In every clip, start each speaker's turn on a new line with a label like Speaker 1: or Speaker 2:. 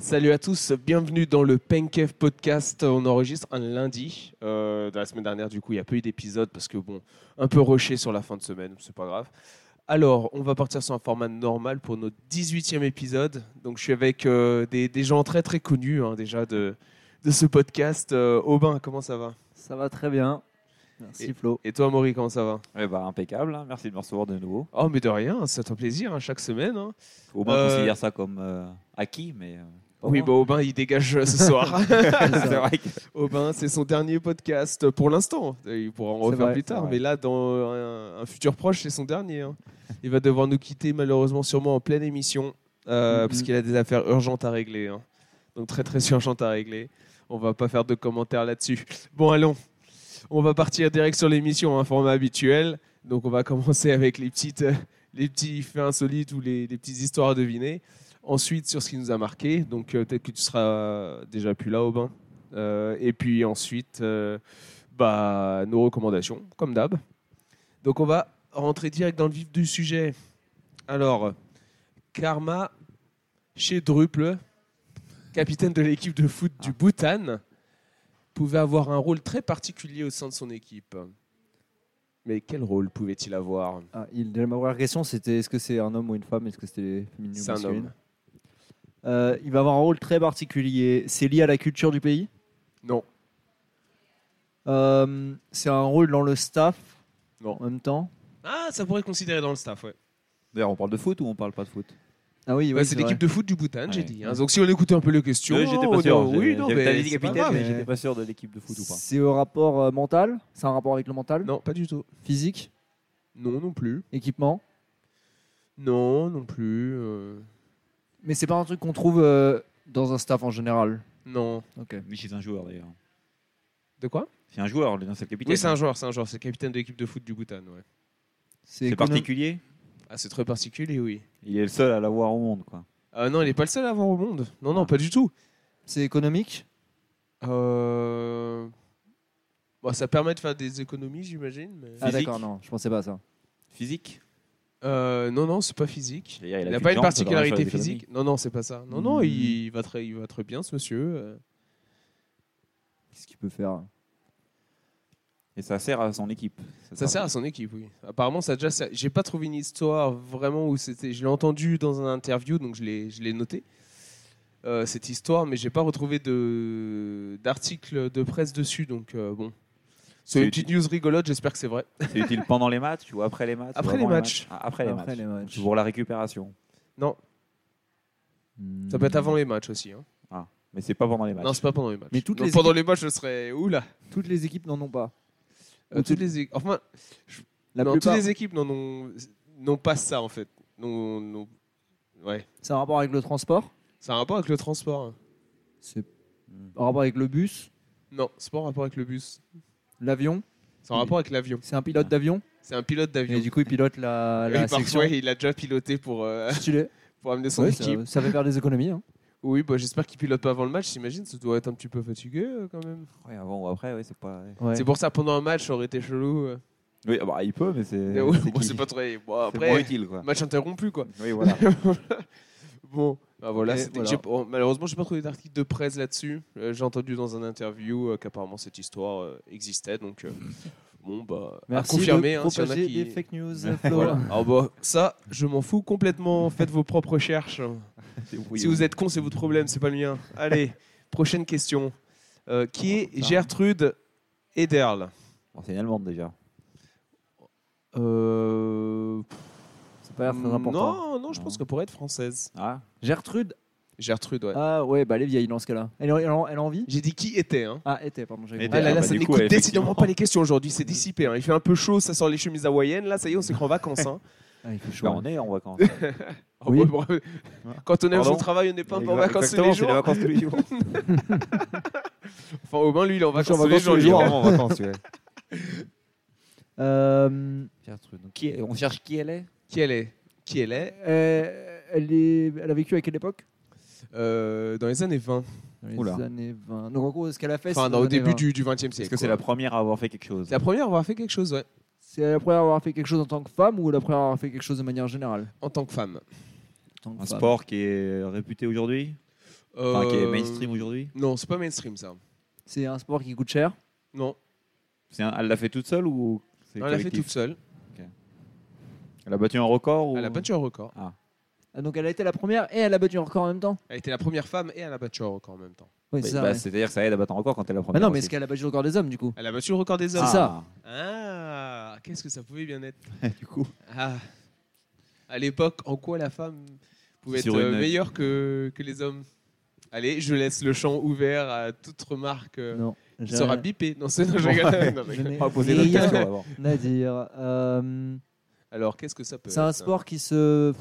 Speaker 1: Salut à tous, bienvenue dans le Penkev Podcast. On enregistre un lundi. Euh, la semaine dernière, du coup, il n'y a pas eu d'épisode parce que, bon, un peu rushé sur la fin de semaine, c'est pas grave. Alors, on va partir sur un format normal pour notre 18e épisode. Donc, je suis avec euh, des, des gens très très connus hein, déjà de, de ce podcast. Euh, Aubin, comment ça va
Speaker 2: Ça va très bien. Merci Flo.
Speaker 1: Et toi, Maury, comment ça va
Speaker 3: Eh ben, impeccable, hein. merci de me recevoir de nouveau.
Speaker 1: Oh, mais de rien, c'est un plaisir hein, chaque semaine. hein.
Speaker 3: Faut au moins
Speaker 1: Euh,
Speaker 3: considère ça comme euh, acquis, mais. euh, au
Speaker 1: Oui, bah,
Speaker 3: moins.
Speaker 1: Aubin, il dégage euh, ce soir.
Speaker 3: c'est vrai que
Speaker 1: Aubin, c'est son dernier podcast pour l'instant. Il pourra en
Speaker 2: C'est
Speaker 1: refaire
Speaker 2: vrai,
Speaker 1: plus
Speaker 2: c'est
Speaker 1: tard,
Speaker 2: vrai.
Speaker 1: mais là, dans un, un futur proche, c'est son dernier. hein. Il va devoir nous quitter malheureusement sûrement en pleine émission, euh,
Speaker 2: Mhm.
Speaker 1: parce qu'il a des affaires urgentes à régler. hein. Donc très très urgentes à régler. On va pas faire de commentaires là-dessus. Bon, allons. On va partir direct sur l'émission, un format habituel. Donc on va commencer avec les petites, euh, les petits faits insolites ou les, les petites histoires à deviner. Ensuite sur ce qui nous a marqué. Donc euh, peut-être que tu seras déjà plus là, Aubin. Euh, et puis ensuite, euh, bah, nos recommandations, comme d'hab. Donc on va rentrer direct dans le vif du sujet. Alors, Karma Druple, capitaine de l'équipe de foot du Bhoutan, pouvait avoir un rôle très particulier au sein de son équipe. Mais quel rôle pouvait-il avoir
Speaker 2: Ah, il, ma première question, c'était est-ce que c'est un homme ou une femme Est-ce que c'était féminin ou
Speaker 1: C'est un
Speaker 2: masculine
Speaker 1: homme.
Speaker 2: Euh, il va avoir un rôle très particulier. C'est lié à la culture du pays.
Speaker 1: Non,
Speaker 2: Euh, c'est un rôle dans le staff.
Speaker 1: Non.
Speaker 2: En même temps.
Speaker 1: Ah, ça pourrait être considéré dans le staff, ouais.
Speaker 3: D'ailleurs, on parle de foot ou on parle pas de foot
Speaker 2: Ah oui,
Speaker 1: Ouais, c'est l'équipe
Speaker 2: l'équipe.
Speaker 1: de foot du Bhoutan, j'ai
Speaker 3: Ouais.
Speaker 1: dit. hein. Donc si on écoutait un peu les questions,
Speaker 3: Oui, Euh, J'étais
Speaker 1: on-
Speaker 3: pas sûr.
Speaker 1: Oui, non, mais
Speaker 3: T'avais dit
Speaker 1: c'est pas
Speaker 3: capitaine,
Speaker 1: grave.
Speaker 3: mais
Speaker 2: mais-
Speaker 3: j'étais pas sûr de l'équipe de foot ou pas.
Speaker 2: C'est au rapport euh, mental. C'est un rapport avec le mental.
Speaker 1: Non, pas du tout.
Speaker 2: Physique,
Speaker 1: Non, non plus.
Speaker 2: équipement.
Speaker 1: Non, non plus. euh,
Speaker 2: Mais c'est pas un truc qu'on trouve euh, dans un staff en général.
Speaker 1: Non.
Speaker 2: Ok.
Speaker 3: Mais c'est un joueur d'ailleurs.
Speaker 1: De quoi
Speaker 3: C'est un joueur, le- c'est le capitaine.
Speaker 1: Oui, c'est un joueur, c'est un joueur. C'est le capitaine de l'équipe de foot du Bhoutan, ouais.
Speaker 3: C'est
Speaker 2: économ-
Speaker 3: particulier.
Speaker 1: Ah, c'est très particulier, oui.
Speaker 3: Il est le seul à l'avoir au monde, quoi.
Speaker 1: Ah non, il n'est pas le seul à avoir au monde. Non, non,
Speaker 3: Ah.
Speaker 1: pas du tout.
Speaker 2: C'est économique.
Speaker 1: Euh, bon, ça permet de faire des économies, j'imagine. mais-
Speaker 2: Ah
Speaker 3: Physique.
Speaker 2: d'accord, non, je pensais pas à ça.
Speaker 3: Physique.
Speaker 1: Euh, non, non, c'est pas physique.
Speaker 3: Il
Speaker 1: Il
Speaker 3: plus
Speaker 1: n'a
Speaker 3: de
Speaker 1: pas une
Speaker 3: jambes, ça devrait faire
Speaker 1: particularité
Speaker 3: des économies.
Speaker 1: physique. Non, non, c'est pas ça. Non, non,
Speaker 2: Hmm.
Speaker 1: il, il va très, il va très bien, ce monsieur. euh.
Speaker 2: Qu'est-ce qu'il peut faire
Speaker 3: Et ça sert à son équipe.
Speaker 1: Ça sert à son équipe, oui. Apparemment, ça a déjà. ser- J'ai pas trouvé une histoire vraiment où c'était. Je l'ai entendu dans un interview, donc je l'ai, je l'ai noté euh, cette histoire, mais j'ai pas retrouvé de d'article de presse dessus, donc euh, bon. C'est
Speaker 3: C'est
Speaker 1: une petite news rigolote. J'espère que c'est vrai.
Speaker 3: C'est utile pendant les matchs ou après les matchs ou
Speaker 1: Après les
Speaker 3: avant
Speaker 1: matchs.
Speaker 3: Ah, après les
Speaker 2: Après
Speaker 3: matchs.
Speaker 2: les matchs.
Speaker 3: Pour la récupération. Hmm.
Speaker 1: Ça peut être avant les matchs aussi. hein.
Speaker 3: Mais c'est pas pendant les matchs.
Speaker 1: Non, c'est pas pendant les matchs.
Speaker 2: Bah, Mais toutes
Speaker 1: Non,
Speaker 2: les
Speaker 1: pendant les matchs, je serais oula.
Speaker 2: Toutes les équipes n'en ont pas.
Speaker 1: Euh, toutes les é- enfin,
Speaker 2: La
Speaker 1: non,
Speaker 2: plupart,
Speaker 1: toutes les équipes n'en ont n'ont pas ça en fait. Non, non- ouais.
Speaker 2: c'est un rapport avec le transport.
Speaker 1: Ça a un rapport avec le transport. hein.
Speaker 2: C'est
Speaker 1: Hmm.
Speaker 3: Mm.
Speaker 2: un rapport avec le bus,
Speaker 1: Non, c'est pas un rapport avec le bus.
Speaker 2: l'avion.
Speaker 1: C'est un rapport avec l'avion.
Speaker 2: C'est un pilote d'avion.
Speaker 1: C'est un pilote d'avion.
Speaker 2: Et du coup, il pilote la, la
Speaker 1: oui,
Speaker 2: section.
Speaker 1: parfois, il a déjà piloté pour, euh,
Speaker 2: Stylé.
Speaker 1: pour amener son
Speaker 2: Ouais, ça,
Speaker 1: équipe.
Speaker 2: ça fait faire des économies. hein.
Speaker 1: Oui, bah, j'espère qu'il pilote pas avant le match. J'imagine, ça doit être un petit peu fatigué euh, quand même.
Speaker 3: Ouais, avant ou après, ouais, c'est pas. ouais.
Speaker 2: Ouais.
Speaker 1: C'est pour ça, pendant un match, ça aurait été chelou. euh.
Speaker 3: Oui, ah bah, il peut, mais c'est.
Speaker 2: Euh,
Speaker 1: Mais ouais,
Speaker 3: c'est
Speaker 1: bon,
Speaker 3: qui-
Speaker 1: c'est pas très. Bon,
Speaker 3: c'est moins
Speaker 1: après,
Speaker 3: utile, quoi.
Speaker 1: match interrompu quoi.
Speaker 3: Oui, voilà.
Speaker 1: bon, bah voilà,
Speaker 2: Et
Speaker 1: c'était-
Speaker 2: voilà.
Speaker 1: j'ai- oh, malheureusement, j'ai pas trouvé d'article de presse là-dessus. Euh, j'ai entendu dans un interview euh, qu'apparemment cette histoire euh, existait, donc euh, bon, bah,
Speaker 2: Merci
Speaker 1: à confirmer.
Speaker 2: de
Speaker 1: hein, s'il y en a
Speaker 2: propager
Speaker 1: qui-
Speaker 2: des fake news, Flo.
Speaker 1: Voilà. Alors bah, ça, je m'en fous complètement. Faites vos propres recherches. Si vous êtes con, c'est votre problème, c'est pas le mien. Allez, prochaine question. Euh, qui est
Speaker 3: putain.
Speaker 1: Gertrude Ederl
Speaker 3: Bon, c'est une allemande déjà.
Speaker 1: euh...
Speaker 2: Ah, C'est pas très important.
Speaker 1: Non, non, je pense
Speaker 3: Non.
Speaker 1: qu'elle pourrait être française.
Speaker 3: Ah,
Speaker 2: Gertrude.
Speaker 1: Gertrude, ouais.
Speaker 2: Ah ouais, bah elle est vieille dans ce cas-là. Elle, est en- elle est en- elle est en vie
Speaker 1: J'ai dit qui était, hein.
Speaker 2: Ah, était, pardon. j'avais
Speaker 3: Était.
Speaker 1: Ah là
Speaker 3: Ah
Speaker 1: là,
Speaker 3: bah
Speaker 1: ça
Speaker 3: du coup,
Speaker 1: n'écoute
Speaker 3: ouais,
Speaker 1: décidément
Speaker 3: effectivement.
Speaker 1: pas les questions aujourd'hui, c'est dissipé. hein. Il fait un peu chaud, ça sort les chemises hawaïennes, là, ça y est, on s'est cru en vacances. hein.
Speaker 2: Ah, il fait chaud.
Speaker 3: bah, on est en vacances.
Speaker 1: Oh,
Speaker 2: Oui.
Speaker 1: bah, bravo. Quand on aime
Speaker 3: Pardon
Speaker 1: son travail, on n'est pas un peu en
Speaker 3: Exactement,
Speaker 1: vacances tous les
Speaker 3: c'est les
Speaker 1: jours.
Speaker 3: vacances tous les jours.
Speaker 1: Enfin, au moins, lui, il est en
Speaker 2: Je suis en
Speaker 1: vacances tous les jours.
Speaker 2: vacances tous les
Speaker 1: lui.
Speaker 2: jours. hein.
Speaker 3: en vacances,
Speaker 2: Euh,
Speaker 3: on cherche qui elle est
Speaker 1: Qui elle est Qui elle est
Speaker 2: euh, elle, est, elle a vécu à quelle époque
Speaker 1: Euh, Dans les années 20.
Speaker 2: Dans les
Speaker 3: Oula.
Speaker 2: années 20. Donc en gros, ce qu'elle a fait,
Speaker 1: Enfin,
Speaker 2: c'est
Speaker 1: dans-
Speaker 2: les
Speaker 1: au
Speaker 2: années
Speaker 1: début
Speaker 2: 20.
Speaker 1: du, du 20e siècle.
Speaker 3: Est-ce que c'est
Speaker 1: quoi.
Speaker 3: la première à avoir fait quelque chose
Speaker 1: C'est la première à avoir fait quelque chose, ouais,
Speaker 2: C'est la première à avoir fait quelque chose en tant que femme ou la première à avoir fait quelque chose de manière générale
Speaker 1: en tant que femme.
Speaker 2: En tant que
Speaker 3: Un
Speaker 2: femme.
Speaker 3: sport qui est réputé aujourd'hui Enfin, qui est
Speaker 1: Euh,
Speaker 3: mainstream aujourd'hui.
Speaker 1: Non, c'est pas mainstream ça.
Speaker 2: C'est un sport qui coûte cher.
Speaker 1: Non,
Speaker 3: C'est un- Elle l'a fait toute seule ou c'est
Speaker 1: non, elle a fait
Speaker 3: collectif
Speaker 1: toute seule.
Speaker 3: Elle a battu un record ou...
Speaker 1: Elle a battu un record.
Speaker 2: Ah, Donc elle a été la première et elle a battu un record en même temps.
Speaker 1: Elle était la première femme et elle a battu un record en même temps.
Speaker 2: Oui,
Speaker 3: Bah,
Speaker 2: c'est ça.
Speaker 3: bah,
Speaker 2: ouais.
Speaker 3: C'est-à-dire que ça aide à battre un record quand elle est la
Speaker 2: Bah
Speaker 3: première.
Speaker 2: non, mais
Speaker 3: aussi.
Speaker 2: est-ce qu'elle a battu le record des hommes du coup
Speaker 1: Elle a battu le record des hommes.
Speaker 2: C'est ça.
Speaker 1: Ah, qu'est-ce que ça pouvait bien être
Speaker 3: ça. du coup.
Speaker 1: Ah. À l'époque, en quoi la femme pouvait
Speaker 3: Sur
Speaker 1: être euh,
Speaker 3: une-
Speaker 1: meilleure que, que les hommes Allez, je laisse le champ ouvert à toute remarque euh,
Speaker 2: Non.
Speaker 1: qui sera bipée. Non, c'est non, je rigole.
Speaker 3: Ouais.
Speaker 1: Non, mais-
Speaker 2: Je n'ai
Speaker 3: Pas poser d'autres
Speaker 2: rien
Speaker 3: questions d'abord.
Speaker 2: à dire. Euh,
Speaker 1: Alors, qu'est-ce que ça peut
Speaker 2: c'est un
Speaker 1: être, ça
Speaker 2: sport qui se.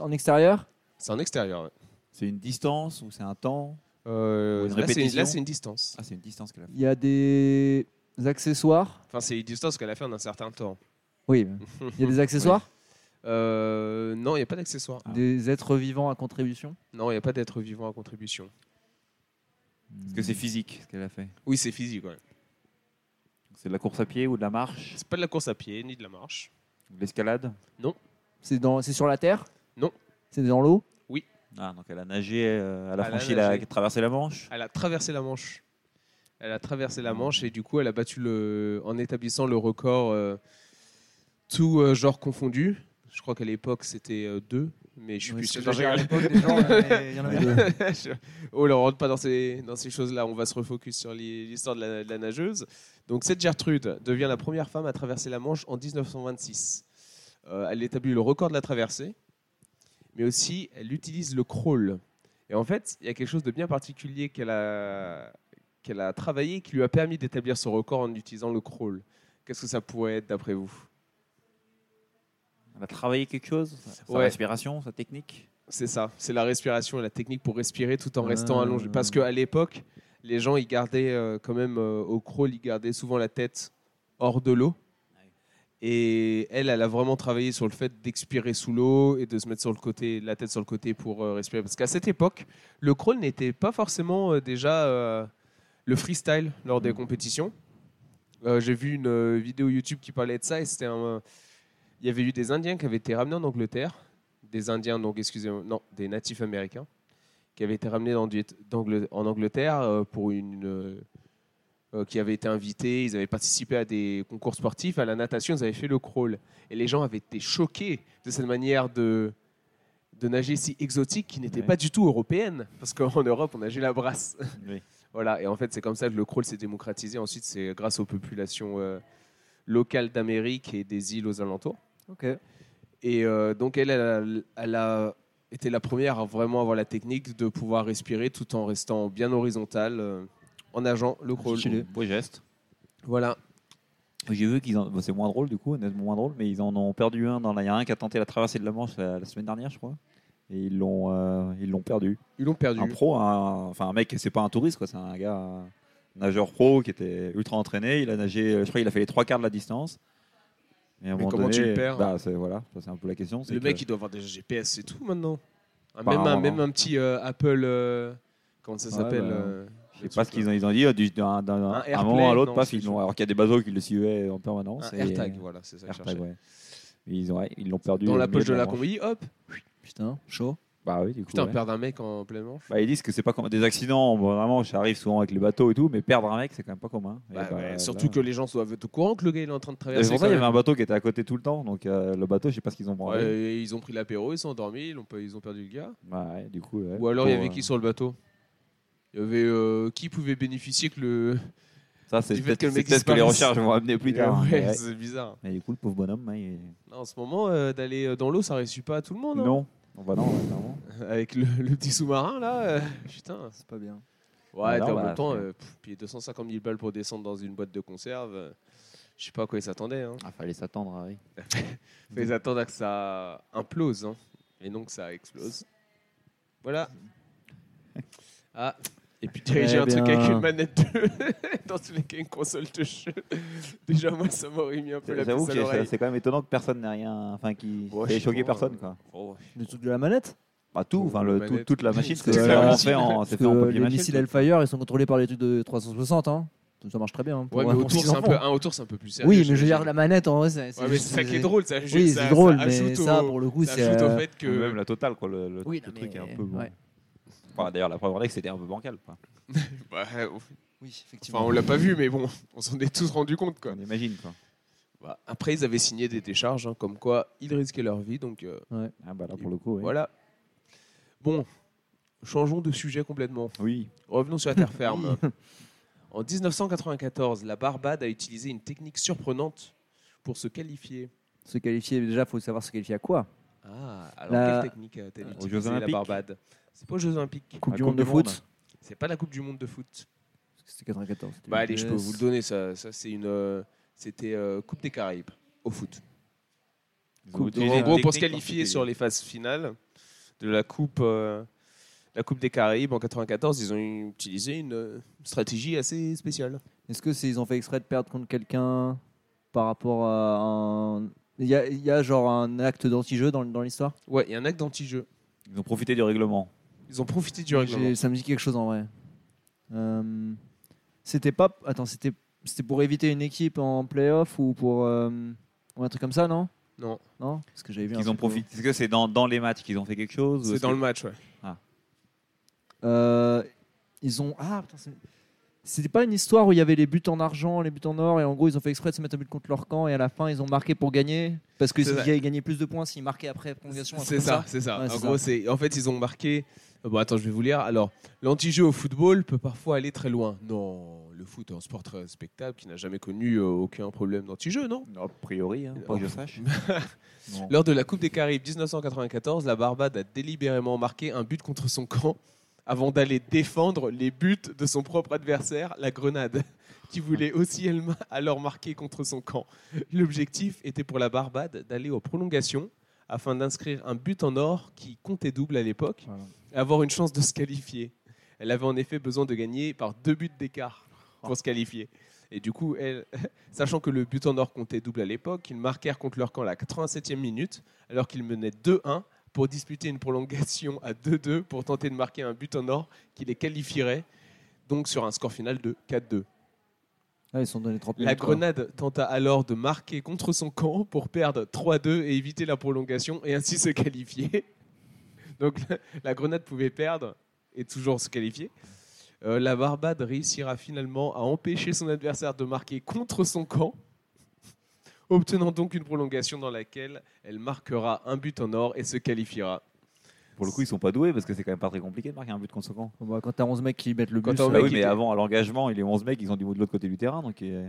Speaker 2: En extérieur
Speaker 1: C'est en extérieur. ouais.
Speaker 3: C'est une distance ou c'est un temps
Speaker 1: Euh,
Speaker 3: Ou une
Speaker 1: là, c'est
Speaker 3: répétition.
Speaker 1: là, c'est une distance.
Speaker 3: Ah, c'est une distance qu'elle a fait.
Speaker 2: Il y a des accessoires.
Speaker 1: Enfin, c'est une distance qu'elle a fait en un certain temps.
Speaker 2: Oui. Il y a des accessoires
Speaker 1: Euh, non, il n'y a pas d'accessoire.
Speaker 3: Ah.
Speaker 2: Des êtres vivants à contribution
Speaker 1: Non, il n'y a pas d'être vivant à contribution.
Speaker 3: Est-ce que c'est physique ce qu'elle a fait
Speaker 1: Oui, c'est physique. Ouais.
Speaker 3: C'est de la course à pied ou de la marche
Speaker 1: C'est pas de la course à pied ni de la marche.
Speaker 3: ou de l'escalade
Speaker 2: C'est dans, c'est sur la terre
Speaker 1: Non.
Speaker 2: C'est dans l'eau
Speaker 3: Ah, donc elle a nagé, euh, elle a
Speaker 1: Elle a
Speaker 3: franchi, la,
Speaker 1: nagé.
Speaker 3: traversé la Manche.
Speaker 1: Elle a traversé la Manche. Elle a traversé la Manche et du coup, elle a battu le, en établissant le record euh, tout euh, genre confondu. Je crois qu'à l'époque, c'était euh, deux, mais je suis plus sûr.
Speaker 2: Parce que
Speaker 1: Je
Speaker 2: à
Speaker 1: rigole.
Speaker 2: l'époque, des gens, il y en avait- il y en avait deux.
Speaker 1: Je- oh, là, on rentre pas dans ces, dans ces choses-là. On va se refocus sur l'hi- l'histoire de la, de la nageuse. Donc, cette Gertrude devient la première femme à traverser la Manche en 1926. Euh, elle établit le record de la traversée, mais aussi elle utilise le crawl. Et en fait, il y a quelque chose de bien particulier qu'elle a, qu'elle a travaillé qui lui a permis d'établir ce record en utilisant le crawl. Qu'est-ce que ça pourrait être d'après vous
Speaker 3: Elle a travaillé quelque chose Sa sa
Speaker 1: Ouais.
Speaker 3: respiration, sa technique
Speaker 1: C'est ça, c'est la respiration et la technique pour respirer tout en
Speaker 2: Ah.
Speaker 1: restant allongé. Parce qu'à l'époque, les gens, ils gardaient euh, quand même euh, au crawl, ils gardaient souvent la tête hors de l'eau. Et elle, elle a vraiment travaillé sur le fait d'expirer sous l'eau et de se mettre sur le côté, la tête sur le côté pour euh, respirer. Parce qu'à cette époque, le crawl n'était pas forcément euh, déjà euh, le freestyle lors des
Speaker 3: Mhm.
Speaker 1: compétitions. Euh, J'ai vu une euh, vidéo YouTube qui parlait de ça et c'était un, euh, il y avait eu des Indiens qui avaient été ramenés en Angleterre, des Indiens, donc excusez-moi, non, des natifs américains, qui avaient été ramenés en, en Angleterre euh, pour une, euh, euh, qui avaient été invités, ils avaient participé à des concours sportifs, à la natation, ils avaient fait le crawl, et les gens avaient été choqués de cette manière de de nager si exotique qui n'était
Speaker 3: Ouais.
Speaker 1: pas du tout européenne, parce qu'en Europe on nageait la brasse.
Speaker 3: Oui.
Speaker 1: Voilà, et en fait, c'est comme ça que le crawl s'est démocratisé. Ensuite, c'est grâce aux populations euh, locales d'Amérique et des îles aux alentours.
Speaker 2: Ok.
Speaker 1: Et euh, donc, elle, elle a, elle a été la première à vraiment avoir la technique de pouvoir respirer tout en restant bien horizontal euh, en nageant le crawl.
Speaker 2: Stylé.
Speaker 3: Beau geste.
Speaker 1: Voilà.
Speaker 3: J'ai vu qu'ils en... bon, c'est moins drôle du coup, honnêtement moins drôle, mais ils en ont perdu un. Dans la... Il y en a un qui a tenté la traversée de la Manche euh, la, la semaine dernière, je crois. Et ils l'ont, euh, ils l'ont perdu.
Speaker 1: Ils l'ont perdu.
Speaker 3: Un pro, un- enfin un mec, c'est pas un touriste, quoi, c'est un gars, un nageur pro qui était ultra entraîné. Il a nagé, je crois qu'il a fait les trois quarts de la distance. Et à un
Speaker 1: Mais
Speaker 3: moment
Speaker 1: comment tu
Speaker 3: donné,
Speaker 1: le perds hein
Speaker 3: bah, c'est, Voilà, ça, c'est un peu la question. c'est
Speaker 1: Le
Speaker 3: que-
Speaker 1: mec, il doit avoir déjà GPS, c'est tout maintenant. Ah,
Speaker 3: Bah,
Speaker 1: même, un,
Speaker 3: non,
Speaker 1: même
Speaker 3: non.
Speaker 1: un petit euh, Apple. euh, comment ça
Speaker 3: Ouais,
Speaker 1: s'appelle
Speaker 3: bah,
Speaker 1: euh,
Speaker 3: Je
Speaker 1: le
Speaker 3: sais pas ce
Speaker 1: truc,
Speaker 3: qu'ils ont, ils ont dit, euh, du- d'un d'un-
Speaker 1: Un
Speaker 3: un,
Speaker 1: airplay,
Speaker 3: moment à l'autre,
Speaker 1: non,
Speaker 3: paf,
Speaker 1: c'est
Speaker 3: ils
Speaker 1: sûr.
Speaker 3: l'ont- alors qu'il y a des bazos qui le suivaient en
Speaker 1: là
Speaker 3: permanence.
Speaker 1: Un
Speaker 3: et-
Speaker 1: AirTag, voilà, c'est ça que je
Speaker 3: AirTag,
Speaker 1: cherchais.
Speaker 3: ouais. Mais Ils ont- ouais, ils l'ont perdu.
Speaker 1: Dans
Speaker 3: au
Speaker 1: la
Speaker 3: milieu
Speaker 1: poche de la
Speaker 3: manche.
Speaker 1: combi, hop
Speaker 2: Putain, chaud.
Speaker 3: Bah oui, du coup.
Speaker 1: Putain,
Speaker 3: ouais.
Speaker 1: perdre un mec en plein manche.
Speaker 3: Bah, ils disent que c'est pas comme des accidents, bon, vraiment, ça arrive souvent avec les bateaux et tout, mais perdre un mec, c'est quand même pas commun. Et
Speaker 1: Bah,
Speaker 3: bah,
Speaker 1: ouais,
Speaker 3: là-
Speaker 1: surtout que les gens doivent être au courant que le gars il est en train de
Speaker 3: Et
Speaker 1: traverser.
Speaker 3: C'est pour ça qu'il y
Speaker 1: quand
Speaker 3: avait un bateau qui était à côté tout le temps, donc euh, le bateau, je sais pas ce qu'ils ont
Speaker 1: même.
Speaker 3: branlé.
Speaker 1: Ouais, et ils ont pris l'apéro, ils sont endormis, ils ont, pas- ils ont perdu le gars.
Speaker 3: Bah, ouais, du coup. ouais.
Speaker 1: Ou alors il y
Speaker 3: Pour,
Speaker 1: avait
Speaker 3: euh,
Speaker 1: qui sur le bateau Il y avait euh, qui pouvait bénéficier que le.
Speaker 3: Ça, c'est
Speaker 1: du fait
Speaker 3: peut-être
Speaker 1: que le
Speaker 3: c'est
Speaker 1: mec
Speaker 3: peut-être que les
Speaker 1: disparaisse.
Speaker 3: recherches vont amener plus tard. hein,
Speaker 1: Ouais,
Speaker 3: mais ouais.
Speaker 1: c'est bizarre.
Speaker 3: Mais du coup, le pauvre bonhomme, hein, il-
Speaker 1: Là, en ce moment, euh, d'aller euh, dans l'eau, ça réussit pas à tout le monde. hein.
Speaker 3: non. Bon, bah non, ouais, clairement.
Speaker 1: Avec le, le petit sous-marin là, euh, putain.
Speaker 2: C'est pas bien.
Speaker 1: Ouais,
Speaker 3: non,
Speaker 1: puis en
Speaker 3: bah,
Speaker 1: même temps,
Speaker 3: c'est-
Speaker 1: euh, pff, payer 250 000 balles pour descendre dans une boîte de conserve, euh, je sais pas à quoi ils s'attendaient. hein.
Speaker 3: Ah, fallait s'attendre, à oui.
Speaker 1: Faut Ils attendent à que ça implose, hein, et non que ça explose. Voilà. Ah, et puis diriger
Speaker 2: Eh
Speaker 1: un truc avec
Speaker 2: bien.
Speaker 1: une manette de... dans tous les cas, une console de jeu. Déjà, moi, ça m'aurait mis un peu la puce
Speaker 3: J'avoue que
Speaker 1: à
Speaker 3: c'est-
Speaker 1: l'oreille.
Speaker 3: c'est quand même étonnant que personne n'ait rien. Enfin, qui
Speaker 1: Ouais,
Speaker 3: ait
Speaker 1: je sais
Speaker 3: choqué
Speaker 1: pas,
Speaker 3: personne,
Speaker 1: euh,
Speaker 3: quoi.
Speaker 2: Le truc de la manette
Speaker 3: Bah, tout,
Speaker 1: Ou
Speaker 3: enfin,
Speaker 1: la
Speaker 3: le,
Speaker 1: manette.
Speaker 3: tout- toute la machine,
Speaker 1: Parce
Speaker 3: c'est
Speaker 1: que
Speaker 3: fait
Speaker 1: la
Speaker 3: en
Speaker 1: machine-
Speaker 3: fait en
Speaker 2: Parce
Speaker 3: c'est
Speaker 2: que
Speaker 3: fait en papier
Speaker 2: les
Speaker 3: mâché,
Speaker 2: missiles
Speaker 3: tout.
Speaker 2: Hellfire, ils sont contrôlés par des trucs de 360. Hein. Donc Ça marche très bien. hein, pour-
Speaker 1: Ouais, mais
Speaker 2: pour
Speaker 1: autour,
Speaker 2: six
Speaker 1: c'est un, peu,
Speaker 2: enfants.
Speaker 1: un autour, c'est un peu plus sérieux.
Speaker 2: Oui, mais je veux
Speaker 1: j'imagine.
Speaker 2: dire, la manette, en vrai, c'est
Speaker 1: Ouais, mais c'est ça qui est
Speaker 2: c'est-
Speaker 1: drôle, ça ajoute-
Speaker 2: Oui,
Speaker 1: ça-
Speaker 2: c'est drôle,
Speaker 1: ça
Speaker 2: mais
Speaker 1: ajoute
Speaker 2: ça,
Speaker 1: au-
Speaker 2: pour le coup,
Speaker 1: ça
Speaker 2: c'est.
Speaker 1: ajoute au
Speaker 2: euh,
Speaker 1: fait
Speaker 3: Ou Même
Speaker 1: que.
Speaker 3: la totale, quoi. Le, le-
Speaker 2: Oui,
Speaker 3: le
Speaker 2: non,
Speaker 3: truc est
Speaker 2: mais-
Speaker 3: un peu. bon.
Speaker 2: ouais.
Speaker 3: Enfin, D'ailleurs, la preuve en est que c'était un peu bancal. quoi.
Speaker 1: Bah, euh,
Speaker 4: Oui, effectivement.
Speaker 1: enfin, on l'a pas vu, mais bon, on s'en est tous rendu compte, quoi.
Speaker 3: On imagine. Quoi.
Speaker 1: Bah, après, ils avaient signé des décharges, hein, comme quoi ils risquaient leur vie, donc euh,
Speaker 3: Ah, bah, là, pour le coup, oui.
Speaker 1: voilà. Bon, changeons de sujet complètement.
Speaker 3: Oui.
Speaker 1: Revenons sur la terre ferme. En 1994, la Barbade a utilisé une technique surprenante pour se qualifier.
Speaker 2: Se qualifier, déjà, faut savoir se qualifier à quoi
Speaker 1: Ah, alors
Speaker 2: La-
Speaker 1: quelle technique a-t-elle
Speaker 3: Aux Jeux
Speaker 1: utilisée, la
Speaker 3: Olympiques
Speaker 1: Barbade C'est pas aux Jeux Olympiques.
Speaker 2: Coupe
Speaker 3: La
Speaker 2: du monde de foot
Speaker 1: C'est pas la Coupe du Monde de foot.
Speaker 2: Parce que C'était 94. c'était
Speaker 1: Bah
Speaker 2: une
Speaker 1: allez, je peux
Speaker 2: pièce.
Speaker 1: vous le donner. Ça, ça c'est une, euh, c'était euh, Coupe des Caraïbes au foot.
Speaker 3: Ils ont
Speaker 1: Coupe-
Speaker 3: utilisé
Speaker 1: en
Speaker 3: une
Speaker 1: gros, pour se
Speaker 3: technique
Speaker 1: qualifier
Speaker 3: particulière.
Speaker 1: sur les phases finales de la Coupe, euh, la coupe des Caraïbes en 94, ils ont utilisé une euh, stratégie assez spéciale.
Speaker 2: Est-ce que c'est ils ont fait exprès de perdre contre quelqu'un par rapport à un. Il y, a, il y a genre un acte d'anti-jeu dans, dans l'histoire
Speaker 1: Ouais, il y a un acte d'anti-jeu.
Speaker 3: Ils ont profité du règlement.
Speaker 1: Ils ont profité du règlement.
Speaker 2: J'ai- Ça me dit quelque chose en vrai. Euh, c'était pas. Attends, c'était c'était pour éviter une équipe en playoff ou pour. euh, ou un truc comme ça, non
Speaker 1: Non.
Speaker 2: Non Parce que j'avais vu un
Speaker 3: Ils ont
Speaker 2: truc où-
Speaker 3: profité. Est-ce que c'est dans, dans les matchs qu'ils ont fait quelque chose ou
Speaker 1: C'est
Speaker 3: est-ce
Speaker 1: dans
Speaker 3: que-
Speaker 1: le match, ouais.
Speaker 2: Euh, ils ont. Ah putain, c'est- c'était pas une histoire où il y avait les buts en argent, les buts en or, et en gros ils ont fait exprès de se mettre un but contre leur camp, et à la fin ils ont marqué pour gagner, parce qu'ils
Speaker 1: C'est vrai.
Speaker 2: allaient gagner plus de points s'ils marquaient après prolongation. un truc
Speaker 1: C'est
Speaker 2: comme
Speaker 1: ça, c'est ça.
Speaker 2: Ouais,
Speaker 1: en
Speaker 2: c'est
Speaker 1: gros,
Speaker 2: ça.
Speaker 1: c'est en fait ils ont marqué. euh, Bon, attends, je vais vous lire. Alors, l'anti-jeu au football peut parfois aller très loin. Non, le foot est un sport très respectable qui n'a jamais connu euh, aucun problème d'anti-jeu, non
Speaker 3: A priori, hein, pas que je sache. Non.
Speaker 1: Lors de la Coupe des Caraïbes 1994, la Barbade a délibérément marqué un but contre son camp avant d'aller défendre les buts de son propre adversaire, la Grenade, qui voulait aussi elle alors marquer contre son camp. L'objectif était pour la Barbade d'aller aux prolongations afin d'inscrire un but en or qui comptait double à l'époque
Speaker 2: Voilà.
Speaker 1: et avoir une chance de se qualifier. Elle avait en effet besoin de gagner par deux buts d'écart pour se qualifier. Et du coup, elle, sachant que le but en or comptait double à l'époque, ils marquèrent contre leur camp à la 87e minute alors qu'ils menaient 2-1 pour disputer une prolongation à 2-2 pour tenter de marquer un but en or qui les qualifierait donc sur un score final de 4-2.
Speaker 2: Ah, ils se sont donné 30
Speaker 1: La
Speaker 2: minutes, quoi.
Speaker 1: Grenade tenta alors de marquer contre son camp pour perdre 3-2 et éviter la prolongation et ainsi se qualifier. Donc la, la Grenade pouvait perdre et toujours se qualifier. Euh, la Barbade réussira finalement à empêcher son adversaire de marquer contre son camp, obtenant donc une prolongation dans laquelle elle marquera un but en or et se qualifiera.
Speaker 3: Pour le coup, ils sont pas doués parce que c'est quand même pas très compliqué de marquer un but contre son camp.
Speaker 2: Bon, bah, quand t'as 11 mecs qui mettent le
Speaker 1: Quand
Speaker 2: but,
Speaker 1: t'as
Speaker 2: euh,
Speaker 1: Oh, 11
Speaker 3: Bah
Speaker 1: mec,
Speaker 3: oui,
Speaker 1: il
Speaker 3: mais
Speaker 1: était-
Speaker 3: avant, à l'engagement, et les 11 mecs, ils ont du mot de l'autre côté du terrain. Donc, euh,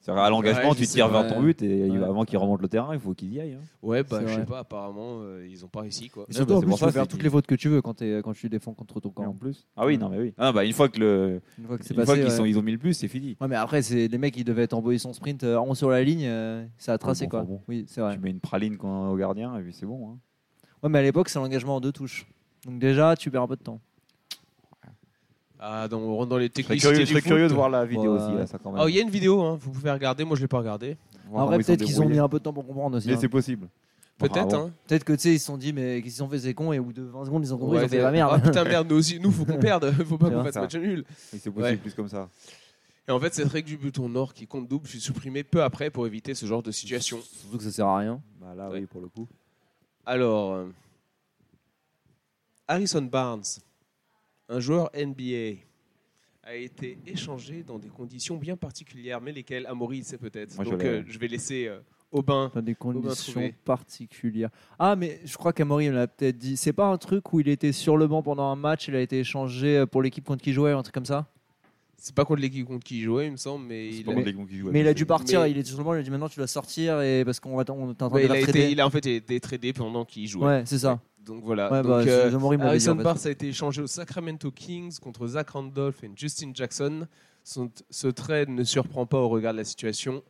Speaker 3: c'est-à-dire, à l'engagement,
Speaker 2: Ouais,
Speaker 3: tu
Speaker 2: c'est
Speaker 3: tires vers
Speaker 2: vrai.
Speaker 3: ton but, et il va-
Speaker 2: Ouais.
Speaker 3: avant qu'ils remontent le terrain, il faut qu'ils y aillent. hein.
Speaker 1: Ouais,
Speaker 2: bah,
Speaker 1: bah
Speaker 2: C'est
Speaker 1: je
Speaker 2: je sais
Speaker 1: sais
Speaker 2: vrai.
Speaker 1: pas, apparemment euh, ils n'ont pas réussi quoi.
Speaker 2: Et
Speaker 3: Ouais,
Speaker 2: surtout,
Speaker 3: bah,
Speaker 2: en
Speaker 3: c'est
Speaker 2: plus,
Speaker 3: pour
Speaker 2: tu
Speaker 3: ça,
Speaker 2: peux
Speaker 3: c'est
Speaker 2: faire toutes
Speaker 3: qu'il-
Speaker 2: les fautes que tu veux quand, t'es- euh, quand tu défends contre ton camp.
Speaker 3: plus Ah oui, non, mais oui. Ah, bah, une fois que le,
Speaker 2: Une fois que c'est
Speaker 3: une fois
Speaker 2: passé.
Speaker 3: qu'ils
Speaker 2: ouais.
Speaker 3: sont, ils ont mis le but, c'est fini.
Speaker 2: Ouais, mais après, c'est les mecs, ils devaient être envoyés son sprint euh, en haut sur la ligne, euh, ça a tracé
Speaker 3: bon,
Speaker 2: quoi.
Speaker 3: enfin, bon.
Speaker 2: Oui, c'est vrai.
Speaker 3: Tu mets une praline quand- au gardien, et puis c'est bon. hein.
Speaker 2: Ouais, mais à l'époque, c'est l'engagement en deux touches. Donc déjà, tu perds un peu de temps.
Speaker 1: Ah, donc, on rentre dans les
Speaker 3: Je serais
Speaker 1: techniques.
Speaker 3: curieux, je serais curieux de voir la vidéo
Speaker 2: Ouais.
Speaker 3: aussi. là, ça, quand même.
Speaker 1: il y a une vidéo, hein, vous pouvez regarder, moi je l'ai pas regardée.
Speaker 3: Voir
Speaker 2: Oh, En vrai,
Speaker 3: comment ils sont
Speaker 2: peut-être qu'ils ont mis
Speaker 3: débrouillés.
Speaker 2: un peu de temps pour comprendre aussi.
Speaker 3: Mais
Speaker 2: hein.
Speaker 3: c'est possible.
Speaker 1: Peut-être,
Speaker 3: Bravo.
Speaker 1: hein.
Speaker 2: Peut-être que tu sais, ils se sont dit, mais qu'est-ce qu'ils ont fait, c'est con, et au bout de 20 secondes, ils ont compris, ils
Speaker 1: Ouais,
Speaker 2: ont fait
Speaker 1: c'est-
Speaker 2: la
Speaker 1: Ah
Speaker 2: merde.
Speaker 1: putain, merde, nous aussi, nous, faut qu'on perde. Faut pas
Speaker 2: C'est
Speaker 1: qu'on
Speaker 2: vrai,
Speaker 1: fasse
Speaker 3: ça.
Speaker 1: match nul.
Speaker 3: Mais C'est possible
Speaker 1: Ouais.
Speaker 3: plus comme ça.
Speaker 1: Et en fait, cette règle du bouton nord qui compte double fut supprimée peu après pour éviter ce genre de situation.
Speaker 2: Surtout que ça sert à rien.
Speaker 3: Bah là,
Speaker 1: Ouais.
Speaker 3: oui, pour le coup.
Speaker 1: Alors, euh, Harrison Barnes, un joueur NBA, a été échangé dans des conditions bien particulières, mais lesquelles Amaury il sait peut-être.
Speaker 3: Moi, je
Speaker 1: Donc,
Speaker 3: l'ai.
Speaker 1: euh, je vais laisser euh, Aubin.
Speaker 2: Dans des
Speaker 1: trouvé.
Speaker 2: conditions particulières. Ah, mais je crois qu'Amori me l'a peut-être dit. C'est pas un truc où il était sur le banc pendant un match, il a été échangé euh, pour l'équipe contre qui il jouait, ou un truc comme ça
Speaker 1: C'est pas contre l'équipe contre qui il jouait, il me semble, mais
Speaker 3: C'est
Speaker 1: il
Speaker 3: pas
Speaker 1: a,
Speaker 3: contre les gars qui jouent à
Speaker 2: Mais il a
Speaker 3: la
Speaker 2: dû
Speaker 3: PC.
Speaker 2: partir,
Speaker 1: Mais-
Speaker 2: il est sur le banc, il a dit maintenant tu dois sortir, et parce qu'on va t- on est en train
Speaker 1: ouais,
Speaker 2: de
Speaker 1: il a
Speaker 2: la
Speaker 1: été,
Speaker 2: traiter.
Speaker 1: il a en fait été tradé pendant qu'il jouait.
Speaker 2: Ouais, c'est ça.
Speaker 1: Donc voilà.
Speaker 2: Ouais,
Speaker 1: Donc,
Speaker 2: bah,
Speaker 1: euh,
Speaker 2: c'est- Amaury m'a dit,
Speaker 1: Harrison
Speaker 2: en fait.
Speaker 1: Barnes a été échangé aux Sacramento Kings contre Zach Randolph et Justin Jackson. Son- ce trade ne surprend pas au regard de la situation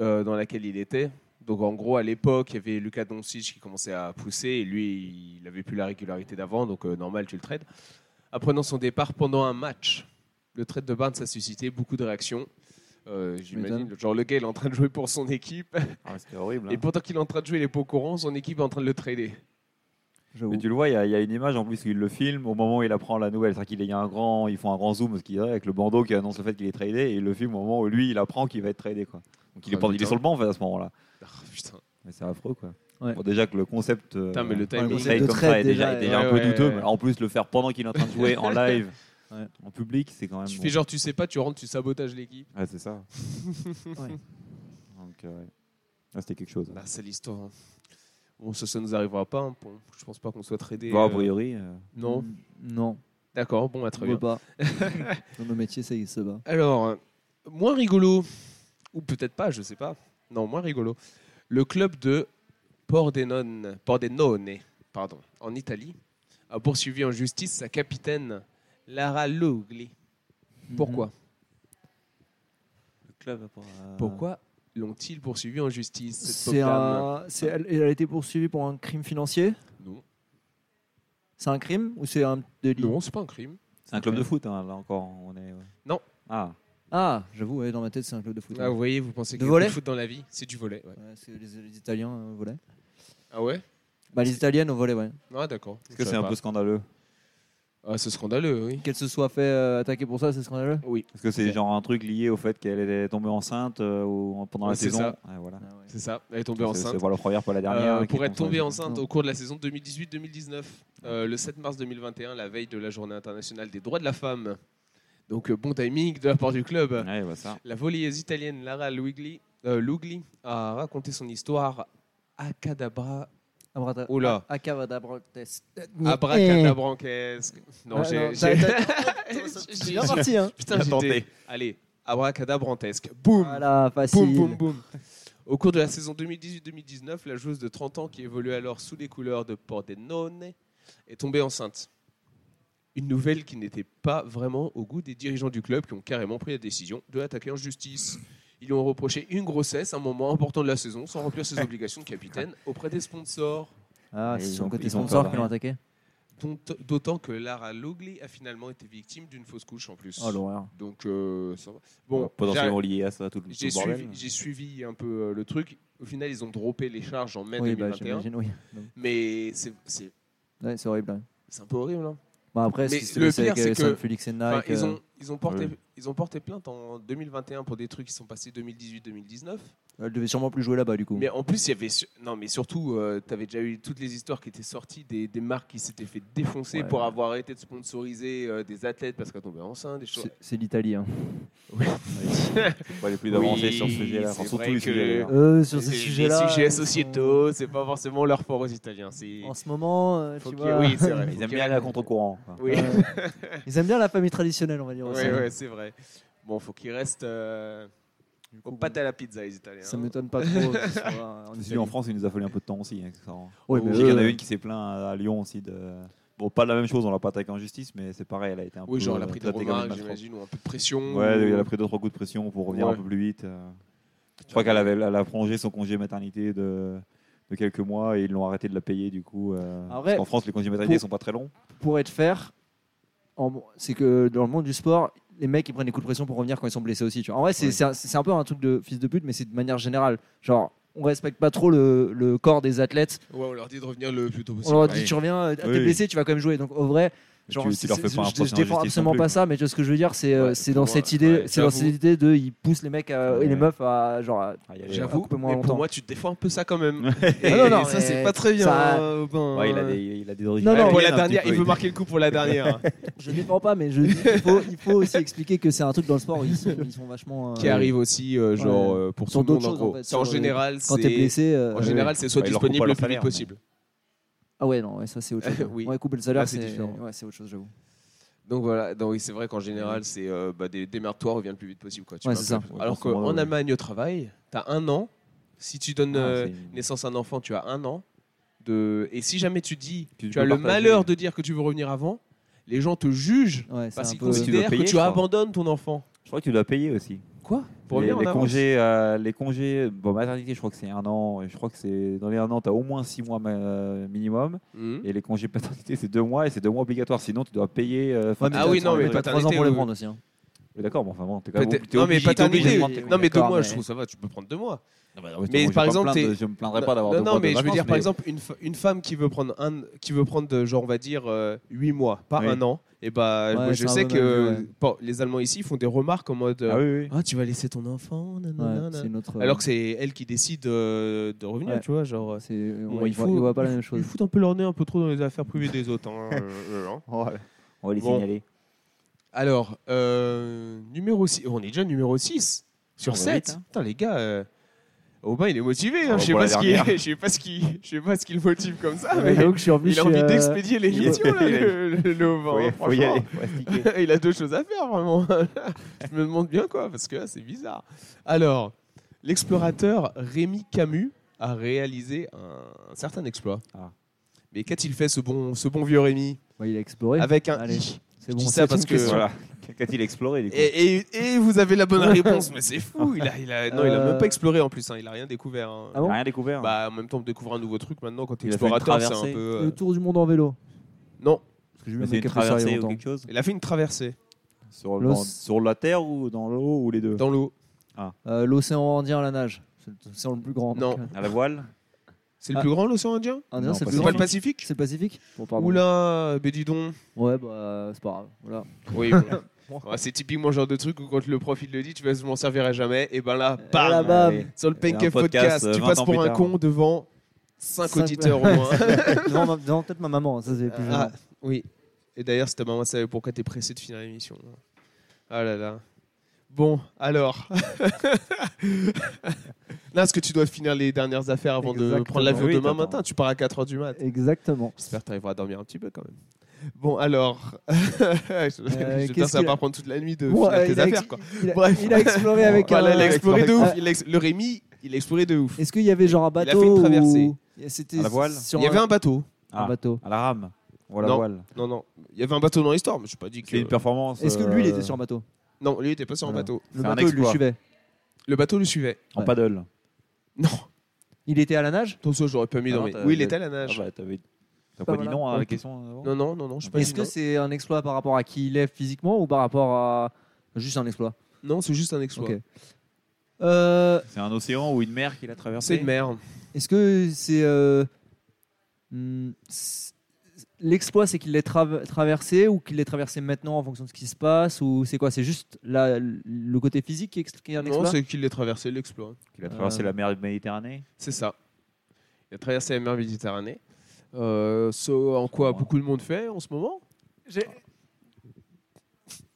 Speaker 1: euh, dans laquelle il était. Donc en gros, à l'époque, il y avait Luka Doncic qui commençait à pousser et lui, il n'avait plus la régularité d'avant, donc euh, normal, tu le trades. Apprenant son départ pendant un match, le trade de Barnes a suscité beaucoup de réactions. Euh, J'imagine, genre le gars il est en train de jouer pour son équipe
Speaker 3: Ah, mais C'était horrible.
Speaker 1: et
Speaker 3: hein.
Speaker 1: pourtant qu'il est en train de jouer, il est pas au courant, son équipe est en train de le trader.
Speaker 2: J'avoue.
Speaker 3: Mais tu le vois, il y, a- il y a une image en plus où il le filme au moment où il apprend la nouvelle. C'est-à-dire qu'ils un grand, ils font un grand zoom parce qu'il est avec le bandeau qui annonce le fait qu'il est tradé et il le filme au moment où lui il apprend qu'il va être tradé quoi. Donc il, est,
Speaker 1: Ah,
Speaker 3: pas- il est
Speaker 1: putain.
Speaker 3: sur le banc en fait, à ce moment-là.
Speaker 1: Ah, putain.
Speaker 3: Mais c'est affreux quoi.
Speaker 2: Ouais.
Speaker 3: Bon, déjà que le concept, euh,
Speaker 1: Putain, mais le
Speaker 3: un
Speaker 1: timing.
Speaker 3: conseil
Speaker 2: Le
Speaker 3: comme
Speaker 2: trade,
Speaker 3: ça est déjà,
Speaker 2: déjà,
Speaker 3: est déjà
Speaker 1: ouais,
Speaker 3: un peu
Speaker 1: ouais,
Speaker 3: douteux.
Speaker 1: ouais.
Speaker 3: mais alors, en plus, le faire pendant qu'il est en train de jouer en live,
Speaker 2: Ouais.
Speaker 3: en public, c'est quand même.
Speaker 1: Tu
Speaker 3: Ah, bon.
Speaker 1: fais genre, tu sais pas, tu rentres, tu sabotages l'équipe.
Speaker 3: Ouais, c'est ça.
Speaker 2: Ouais.
Speaker 3: Donc, euh, ouais. Ah, c'était quelque chose.
Speaker 1: Bah, c'est l'histoire. hein. Bon, ça, ça nous arrivera pas. hein. Bon, je pense pas qu'on soit tradé.
Speaker 3: Bon,
Speaker 1: euh,
Speaker 3: a priori. euh,
Speaker 1: Non,
Speaker 2: Mm, Non,
Speaker 1: d'accord, bon, bah, très
Speaker 2: on peut
Speaker 1: bien.
Speaker 2: pas. Dans nos métiers, ça y se bat.
Speaker 1: Alors, euh, moins rigolo, ou peut-être pas, je sais pas. Non, moins rigolo. Le club de Pordenone, Pordenone pardon, en Italie, a poursuivi en justice sa capitaine Lara Logli.
Speaker 2: Mhm.
Speaker 1: Pourquoi
Speaker 3: Le club,
Speaker 1: Pourquoi l'ont-ils poursuivi en justice cette
Speaker 2: C'est
Speaker 1: pauvre
Speaker 2: un- c'est- elle, elle a été poursuivie pour un crime financier
Speaker 1: dame Non,
Speaker 2: C'est un crime ou c'est un délit
Speaker 1: non c'est pas un crime.
Speaker 3: C'est un club de foot, hein, là encore. On est... ouais.
Speaker 1: Non.
Speaker 3: Ah,
Speaker 2: Ah, j'avoue, ouais, dans ma tête, c'est un club de foot.
Speaker 1: Ah, vous voyez, vous pensez
Speaker 2: De
Speaker 1: que le
Speaker 2: volet
Speaker 1: foot dans la vie, c'est du volet. ouais.
Speaker 2: Ouais, c'est les, les Italiens euh, au volet.
Speaker 1: Ah ouais
Speaker 2: Bah, les Italiennes au volet, ouais.
Speaker 1: Ah d'accord.
Speaker 3: parce que c'est un peu scandaleux.
Speaker 1: Ah, c'est scandaleux, oui.
Speaker 2: Qu'elle se soit fait euh, attaquer pour ça, c'est scandaleux
Speaker 3: Parce que c'est genre un truc lié au fait qu'elle est tombée enceinte euh, ou- pendant la
Speaker 1: Ouais, c'est
Speaker 3: saison.
Speaker 1: ça.
Speaker 3: Ouais, voilà.
Speaker 2: Ah
Speaker 1: C'est ça, elle est tombée enceinte.
Speaker 3: C'est voir la première, pas la dernière.
Speaker 1: Euh,
Speaker 3: qui
Speaker 1: pour
Speaker 3: est
Speaker 1: être tombée
Speaker 3: enceinte.
Speaker 1: enceinte
Speaker 2: Non.
Speaker 1: au cours de la saison 2018-2019, euh, le 7 mars 2021, la veille de la Journée internationale des droits de la femme. Donc euh, bon timing de la part du club.
Speaker 3: Ouais, bah ça.
Speaker 1: La volleyeuse italienne Lara Lugli, euh, Lugli a raconté son histoire acadabra,
Speaker 2: Abrata-
Speaker 1: Oula.
Speaker 2: Acabadabrantes.
Speaker 3: Ah.
Speaker 1: abracadabrancesque. Non,
Speaker 2: Ah,
Speaker 1: j'ai-
Speaker 2: non,
Speaker 1: j'ai-
Speaker 2: t'as- t'as- C'est bien parti, hein
Speaker 1: Putain, j'étais-
Speaker 3: Attendez.
Speaker 1: Allez, abracadabrantesque. Boum
Speaker 2: Voilà, facile.
Speaker 1: Boum, boum, boum. Au cours de la saison 2018-2019, la joueuse de 30 ans qui évolue alors sous les couleurs de Pordenone est tombée enceinte. Une nouvelle qui n'était pas vraiment au goût des dirigeants du club qui ont carrément pris la décision de l'attaquer en justice. Ils lui ont reproché une grossesse, un moment important de la saison, sans remplir ses obligations de capitaine auprès des sponsors.
Speaker 2: Ah,
Speaker 3: Et
Speaker 2: c'est
Speaker 3: ils
Speaker 2: son
Speaker 3: ont-
Speaker 2: côté
Speaker 3: ils ont
Speaker 2: sponsor
Speaker 3: peur,
Speaker 2: qui l'ont
Speaker 3: hein.
Speaker 2: attaqué
Speaker 1: Dont- D'autant que Lara Logli a finalement été victime d'une fausse couche en plus.
Speaker 2: Oh l'horreur.
Speaker 1: Donc, euh, ça va.
Speaker 3: Bon,
Speaker 1: Bon,
Speaker 3: potentiellement lié à ça, tout le, bah, tout
Speaker 1: J'ai
Speaker 3: le bordel.
Speaker 1: suivi,
Speaker 2: hein.
Speaker 1: j'ai suivi un peu euh, le truc. Au final, ils ont droppé les charges en mai
Speaker 2: Oui, bah,
Speaker 1: 2021.
Speaker 2: j'imagine, oui. Donc,
Speaker 1: mais c'est, c'est,
Speaker 2: ouais, c'est horrible. hein.
Speaker 1: c'est un peu horrible. hein.
Speaker 2: Bah, après,
Speaker 1: Mais
Speaker 2: si c'est
Speaker 1: le
Speaker 2: passé
Speaker 1: pire,
Speaker 2: avec, euh,
Speaker 1: c'est que-
Speaker 2: San Félix et Nike.
Speaker 1: Enfin, ils,
Speaker 2: euh,
Speaker 1: ont, ils, ont porté,
Speaker 3: oui.
Speaker 1: ils ont porté plainte en 2021 pour des trucs qui sont passés 2018-2019.
Speaker 2: Elle devait sûrement plus jouer là-bas, du coup.
Speaker 1: Mais en plus, il y avait. su- Non, mais surtout, tu avais déjà eu toutes les histoires qui étaient sorties des, des marques qui s'étaient fait défoncer
Speaker 2: Ouais.
Speaker 1: pour avoir arrêté de sponsoriser euh, des athlètes parce qu'elles tombaient enceintes, des choses.
Speaker 2: C'est c'est l'Italie. Hein.
Speaker 3: Faut pas aller plus avancé sur ce sujet-là.
Speaker 1: c'est
Speaker 3: Enfin, surtout
Speaker 1: vrai
Speaker 3: les
Speaker 1: que-
Speaker 3: sujets, d'ailleurs.
Speaker 2: Euh, sur
Speaker 1: C'est
Speaker 2: ces
Speaker 1: des
Speaker 2: sujets-là.
Speaker 1: sujets
Speaker 2: ils sont-
Speaker 1: sociétaux, c'est pas forcément leur fort aux Italiens. C'est...
Speaker 2: En ce moment, euh,
Speaker 1: Faut
Speaker 2: tu
Speaker 1: qu'il-
Speaker 2: vois,
Speaker 1: oui, c'est vrai.
Speaker 3: Ils aiment bien aller à contre-courant. quoi.
Speaker 1: Oui.
Speaker 2: euh, ils aiment bien la famille traditionnelle, on va dire.
Speaker 1: Oui,
Speaker 2: aussi. hein.
Speaker 1: ouais, c'est vrai. Bon, faut qu'ils restent euh,
Speaker 2: Du coup,
Speaker 1: aux pâtes à la pizza, les Italiens.
Speaker 2: Ça
Speaker 1: hein.
Speaker 2: m'étonne pas trop. euh, que ce soit en
Speaker 3: Ceci dit,
Speaker 2: Italie.
Speaker 3: en France, il nous a fallu un peu de temps aussi. hein, que ça en-
Speaker 2: Ouais,
Speaker 3: J'ai
Speaker 2: mais
Speaker 3: qu'il y en a
Speaker 2: eux,
Speaker 3: une qui s'est plaint à Lyon aussi de. Bon, pas la même chose, on l'a pas attaqué en justice, mais c'est pareil, elle a été un peu.
Speaker 1: Oui, genre, elle a
Speaker 3: euh,
Speaker 1: pris des
Speaker 3: traitée comme une
Speaker 1: remarques,
Speaker 3: maltraitante.
Speaker 1: j'imagine, ou un peu de pression.
Speaker 3: Ouais,
Speaker 1: ou-
Speaker 3: elle a pris deux, trois coups de pression pour revenir
Speaker 1: Ouais.
Speaker 3: un peu plus vite. euh. Je crois qu'elle avait, elle a prolongé son congé maternité de, de quelques mois et ils l'ont arrêté de la payer du coup. euh,
Speaker 2: Ah ouais.
Speaker 3: parce qu'en France, les congés maternité
Speaker 2: Pour-
Speaker 3: sont pas très longs.
Speaker 2: Pour être fair, en- c'est que dans le monde du sport, les mecs ils prennent des coups de pression pour revenir quand ils sont blessés aussi. Tu vois. En vrai, c'est
Speaker 3: Oui.
Speaker 2: c'est un, c'est un peu un truc de fils de pute, mais c'est de manière générale. Genre, on respecte pas trop le, le corps des athlètes.
Speaker 1: Ouais, on leur dit de revenir le plus tôt
Speaker 2: On
Speaker 1: possible.
Speaker 2: leur dit
Speaker 1: Ouais.
Speaker 2: tu reviens, euh, t'es
Speaker 3: Oui.
Speaker 2: blessé, tu vas quand même jouer. Donc, au vrai, Genre,
Speaker 3: tu,
Speaker 2: c'est-
Speaker 3: tu leur fais
Speaker 2: c'est-
Speaker 3: pas un
Speaker 2: je,
Speaker 3: procès
Speaker 2: je défends
Speaker 3: en justice non
Speaker 2: absolument
Speaker 3: plus,
Speaker 2: pas
Speaker 3: quoi.
Speaker 2: ça, mais tu vois ce que je veux dire, c'est euh,
Speaker 1: Ouais,
Speaker 2: c'est dans
Speaker 1: ouais,
Speaker 2: cette idée,
Speaker 1: ouais,
Speaker 2: c'est dans
Speaker 1: j'avoue.
Speaker 2: cette idée de ils poussent les mecs à- et les
Speaker 3: Ouais.
Speaker 2: meufs à genre à-
Speaker 3: Ah, il y a les-
Speaker 1: J'avoue,
Speaker 2: couper moins
Speaker 1: mais pour
Speaker 2: longtemps.
Speaker 1: moi, tu te défends un peu ça quand même. et
Speaker 2: Ah non, non,
Speaker 1: ça,
Speaker 2: mais
Speaker 1: c'est pas très bien.
Speaker 2: ça-
Speaker 1: hein, Aubin.
Speaker 3: Ouais, il a des, il a des origines.
Speaker 2: Non,
Speaker 1: Ouais,
Speaker 2: non,
Speaker 1: pour
Speaker 3: italiennes
Speaker 1: la
Speaker 3: un petit
Speaker 1: dernière,
Speaker 3: peu,
Speaker 1: il veut
Speaker 3: dit.
Speaker 1: marquer le coup pour la dernière. hein,
Speaker 2: je défends pas, mais je dis qu'il faut, il faut aussi expliquer que c'est un truc dans le sport où ils sont, ils sont vachement euh,
Speaker 1: Qui arrive aussi, euh, genre,
Speaker 2: Ouais.
Speaker 1: euh, pour
Speaker 2: Sur
Speaker 1: tout le monde,
Speaker 2: d'autres
Speaker 1: en
Speaker 2: choses,
Speaker 1: gros.
Speaker 2: en fait,
Speaker 1: C'est en
Speaker 2: sur les-
Speaker 1: général,
Speaker 2: quand t'es
Speaker 1: c'est.
Speaker 2: blessé. euh,
Speaker 1: En général, c'est soit
Speaker 3: Ouais, ils leur coupent
Speaker 1: disponible
Speaker 3: pas
Speaker 1: le
Speaker 3: leur
Speaker 1: plus vite
Speaker 3: salaire, mais-
Speaker 1: possible.
Speaker 2: ah ouais non, ouais, ça c'est autre chose.
Speaker 1: Oui.
Speaker 2: Ouais, couper le salaire,
Speaker 1: Là, c'est
Speaker 2: c'est
Speaker 1: différent.
Speaker 2: ouais, c'est autre chose, j'avoue.
Speaker 1: Donc voilà, donc oui, c'est vrai qu'en général, c'est euh, bah, des démarre-toi, reviens le plus vite possible. Quoi, tu
Speaker 2: Ouais,
Speaker 1: vois.
Speaker 2: c'est ça.
Speaker 3: Ouais,
Speaker 1: Alors
Speaker 3: grosso modo,
Speaker 1: qu'en
Speaker 3: oui.
Speaker 1: Allemagne, au travail, tu as un an. Si tu donnes
Speaker 3: Ah,
Speaker 1: euh,
Speaker 3: c'est-
Speaker 1: naissance à un enfant, tu as un an. De... Et si jamais tu dis,
Speaker 3: Tu
Speaker 1: tu,
Speaker 3: peux
Speaker 1: as le
Speaker 3: partager.
Speaker 1: malheur de dire que tu veux revenir avant, les gens te jugent
Speaker 2: Ouais, c'est
Speaker 1: parce
Speaker 2: un
Speaker 1: qu'ils
Speaker 2: peu.
Speaker 1: considèrent
Speaker 3: considère- Tu dois
Speaker 1: que
Speaker 3: payer,
Speaker 1: tu
Speaker 3: je crois.
Speaker 1: abandonnes ton enfant.
Speaker 3: Je crois que tu dois payer aussi.
Speaker 1: Quoi Pour
Speaker 3: Les,
Speaker 1: revenir en
Speaker 3: les
Speaker 1: avance.
Speaker 3: congés, euh, les congés, bon, maternité, je crois que c'est un an. et Je crois que c'est dans les un an, tu as au moins six mois ma- euh, minimum.
Speaker 1: Mhm.
Speaker 3: Et les congés paternité, c'est deux mois et c'est deux mois obligatoires. Sinon, tu dois payer. euh,
Speaker 2: Ouais, mais
Speaker 1: Ah
Speaker 2: t'as-
Speaker 1: oui, non,
Speaker 2: t'as-
Speaker 1: mais
Speaker 2: t'as
Speaker 1: pas
Speaker 2: trois ans
Speaker 1: t'arrêter,
Speaker 2: pour les
Speaker 1: oui.
Speaker 2: prendre aussi. hein.
Speaker 3: Oui, D'accord, mais enfin bon, t'es quand même
Speaker 1: Peut-être-
Speaker 3: obligé- t'es
Speaker 1: non, mais
Speaker 3: obligé- t'es obligé de
Speaker 1: paternité.
Speaker 3: demander tes
Speaker 1: Non, mais deux
Speaker 3: d'accord,
Speaker 1: mois, je trouve ça va, tu peux prendre deux mois. Mais
Speaker 3: Non, mais, Ah moi, je
Speaker 1: par
Speaker 3: vais pas me
Speaker 1: exemple,
Speaker 3: plaindre,
Speaker 1: t'es-
Speaker 3: je me plaindrais pas d'avoir
Speaker 1: Non,
Speaker 3: deux
Speaker 1: non,
Speaker 3: mois de
Speaker 1: mais je veux
Speaker 3: vacances,
Speaker 1: dire, par
Speaker 3: mais-
Speaker 1: exemple, une, f- une femme qui veut prendre, un, qui veut prendre euh, genre, on va dire, 8 mois, pas
Speaker 3: Oui.
Speaker 1: un an, et bah, moi,
Speaker 2: Ouais,
Speaker 1: je
Speaker 2: c'est un
Speaker 1: sais
Speaker 2: bon
Speaker 1: que
Speaker 2: avis, ouais.
Speaker 1: bon, les Allemands ici font des remarques en mode euh,
Speaker 3: Ah oui, oui.
Speaker 1: Ah, tu vas laisser ton enfant, nanana,
Speaker 2: Ouais, c'est une autre.
Speaker 1: Alors que c'est elle qui décide euh, de revenir,
Speaker 2: Ouais.
Speaker 1: tu vois, genre. euh,
Speaker 2: c'est, on,
Speaker 1: bon,
Speaker 2: voit-
Speaker 1: il faut-
Speaker 2: on voit pas la même chose.
Speaker 1: Ils foutent un peu leur nez un peu trop dans les affaires privées des autres. hein, euh, euh, hein.
Speaker 3: On va les
Speaker 1: Bon.
Speaker 3: signaler.
Speaker 1: Alors, euh, numéro 6. On est déjà numéro 6 sur
Speaker 3: On va
Speaker 1: 7.
Speaker 3: vite, hein.
Speaker 1: Putain, les gars, euh, Aubin, il est motivé. hein.
Speaker 3: Ah,
Speaker 1: Je sais
Speaker 3: pour
Speaker 1: pas
Speaker 3: la
Speaker 1: ce qu'il-
Speaker 3: dernière.
Speaker 1: je sais pas ce qu'il- je sais pas ce qu'il motive comme ça,
Speaker 2: Ouais,
Speaker 1: mais
Speaker 2: j'avoue que je suis revenu,
Speaker 1: il a
Speaker 2: Euh, je suis,
Speaker 1: envie
Speaker 2: euh,
Speaker 1: d'expédier les
Speaker 3: il-
Speaker 1: questions, là,
Speaker 3: il-
Speaker 1: le, le- le Aubin, hein, franchement. il a deux choses à faire, vraiment. je me demande bien quoi, parce que là, c'est bizarre. Alors, l'explorateur Rémi Camus a réalisé un, un certain exploit.
Speaker 3: Ah.
Speaker 1: Mais qu'a-t-il fait, ce bon, ce bon vieux Rémi
Speaker 2: ouais, il a exploré.
Speaker 1: Avec un
Speaker 2: Allez,
Speaker 1: i.
Speaker 2: c'est
Speaker 1: je
Speaker 2: bon.
Speaker 1: dis ça parce
Speaker 2: septième
Speaker 1: que-
Speaker 2: question.
Speaker 3: Voilà. Qu'a-t-il exploré du coup
Speaker 1: Et, et- et vous avez la bonne réponse, mais c'est fou. Il a, il a- non, il a
Speaker 2: Euh.
Speaker 1: même pas exploré en plus. hein, Il a rien découvert. hein.
Speaker 2: Ah bon
Speaker 3: Il a Rien découvert.
Speaker 1: bah, en même temps, on découvre un nouveau truc maintenant quand t'es
Speaker 3: Il a fait
Speaker 1: explorateur,
Speaker 3: une
Speaker 1: c'est un
Speaker 3: traversée.
Speaker 1: peu. euh,
Speaker 2: Le tour du monde en vélo.
Speaker 1: Non,
Speaker 2: Parce que j'ai vu
Speaker 3: Mais
Speaker 2: un
Speaker 3: c'est
Speaker 2: mec
Speaker 3: une
Speaker 2: qui a fait ça il y a
Speaker 3: traversée ou
Speaker 2: longtemps.
Speaker 3: quelque chose
Speaker 1: il a fait une traversée
Speaker 3: sur,
Speaker 2: L'os.
Speaker 3: dans- sur la terre ou dans l'eau ou les deux
Speaker 1: dans l'eau.
Speaker 2: Euh, L'océan Indien à la nage. C'est le- C'est le plus grand.
Speaker 1: Non.
Speaker 2: donc, euh,
Speaker 3: À la voile
Speaker 1: C'est le
Speaker 2: Ah.
Speaker 1: plus grand l'océan Indien
Speaker 2: Indien,
Speaker 3: Non,
Speaker 2: c'est le
Speaker 1: C'est
Speaker 2: plus
Speaker 3: Pacifique.
Speaker 1: pas
Speaker 2: grand.
Speaker 1: le Pacifique
Speaker 2: C'est le Pacifique Bon, pardon.
Speaker 1: Oula, ben dis donc.
Speaker 2: Ouais, bah, euh, c'est pas grave. Voilà.
Speaker 1: Oui, voilà. Ouais, c'est typiquement le genre de truc où quand le prof il le dit, tu vas je m'en servirai jamais. Et ben là, bam,
Speaker 2: là, bam.
Speaker 3: Allez.
Speaker 1: sur le
Speaker 3: Et un
Speaker 1: Pencave
Speaker 3: podcast,
Speaker 1: podcast, tu
Speaker 3: 20
Speaker 1: passes
Speaker 3: ans
Speaker 1: pour
Speaker 3: plus
Speaker 1: un
Speaker 3: tard.
Speaker 1: con devant 5
Speaker 2: Cinq-
Speaker 1: auditeurs au moins.
Speaker 2: non, ma- non, peut-être ma maman. Ça, c'est plus
Speaker 1: Ah,
Speaker 2: gênant.
Speaker 1: oui. Et d'ailleurs, si ta maman savait pourquoi t'es pressé de finir l'émission. Ah là là. Bon, alors. là, est-ce que tu dois finir les dernières affaires avant de
Speaker 2: Exactement.
Speaker 1: prendre l'avion
Speaker 3: Oui,
Speaker 1: demain
Speaker 3: t'attends.
Speaker 1: matin Tu pars à 4h du mat.
Speaker 2: Exactement.
Speaker 1: J'espère que tu arriveras à dormir un petit peu quand même. Bon, alors.
Speaker 2: Euh, qu'est-ce
Speaker 1: J'espère que ça va
Speaker 2: que-
Speaker 1: pas prendre toute la nuit de
Speaker 2: Bon,
Speaker 1: finir
Speaker 2: euh,
Speaker 1: tes
Speaker 2: il, a
Speaker 1: affaires.
Speaker 2: ex-
Speaker 1: quoi.
Speaker 2: il a-
Speaker 1: Bref.
Speaker 2: il a exploré avec
Speaker 1: Voilà,
Speaker 2: un-
Speaker 1: il a exploré de ouf.
Speaker 2: Ah,
Speaker 1: Il a ex- Le Rémi, il a exploré de ouf.
Speaker 2: Est-ce qu'il y avait genre un
Speaker 1: Il a fait
Speaker 2: bateau
Speaker 1: une traversée.
Speaker 2: ou- C'était
Speaker 3: À la voile
Speaker 2: sur
Speaker 1: Il y avait un bateau.
Speaker 2: un
Speaker 3: Ah,
Speaker 2: bateau.
Speaker 3: À la rame ou à la
Speaker 1: Non.
Speaker 3: voile
Speaker 1: Non, non. Il y avait un bateau dans l'histoire, mais je pas dit que.
Speaker 3: C'est une performance.
Speaker 2: Est-ce que lui, il
Speaker 3: euh,
Speaker 2: était sur un bateau
Speaker 1: Non, lui, il était pas sur un
Speaker 2: Voilà.
Speaker 1: bateau.
Speaker 2: Le
Speaker 3: C'est un
Speaker 2: bateau, il le
Speaker 3: exploit.
Speaker 2: suivait.
Speaker 1: Le bateau le suivait.
Speaker 3: En
Speaker 2: Ouais.
Speaker 3: paddle
Speaker 1: Non.
Speaker 2: Il était à la nage
Speaker 1: Tout ça, j'aurais pas mis
Speaker 3: Ah
Speaker 1: dans
Speaker 3: non,
Speaker 1: mes.
Speaker 3: t'as-
Speaker 1: Oui, il
Speaker 3: t'as-
Speaker 1: était à la
Speaker 3: Ah
Speaker 1: nage.
Speaker 3: bah, t'avais- T'as
Speaker 2: Bah
Speaker 3: pas dit
Speaker 2: voilà.
Speaker 3: non à
Speaker 2: Ouais.
Speaker 3: la question avant
Speaker 1: Non, non, non, non, je sais pas.
Speaker 2: bah. Est-ce
Speaker 1: dit
Speaker 2: que
Speaker 1: non.
Speaker 2: c'est un exploit par rapport à qui il est physiquement ou par rapport à. Juste un exploit
Speaker 1: Non, c'est juste un exploit.
Speaker 2: Ok. Euh,
Speaker 3: C'est un océan ou une mer qu'il a traversé
Speaker 1: C'est une mer.
Speaker 2: Est-ce que c'est. euh, hmm, c'est- L'exploit, c'est qu'il l'ait tra- traversé ou qu'il l'ait traversé maintenant en fonction de ce qui se passe ou c'est quoi C'est juste la- le côté physique qui est ex- qui est un
Speaker 1: Non,
Speaker 2: exploit
Speaker 1: c'est qu'il l'ait traversé, l'exploit.
Speaker 3: Qu'il a traversé
Speaker 2: Euh.
Speaker 3: la mer Méditerranée
Speaker 1: C'est ça. Il a traversé la mer Méditerranée. Euh, ce en quoi
Speaker 3: Wow.
Speaker 1: beaucoup de monde fait en ce moment.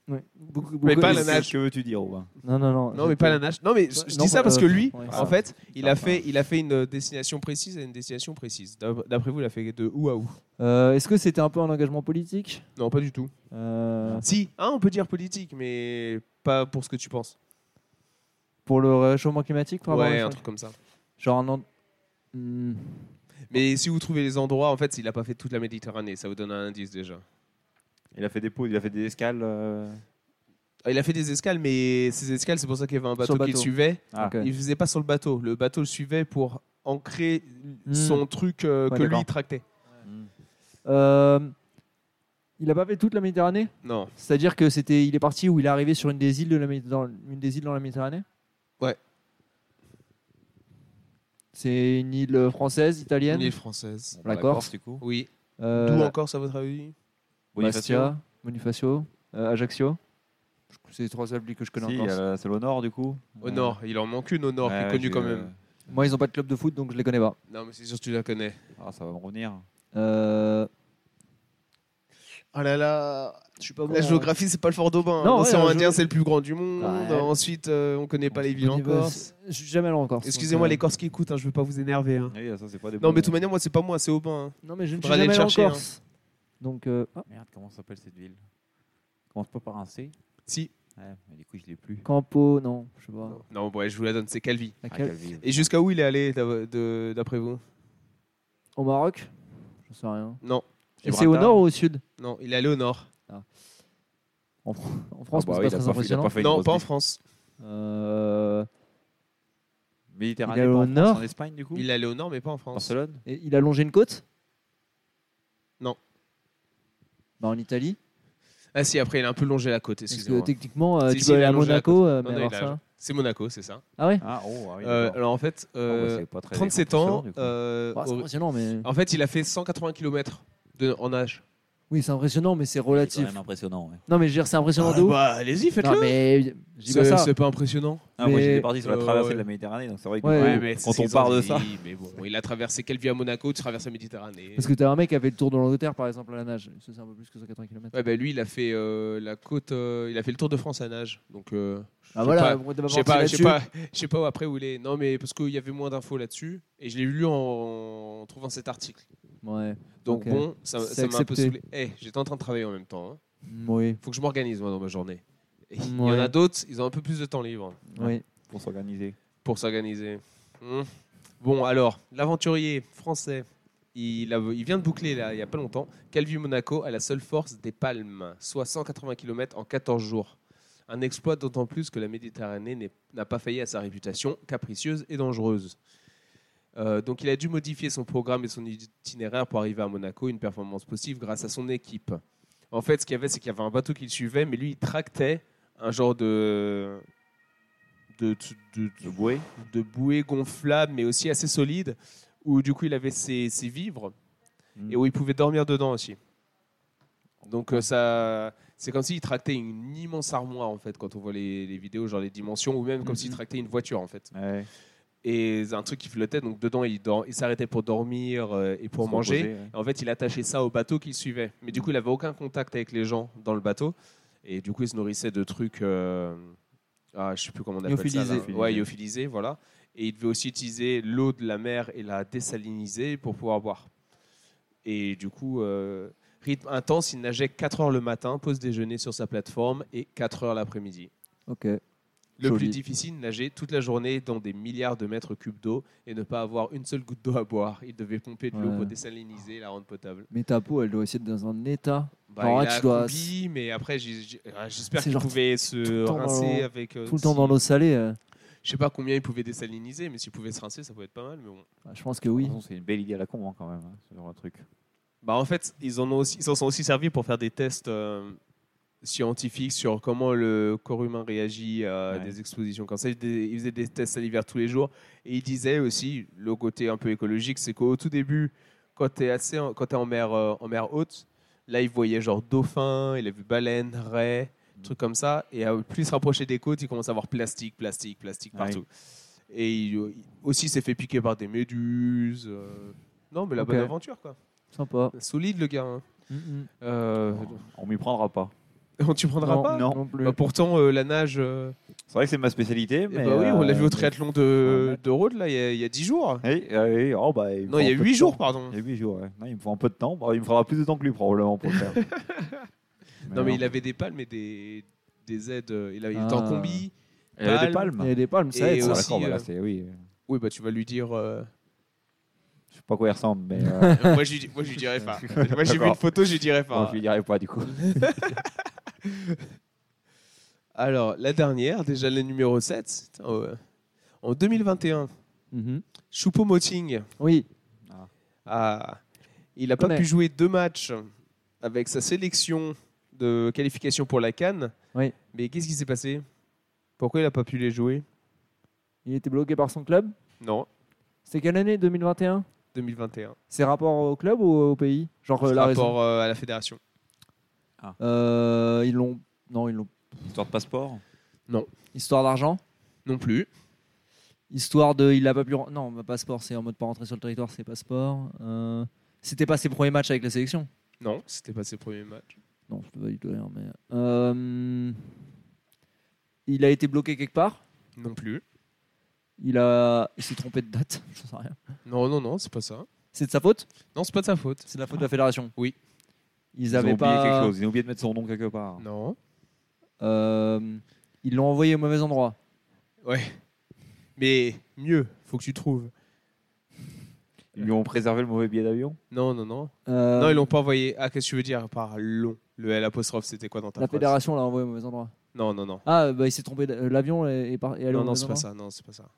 Speaker 2: Ouais. Beaucoup-
Speaker 1: Mais
Speaker 2: beaucoup-
Speaker 1: pas la
Speaker 3: Qu'est-ce
Speaker 1: nage.
Speaker 3: Que veux-tu dire Robin
Speaker 2: Non, non, non.
Speaker 1: Non, mais pas la nage. Non, mais je je dis ça parce que lui, en fait, il a
Speaker 3: Ah.
Speaker 1: fait, il a fait une destination précise et une destination précise. D'ab- D'après vous, il a fait de où à où
Speaker 2: Euh, Est-ce que c'était un peu un engagement politique
Speaker 1: Non, pas du tout.
Speaker 2: Euh,
Speaker 1: Si, hein, on peut dire politique, mais pas pour ce que tu penses.
Speaker 2: pour le réchauffement climatique par rapport à
Speaker 1: ouais,
Speaker 2: ça
Speaker 1: un truc comme ça.
Speaker 2: Genre un. en- Hmm.
Speaker 1: Mais si vous trouvez les endroits, en fait, il a pas fait toute la Méditerranée. Ça vous donne un indice déjà.
Speaker 3: Il a fait des pauses, il a fait des escales. euh,
Speaker 1: Ah, Il a fait des escales, mais ces escales, c'est pour ça qu'il y avait un
Speaker 2: Sur
Speaker 1: bateau,
Speaker 2: le
Speaker 1: qui le
Speaker 2: bateau.
Speaker 1: suivait.
Speaker 3: Ah,
Speaker 2: Ok.
Speaker 1: Il faisait pas sur le bateau. Le bateau le suivait pour ancrer
Speaker 2: Hmm.
Speaker 1: son truc euh,
Speaker 2: Ouais,
Speaker 1: que lui
Speaker 3: d'accord.
Speaker 1: il tractait.
Speaker 3: hmm.
Speaker 2: Euh, il a pas fait toute la Méditerranée
Speaker 1: Non.
Speaker 2: C'est-à-dire que c'était, il est parti ou il est arrivé sur une des îles de la, Mé- dans, une des îles dans la Méditerranée.
Speaker 1: Ouais.
Speaker 2: C'est une île française, italienne.
Speaker 1: Une île française.
Speaker 3: Bon, bah,
Speaker 2: La Corse.
Speaker 3: du coup.
Speaker 1: Oui.
Speaker 2: euh,
Speaker 1: D'où encore, ça votre avis
Speaker 2: Bastia, Bonifacio, euh, Ajaccio. Je- C'est les trois îles que je connais
Speaker 3: Si,
Speaker 2: en
Speaker 3: il y
Speaker 2: Corse.
Speaker 3: a la- c'est au nord du coup.
Speaker 1: Au nord. Il en manque une au nord, qui est connue
Speaker 3: connu
Speaker 1: quand même.
Speaker 2: Moi, ils ont pas de club de foot, donc je les connais pas.
Speaker 1: Non, mais c'est sûr que tu la connais.
Speaker 3: Ah, ça va me revenir.
Speaker 2: Euh,
Speaker 1: Oh là là.
Speaker 2: Ah je suis pas
Speaker 1: La géographie, c'est pas le fort d'Aubin.
Speaker 2: Non,
Speaker 1: L'océan
Speaker 2: ouais, la
Speaker 1: Indien,
Speaker 2: géo-
Speaker 1: c'est le plus grand du monde.
Speaker 2: Ouais.
Speaker 1: Ensuite, euh, on connaît pas les villes en Corse.
Speaker 2: Je suis jamais allé en Corse.
Speaker 1: Excusez-moi, les
Speaker 2: donc, euh,
Speaker 1: Corses qui écoutent, hein, je veux pas vous énerver. hein.
Speaker 3: Oui, ça, c'est pas des
Speaker 1: Non,
Speaker 3: bons-
Speaker 1: mais de toute manière, moi, c'est pas moi, c'est Aubin. hein.
Speaker 2: euh, Non, mais je ne suis
Speaker 1: Faudra aller
Speaker 2: jamais allé
Speaker 1: le chercher, hein.
Speaker 2: en Corse. Donc, euh, ah,
Speaker 3: Merde, comment s'appelle cette ville Commence pas par un C.
Speaker 1: Si.
Speaker 3: Ouais, mais du coup, je l'ai plus.
Speaker 2: Campo, non, je sais pas.
Speaker 1: Non, bon, ouais, je vous la donne, c'est Calvi.
Speaker 3: Ah,
Speaker 2: Laquelle
Speaker 3: quelle ville.
Speaker 1: Et jusqu'à où il est allé, d'a- de- d'après vous
Speaker 2: Au Maroc Je sais rien.
Speaker 1: Non.
Speaker 2: Et c'est au
Speaker 3: Gibraltar
Speaker 2: nord ou au sud
Speaker 1: Non, il est allé au nord.
Speaker 2: En, Fr- en France, mais c'est
Speaker 3: Ah, bah oui, il
Speaker 2: pas très
Speaker 3: a pas fait- il a
Speaker 2: impressionnant.
Speaker 3: pas fait une
Speaker 1: Non,
Speaker 3: grosse
Speaker 1: pas en
Speaker 3: liste.
Speaker 1: France.
Speaker 2: Euh,
Speaker 3: Méditerranée,
Speaker 2: Il est
Speaker 3: pas
Speaker 2: au
Speaker 3: en France,
Speaker 2: nord.
Speaker 3: En Espagne, du coup
Speaker 1: Il est allé au nord, mais pas en France.
Speaker 3: Barcelone
Speaker 2: et il a longé une côte
Speaker 1: Non.
Speaker 2: Bah, en Italie
Speaker 1: Ah si, après, il a un peu longé la côte,
Speaker 2: Parce que
Speaker 1: excusez-moi.
Speaker 2: techniquement, euh,
Speaker 1: Si,
Speaker 2: tu
Speaker 1: si, il
Speaker 2: dois aller
Speaker 1: a
Speaker 2: à
Speaker 1: allongé la
Speaker 2: Monaco, euh,
Speaker 1: Non,
Speaker 2: mais
Speaker 1: non,
Speaker 2: alors
Speaker 1: il a
Speaker 2: ça.
Speaker 1: allongé. C'est Monaco, c'est ça.
Speaker 2: Ah ouais
Speaker 3: Ah, oh, ah oui,
Speaker 1: Euh,
Speaker 3: d'accord.
Speaker 1: alors en fait,
Speaker 3: Ah, bah,
Speaker 1: euh,
Speaker 3: c'est pas très
Speaker 1: 37 ans,
Speaker 3: impressionnant, du coup.
Speaker 1: euh,
Speaker 2: Bah, C'est
Speaker 1: au-
Speaker 2: impressionnant, mais.
Speaker 1: en fait, il a fait 180 km de, en nage.
Speaker 2: Oui, c'est impressionnant, mais c'est
Speaker 3: C'est quand
Speaker 2: relatif.
Speaker 3: même impressionnant. Ouais.
Speaker 2: Non, mais je veux dire, c'est impressionnant de
Speaker 1: Ah
Speaker 2: ouf.
Speaker 1: bah, allez-y, faites-le.
Speaker 2: Non, mais je dis pas
Speaker 1: C'est
Speaker 2: ça.
Speaker 1: c'est pas impressionnant.
Speaker 3: Ah, moi,
Speaker 2: Mais-
Speaker 3: j'étais parti sur la
Speaker 1: Euh,
Speaker 3: traversée
Speaker 1: ouais.
Speaker 3: de la Méditerranée, donc c'est vrai que
Speaker 2: Ouais,
Speaker 3: du
Speaker 2: ouais,
Speaker 3: coup,
Speaker 1: mais c'est
Speaker 3: quand
Speaker 1: ce
Speaker 3: on
Speaker 1: qu'ils
Speaker 3: parle
Speaker 1: ont
Speaker 3: de ça,
Speaker 1: dit, Mais bon, il a traversé quelle vie à Monaco, tu traverses la Méditerranée.
Speaker 2: Parce que t'as un mec qui avait le tour de l'Angleterre, par exemple, à la nage. Ça, C'est un peu plus que 180 km.
Speaker 1: Ouais, bah, lui, il a fait euh, la côte, euh, il a fait le Tour de France à nage. Donc, euh, je
Speaker 2: Ah
Speaker 1: sais
Speaker 2: voilà,
Speaker 1: pas.
Speaker 2: on devait
Speaker 1: Je sais
Speaker 2: partir
Speaker 1: pas, je sais
Speaker 2: là-dessus.
Speaker 1: pas, je sais pas où après où il est. Non, mais parce qu'il y avait moins d'infos là-dessus et je l'ai lu en, en trouvant cet article.
Speaker 2: Ouais.
Speaker 1: Donc
Speaker 2: Ok.
Speaker 1: bon, ça
Speaker 2: C'est
Speaker 1: ça m'a un peu
Speaker 2: accepté.
Speaker 1: saoulé. Eh, j'étais en train de travailler en même temps. hein.
Speaker 2: Mm, Oui,
Speaker 1: Faut que je m'organise moi dans ma journée. Et Il y en
Speaker 2: Ouais.
Speaker 1: a d'autres, ils ont un peu plus de temps libre
Speaker 2: oui.
Speaker 3: pour s'organiser.
Speaker 1: pour s'organiser. Hmm. Bon, alors l'aventurier français, il, a- il vient de boucler là, il y a pas longtemps. Calvi Monaco a la seule force des palmes, soit 180 km en 14 jours. Un exploit d'autant plus que la Méditerranée n'est- n'a pas failli à sa réputation capricieuse et dangereuse. Euh, donc il a dû modifier son programme et son itinéraire pour arriver à Monaco, une performance possible grâce à son équipe. En fait, ce qu'il y avait, c'est qu'il y avait un bateau qui le suivait, mais lui, il tractait un genre de... de, de- de-
Speaker 3: Le bouée
Speaker 1: de bouée gonflable, mais aussi assez solide, où du coup il avait ses, ses vivres
Speaker 3: Mm.
Speaker 1: et où il pouvait dormir dedans aussi. Donc euh, ça, c'est comme s'il tractait une immense armoire en fait, quand on voit les, les vidéos, genre les dimensions, ou même comme
Speaker 2: Mhm.
Speaker 3: Mm-hmm.
Speaker 1: s'il tractait une voiture en fait.
Speaker 3: Ouais.
Speaker 1: Et c'est un truc qui flottait, donc dedans il, dor- il s'arrêtait pour dormir euh, et pour
Speaker 3: Se
Speaker 1: manger.
Speaker 3: reposer, ouais.
Speaker 1: En fait, il attachait ça au bateau qu'il suivait. Mais du coup, il n'avait aucun contact avec les gens dans le bateau. Et du coup, il se nourrissait de trucs. euh, Ah, je sais plus comment on appelle ça.
Speaker 2: Lyophilisés.
Speaker 1: là. Ouais, lyophilisés, voilà. Et il devait aussi utiliser l'eau de la mer et la désaliniser pour pouvoir boire. Et du coup, euh, rythme intense, il nageait 4 heures le matin, pause déjeuner sur sa plateforme et 4 heures l'après-midi.
Speaker 2: Ok.
Speaker 1: Le
Speaker 2: Joli.
Speaker 1: plus difficile, nager toute la journée dans des milliards de mètres cubes d'eau et ne pas avoir une seule goutte d'eau à boire. Il devait pomper de l'eau
Speaker 2: Ouais.
Speaker 1: pour désaliniser et la rendre potable.
Speaker 2: Mais ta peau, elle doit essayer d'être dans un état.
Speaker 1: Bah,
Speaker 2: Alors
Speaker 1: il
Speaker 2: là,
Speaker 1: a
Speaker 2: tu dois-
Speaker 1: accompli, mais après, j'ai- j'ai- ah, j'espère
Speaker 2: C'est
Speaker 1: qu'il
Speaker 2: genre
Speaker 1: pouvait
Speaker 2: tout
Speaker 1: se
Speaker 2: le temps dans
Speaker 1: rincer
Speaker 2: l'eau.
Speaker 1: avec. euh,
Speaker 2: Tout le temps dans l'eau salée, euh,
Speaker 1: Je sais pas combien il pouvait désaliniser, mais s'il pouvait se rincer, ça pouvait être pas mal. Mais bon.
Speaker 2: bah, je pense que oui.
Speaker 3: De toute façon, C'est une belle idée à la con, hein, quand même, hein, ce genre de truc.
Speaker 1: Bah, en fait, ils en ont aussi, ils s'en sont aussi servis pour faire des tests euh, scientifiques sur comment le corps humain réagit à
Speaker 3: Ouais.
Speaker 1: des expositions comme ça. Ils, dé- ils faisaient des tests salivaires tous les jours. Et ils disaient aussi, le côté un peu écologique, c'est qu'au tout début, quand tu es, en, quand t'es en, mer, euh, en mer haute, là, ils voyaient genre dauphins, il a vu baleines, raies,
Speaker 3: Mhm.
Speaker 1: trucs comme ça. Et à plus ils se rapprochaient des côtes, ils commencent à voir plastique, plastique, plastique
Speaker 3: Ouais.
Speaker 1: partout. Et il, il- aussi, il s'est fait piquer par des méduses. euh. Non, mais la
Speaker 2: Ok.
Speaker 1: bonne aventure, quoi.
Speaker 2: Sympa.
Speaker 1: Solide, le gars. hein.
Speaker 2: Mm, mm.
Speaker 1: Euh,
Speaker 3: On m'y prendra pas.
Speaker 1: tu prendras pas
Speaker 3: non.
Speaker 2: plus.
Speaker 1: Bah, pourtant, euh, la nage. euh,
Speaker 3: C'est vrai que c'est ma spécialité,
Speaker 1: eh
Speaker 3: mais.
Speaker 1: bah oui, on l'a vu
Speaker 3: euh,
Speaker 1: au triathlon de,
Speaker 3: Ouais.
Speaker 1: de Rhodes, là, il y a- il y, a 10 jours.
Speaker 3: Oui, oui, oh, bah, il me
Speaker 1: Non,
Speaker 3: faut
Speaker 1: il y a
Speaker 3: un peu
Speaker 1: 8
Speaker 3: de
Speaker 1: jours,
Speaker 3: temps.
Speaker 1: pardon.
Speaker 3: Il y a 8 jours, ouais. Non, il me faut un peu de temps. Bah, il me faudra plus de temps que lui, probablement, pour le faire. Mais
Speaker 1: Non, mais il avait des palmes et des, des aides. euh, Il, a- il était
Speaker 2: Ah.
Speaker 1: en combi.
Speaker 3: Il avait des
Speaker 1: palmes.
Speaker 2: Il y a
Speaker 3: palmes.
Speaker 2: des palmes, ça
Speaker 1: Et
Speaker 2: aide.
Speaker 3: Ah,
Speaker 2: ça.
Speaker 1: aussi-
Speaker 3: d'accord, bah, là,
Speaker 1: euh,
Speaker 3: c'est- oui. euh,
Speaker 1: Oui, bah tu vas lui dire. euh,
Speaker 3: Je sais pas à quoi il ressemble, mais. euh,
Speaker 1: moi, je lui dis- moi, je lui dirais pas. Moi, j'ai vu une
Speaker 3: D'accord.
Speaker 1: photo, je lui dirais
Speaker 3: bon,
Speaker 1: pas.
Speaker 3: je lui dirai pas, du coup.
Speaker 1: Alors, la dernière, déjà la numéro 7. en 2021,
Speaker 2: Mhm.
Speaker 1: Choupo Moting.
Speaker 2: Oui.
Speaker 1: Ah, il n'a pas
Speaker 2: connais.
Speaker 1: pu jouer deux matchs avec sa sélection de qualification pour la Cannes.
Speaker 2: Oui.
Speaker 1: Mais qu'est-ce qui s'est passé Pourquoi il n'a pas pu les jouer
Speaker 2: Il était bloqué par son club.
Speaker 1: Non,
Speaker 2: C'était quelle année 2021
Speaker 1: 2021.
Speaker 2: C'est rapport au club ou au pays Genre euh, la raison.
Speaker 1: rapport euh, à la fédération.
Speaker 2: Euh, ils l'ont. Non, ils l'ont.
Speaker 3: Histoire de passeport
Speaker 2: Histoire d'argent.
Speaker 1: Non plus.
Speaker 2: Histoire de. Il a pas pu. ren- Non, bah, passeport, c'est en mode pas rentrer sur le territoire, c'est passeport. Euh, C'était pas ses premiers matchs avec la sélection.
Speaker 1: Non, c'était pas ses premiers matchs.
Speaker 2: Non, je peux pas du tout dire, mais. euh, Il a été bloqué quelque part.
Speaker 1: Non plus.
Speaker 2: Il a. Il s'est trompé de date. Je sais rien.
Speaker 1: Non, non, non, c'est pas ça.
Speaker 2: C'est de sa faute
Speaker 1: Non, c'est pas de sa faute.
Speaker 2: C'est de la faute de la fédération.
Speaker 1: Oui.
Speaker 2: Ils
Speaker 3: Ils ont
Speaker 2: avaient
Speaker 3: oublié
Speaker 2: pas.
Speaker 3: quelque chose. Ils ont oublié de mettre son nom quelque part.
Speaker 1: Non.
Speaker 2: Euh, Ils l'ont envoyé au mauvais endroit.
Speaker 1: Ouais. Mais mieux, faut que tu trouves.
Speaker 3: Ils lui ont préservé le mauvais billet d'avion
Speaker 1: Non, non, non.
Speaker 2: Euh,
Speaker 1: Non, ils l'ont pas envoyé. Ah, qu'est-ce que tu veux dire par long Le L apostrophe, c'était quoi dans ta
Speaker 2: La
Speaker 1: phrase
Speaker 2: fédération l'a envoyé au mauvais endroit.
Speaker 1: Non, non, non.
Speaker 2: Ah, bah, il s'est trompé. d- euh, L'avion est, est par- est allé
Speaker 1: Non,
Speaker 2: au
Speaker 1: non,
Speaker 2: mauvais
Speaker 1: c'est pas
Speaker 2: endroit.
Speaker 1: ça. Non, c'est pas ça.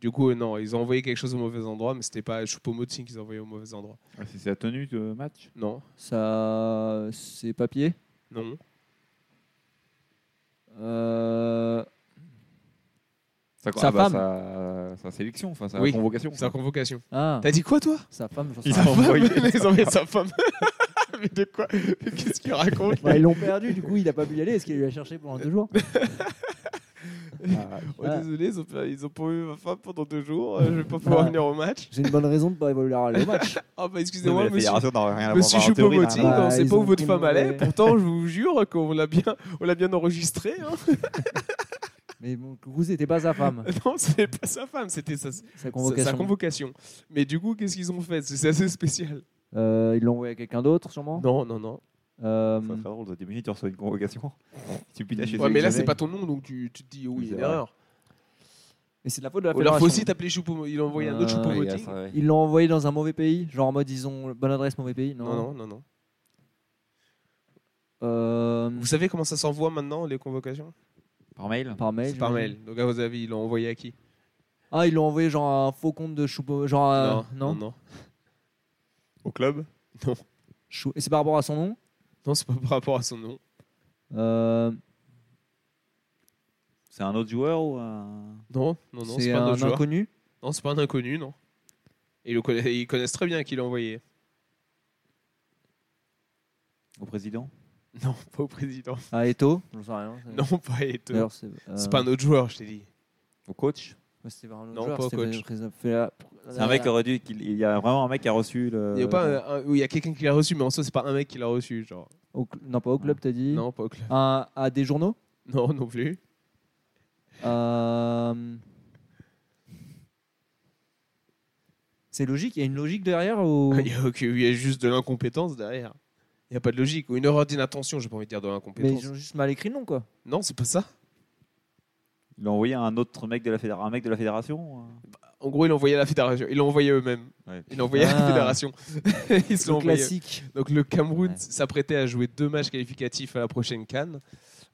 Speaker 1: Du coup, euh, non, ils ont envoyé quelque chose au mauvais endroit, mais c'était pas Choupo-Moting qu'ils ont envoyé au mauvais endroit.
Speaker 3: C'est sa tenue de match
Speaker 1: Non,
Speaker 2: Ça, c'est papier.
Speaker 1: non,
Speaker 2: Euh,
Speaker 3: Sa,
Speaker 2: Sa femme.
Speaker 3: ah bah, sa, sa sélection, enfin sa
Speaker 1: Oui.
Speaker 3: convocation.
Speaker 1: Sa convocation.
Speaker 2: Ah,
Speaker 1: T'as dit quoi, toi
Speaker 2: sa femme, j'en sais
Speaker 3: Ils
Speaker 1: Sa
Speaker 2: rien.
Speaker 3: ont
Speaker 1: femme,
Speaker 3: envoyé
Speaker 1: Ils ont envoyé sa femme. Mais de quoi Mais Qu'est-ce qu'il raconte
Speaker 2: Bah, ils l'ont perdu, du coup, il n'a pas pu y aller. Est-ce qu'il lui a cherché pendant deux jours
Speaker 4: Ah,
Speaker 1: Oh,
Speaker 2: Ah.
Speaker 1: Désolé, ils ont, pas- ils ont pas eu ma femme pendant deux jours. euh, je vais pas pouvoir
Speaker 2: Ah.
Speaker 1: venir au match.
Speaker 4: J'ai une bonne raison de pas évoluer au match.
Speaker 1: Ah bah
Speaker 3: Non, mais
Speaker 1: excusez-moi,
Speaker 3: la
Speaker 1: monsieur.
Speaker 3: fédération n'aurait rien à voir.
Speaker 1: Monsieur
Speaker 3: en théorie,
Speaker 1: Choupo-Moting,
Speaker 3: n'a rien à
Speaker 4: bah,
Speaker 1: on sait
Speaker 4: ils
Speaker 1: pas où
Speaker 4: ont
Speaker 1: votre
Speaker 4: pris
Speaker 1: femme
Speaker 4: le-
Speaker 1: allait. Pourtant, je vous jure qu'on l'a bien, on l'a bien enregistré. hein.
Speaker 2: Mais bon, Coucou, c'était pas sa femme,
Speaker 1: Non, c'était pas sa femme, c'était sa, sa-
Speaker 2: sa
Speaker 1: sa
Speaker 2: convocation.
Speaker 1: convocation. Mais du coup, qu'est-ce qu'ils ont fait C'est c'est assez spécial.
Speaker 2: Euh, ils l'ont envoyé à quelqu'un d'autre, sûrement
Speaker 1: Non, non, non.
Speaker 2: Euh,
Speaker 3: Ça serait drôle, dans 10 minutes, tu reçois une convocation. tu piles chez
Speaker 1: Ouais, mais là, c'est
Speaker 3: sélectionné.
Speaker 1: pas ton nom, donc tu, tu te dis oui, il
Speaker 3: Oui,
Speaker 1: y
Speaker 3: c'est
Speaker 1: a une
Speaker 3: vrai.
Speaker 1: erreur.
Speaker 2: Mais Ah, c'est de la faute de la
Speaker 1: Ou alors, faut
Speaker 2: fédération.
Speaker 1: aussi t'appeler Choupo. Il a envoyé un autre
Speaker 2: Ah,
Speaker 1: Choupo
Speaker 3: Ouais,
Speaker 1: Moting.
Speaker 3: ça, ouais.
Speaker 2: Ils l'ont envoyé dans un mauvais pays Genre en mode, ils ont bonne adresse, mauvais pays Non,
Speaker 1: Non, non, non, non.
Speaker 2: Euh,
Speaker 1: Vous savez comment ça s'envoie maintenant les convocations
Speaker 3: Par mail
Speaker 2: par mail
Speaker 1: C'est par
Speaker 2: j'imagine.
Speaker 1: mail. Donc à vos avis, ils l'ont envoyé à qui
Speaker 2: Ah, ils l'ont envoyé genre à un faux compte de Choupo. Genre, à- Euh, non,
Speaker 1: Au club
Speaker 2: Chou- Et c'est par rapport à son nom
Speaker 1: Non, c'est pas par rapport à son nom.
Speaker 2: Euh,
Speaker 3: C'est un autre joueur ou euh, un.
Speaker 1: Non, non, non,
Speaker 2: C'est
Speaker 1: c'est pas
Speaker 2: un
Speaker 1: notre joueur.
Speaker 2: inconnu
Speaker 1: Non, c'est pas un inconnu, non. Et ils, le conna- ils connaissent très bien qui l'a envoyé.
Speaker 3: Au président
Speaker 1: Non, pas au président.
Speaker 2: Ah, Eto J'en sais rien. c'est-
Speaker 1: Non, pas Eto.
Speaker 2: D'ailleurs, c'est euh,
Speaker 1: C'est pas un autre joueur, je t'ai dit.
Speaker 3: Au coach
Speaker 2: ouais, c'était vers un autre
Speaker 1: Non,
Speaker 2: joueur,
Speaker 1: pas au
Speaker 2: c'était
Speaker 1: coach.
Speaker 2: le président- fait la-
Speaker 3: C'est un mec qui aurait dû. qu'il- Il y a vraiment un mec qui a reçu le.
Speaker 1: Il y a pas un- un- oui, il y a quelqu'un qui l'a reçu, mais en soi, c'est pas un mec qui l'a reçu, genre.
Speaker 2: Au cl- Non, pas au club, t'as dit
Speaker 1: Non, pas au club.
Speaker 2: Un- à des journaux
Speaker 1: Non, non plus.
Speaker 2: Euh, C'est logique, il y a une logique derrière ou...
Speaker 1: Il y, a, aucune- il y a juste de l'incompétence derrière. Il n'y a pas de logique. Ou une erreur d'inattention, j'ai pas envie de dire de
Speaker 2: Mais
Speaker 1: l'incompétence.
Speaker 2: ils ont juste mal écrit le nom, quoi.
Speaker 1: Non, c'est pas ça.
Speaker 3: Il l'a envoyé à un autre mec de la, fédération un mec de la fédération euh.
Speaker 1: En gros, ils l'ont envoyé à la fédération. Ils l'ont envoyé eux-mêmes.
Speaker 3: Ouais.
Speaker 1: Ils l'ont envoyé à
Speaker 2: Ah.
Speaker 1: la fédération. ils se l'ont
Speaker 2: C'est
Speaker 1: envoyé.
Speaker 2: classique.
Speaker 1: Donc le Cameroun
Speaker 3: Ouais.
Speaker 1: s'apprêtait à jouer deux matchs qualificatifs à la prochaine Cannes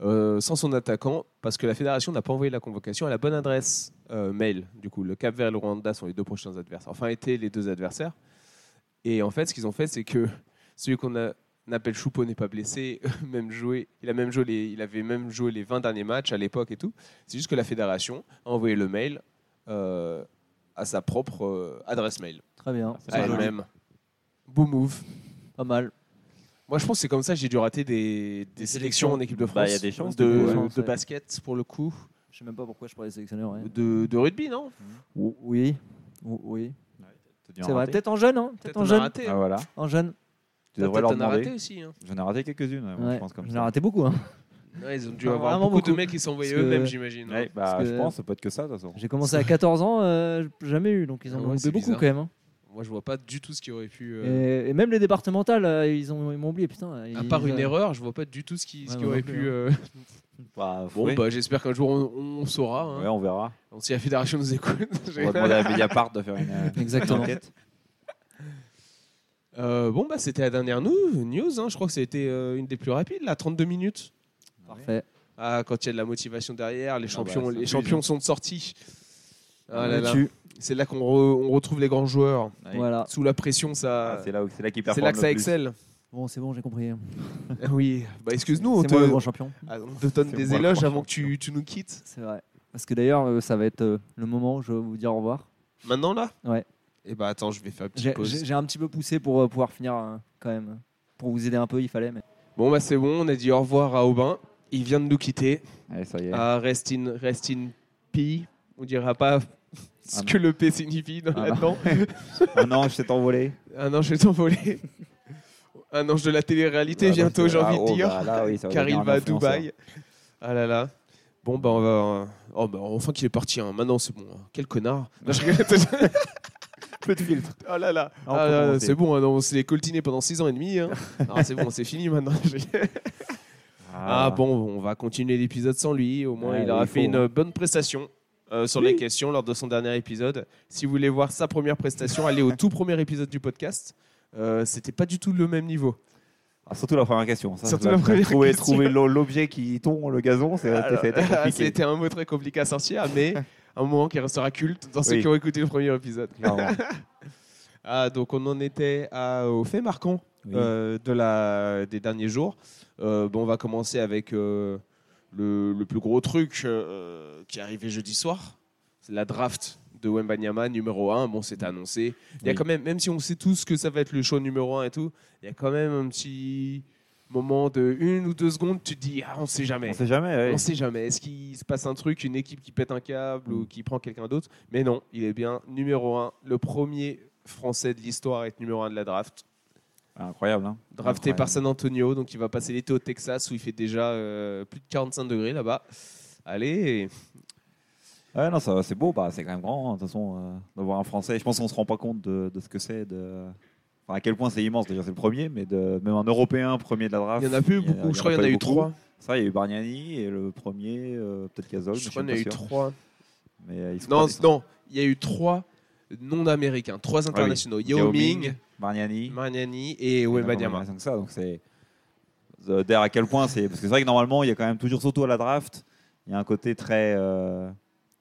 Speaker 1: euh, sans son attaquant parce que la fédération n'a pas envoyé la convocation à la bonne adresse euh, mail. Du coup, le Cap Vert et le Rwanda sont les deux prochains adversaires. Enfin, étaient les deux adversaires. Et en fait, ce qu'ils ont fait, c'est que celui qu'on a- appelle Choupo n'est pas blessé, même joué, il, a même joué les, il avait même joué les 20 derniers matchs à l'époque et tout. C'est juste que la fédération a envoyé le mail euh, à sa propre euh, adresse mail.
Speaker 2: Très bien.
Speaker 3: c'est
Speaker 1: À
Speaker 3: pas mal.
Speaker 1: elle-même. Beau move.
Speaker 2: Pas mal.
Speaker 1: Moi, je pense que c'est comme ça que j'ai dû rater des, des sélections en équipe de France.
Speaker 3: Bah, il y a des chances,
Speaker 1: de, hein.
Speaker 2: du coup, ouais.
Speaker 1: de basket pour le coup,
Speaker 2: Je sais même pas pourquoi je parlais sélectionneur. ouais.
Speaker 1: de, de rugby, non
Speaker 2: Ou- Oui. Ou- Oui.
Speaker 3: T'as dû en
Speaker 2: C'est vrai.
Speaker 3: rater.
Speaker 2: Peut-être en jeune, hein Peut-être
Speaker 1: Peut-être
Speaker 2: en
Speaker 1: on a
Speaker 2: jeune.
Speaker 1: raté.
Speaker 3: Ah voilà.
Speaker 2: En jeune.
Speaker 3: Tu devrais leur
Speaker 1: Peut-être on a raté
Speaker 3: demander.
Speaker 1: aussi. hein.
Speaker 3: J'en ai raté quelques-unes, ouais, moi,
Speaker 2: Ouais.
Speaker 3: je pense comme
Speaker 2: J'en ai
Speaker 3: ça.
Speaker 2: raté beaucoup. hein.
Speaker 1: Ouais, ils ont dû
Speaker 2: Ah,
Speaker 1: avoir
Speaker 2: vraiment
Speaker 1: beaucoup, de
Speaker 2: beaucoup.
Speaker 1: mecs qui s'envoyaient
Speaker 2: Parce que-
Speaker 1: eux-mêmes, j'imagine.
Speaker 3: Ouais,
Speaker 1: hein.
Speaker 3: bah,
Speaker 2: Parce
Speaker 3: Je
Speaker 2: que-
Speaker 3: pense, ça peut être que ça de toute façon.
Speaker 2: J'ai commencé à 14 ans, euh, j'ai jamais eu, donc ils
Speaker 1: Ah
Speaker 2: en ont
Speaker 1: ouais,
Speaker 2: loupé
Speaker 1: c'est
Speaker 2: beaucoup
Speaker 1: bizarre.
Speaker 2: quand même. hein.
Speaker 1: Moi, je vois pas du tout ce qui aurait pu. euh,
Speaker 2: Et, et même les départementales, euh, ils ont- ils m'ont oublié, putain.
Speaker 1: À
Speaker 2: ils-
Speaker 1: part une
Speaker 2: euh,
Speaker 1: erreur, je vois pas du tout ce qui, ce
Speaker 2: Ouais,
Speaker 1: qui
Speaker 2: moi
Speaker 1: aurait
Speaker 2: non plus, hein.
Speaker 1: pu. euh,
Speaker 3: Bah,
Speaker 1: Bon,
Speaker 3: oui.
Speaker 1: bah, j'espère qu'un jour on, on saura. hein.
Speaker 3: Ouais, on verra.
Speaker 1: Donc, si la fédération nous écoute, j'ai-
Speaker 3: On va demander à Mediapart de faire une, euh, une
Speaker 2: Exactement.
Speaker 3: enquête.
Speaker 1: Euh, bon, bah, c'était la dernière news. news hein. Je crois que c'était euh, une des plus rapides, là, 32 minutes.
Speaker 2: Parfait.
Speaker 1: Ah, quand il y a de la motivation derrière, les
Speaker 3: Ah
Speaker 1: champions,
Speaker 3: bah, ça
Speaker 1: les
Speaker 3: fait
Speaker 1: champions
Speaker 3: plaisir.
Speaker 1: sont de sortie. Ah là
Speaker 2: On
Speaker 1: là.
Speaker 2: est dessus.
Speaker 1: C'est là qu'on re- on retrouve les grands joueurs.
Speaker 3: Ouais.
Speaker 2: Voilà.
Speaker 1: Sous la pression, ça,
Speaker 3: Ah, c'est là, où- c'est là qu'ils
Speaker 1: c'est
Speaker 3: performent
Speaker 1: là que
Speaker 3: le
Speaker 1: ça
Speaker 3: plus.
Speaker 1: excelle.
Speaker 2: Bon, c'est bon, j'ai compris.
Speaker 1: Ah oui, bah, excuse-nous, on,
Speaker 2: C'est moi le
Speaker 1: te-
Speaker 2: grand champion.
Speaker 1: ah, on te donne
Speaker 3: C'est
Speaker 1: des
Speaker 3: moi le
Speaker 1: éloges
Speaker 3: grand
Speaker 1: avant que tu, tu nous quittes.
Speaker 2: C'est vrai. Parce que d'ailleurs, euh, ça va être euh, le moment où je vais vous dire au revoir.
Speaker 1: Maintenant, là
Speaker 2: Ouais.
Speaker 1: Et bah attends, je vais faire une
Speaker 2: J'ai
Speaker 1: petite
Speaker 2: j'ai-
Speaker 1: pause.
Speaker 2: j'ai un petit peu poussé pour euh, pouvoir finir euh, quand même. Pour vous aider un peu, il fallait. Mais...
Speaker 1: Bon, bah c'est bon, on a dit au revoir à Aubin. Il vient de nous quitter.
Speaker 3: Ouais, ça y est.
Speaker 1: Ah, rest in, rest in P. On dira pas ce
Speaker 3: Ah non.
Speaker 1: que le P signifie dans
Speaker 3: Ah non.
Speaker 1: là-dedans.
Speaker 3: Un ange s'est envolé.
Speaker 1: Un ange est envolé. Un ange de la
Speaker 3: Ah,
Speaker 1: télé-réalité bientôt, j'ai envie
Speaker 3: oh,
Speaker 1: de dire.
Speaker 3: bah
Speaker 1: car il va à Dubaï. Ah là là. Bon, bah on va. Oh, bah enfin qu'il est parti. hein. Maintenant, c'est bon. hein. Quel connard. Non, je rigole.
Speaker 3: Peu de filtre.
Speaker 1: oh là là.
Speaker 3: Ah, on
Speaker 1: Ah
Speaker 3: peut
Speaker 1: là là,
Speaker 3: commencer.
Speaker 1: c'est bon. hein. Non, on s'est les coltinés pendant 6 ans et demi. hein. Non, c'est bon, c'est fini maintenant. ah bon, on va continuer l'épisode sans lui. Au moins,
Speaker 3: Ouais,
Speaker 1: il aura
Speaker 3: il faut,
Speaker 1: fait une
Speaker 3: hein.
Speaker 1: bonne prestation. euh, sur les questions lors de son dernier épisode. Si vous voulez voir sa première prestation, allez au tout premier épisode du podcast. Euh, C'était pas du tout le même niveau.
Speaker 3: Ah, surtout la première question. Ça,
Speaker 1: Surtout
Speaker 3: ça,
Speaker 1: la
Speaker 3: ça,
Speaker 1: première
Speaker 3: trouver,
Speaker 1: question.
Speaker 3: Trouver l'o- l'objet qui tombe, le gazon, c'est
Speaker 1: Alors,
Speaker 3: c'est- c'est compliqué.
Speaker 1: C'était un mot très compliqué à sortir, mais un moment qui restera culte dans ceux
Speaker 3: Oui.
Speaker 1: qui ont écouté le premier épisode.
Speaker 3: Clairement.
Speaker 1: Ah, donc on en était à- aux faits marquants
Speaker 3: Oui.
Speaker 1: euh, de la, des derniers jours. Euh, bon, on va commencer avec euh, le, le plus gros truc euh, qui est arrivé jeudi soir, c'est la draft de Wembanyama numéro 1. Bon, c'est annoncé. Il y a
Speaker 3: Oui.
Speaker 1: quand même, même si on sait tous que ça va être le choix numéro 1 et tout, il y a quand même un petit moment de une ou deux secondes, tu te dis, ah, on sait jamais.
Speaker 3: On sait jamais. ouais.
Speaker 1: On sait jamais. Est-ce qu'il se passe un truc, une équipe qui pète un câble ou qui prend quelqu'un d'autre Mais non, il est bien numéro 1, le premier Français de l'histoire à être numéro 1 de la draft.
Speaker 3: Ah, Incroyable. hein.
Speaker 1: Drafté
Speaker 3: Incroyable.
Speaker 1: par San Antonio, donc il va passer l'été au Texas où il fait déjà euh, plus de 45 degrés là-bas. Allez,
Speaker 3: Ouais, non, ça- c'est beau. Bah, c'est quand même grand. hein, De toute façon, euh, d'avoir un Français. Je pense qu'on se rend pas compte de, de ce que c'est. De... Enfin, à quel point c'est immense. Déjà, c'est le premier, mais de... même un Européen premier de la draft.
Speaker 1: il y en a plus beaucoup. je crois qu'il y en
Speaker 3: pas
Speaker 1: a eu
Speaker 3: beaucoup.
Speaker 1: trois.
Speaker 3: Ça, il y a eu Bargnani et le premier, euh, peut-être Gasol. mais
Speaker 1: Je crois qu'il y en
Speaker 3: suis
Speaker 1: a eu
Speaker 3: pas sûr.
Speaker 1: trois.
Speaker 3: Mais euh, ils sont
Speaker 1: Non,
Speaker 3: pas- Ah ils sont-
Speaker 1: non, il y a eu trois non-américains, trois internationaux. Yao Ming,
Speaker 3: Bargnani.
Speaker 1: Mariani et
Speaker 3: Il y en a
Speaker 1: Wembanyama.
Speaker 3: pas tant que ça, donc c'est. Euh, D'ailleurs, à quel point c'est. Parce que c'est vrai que normalement, il y a quand même toujours, surtout à la draft, il y a un côté très euh,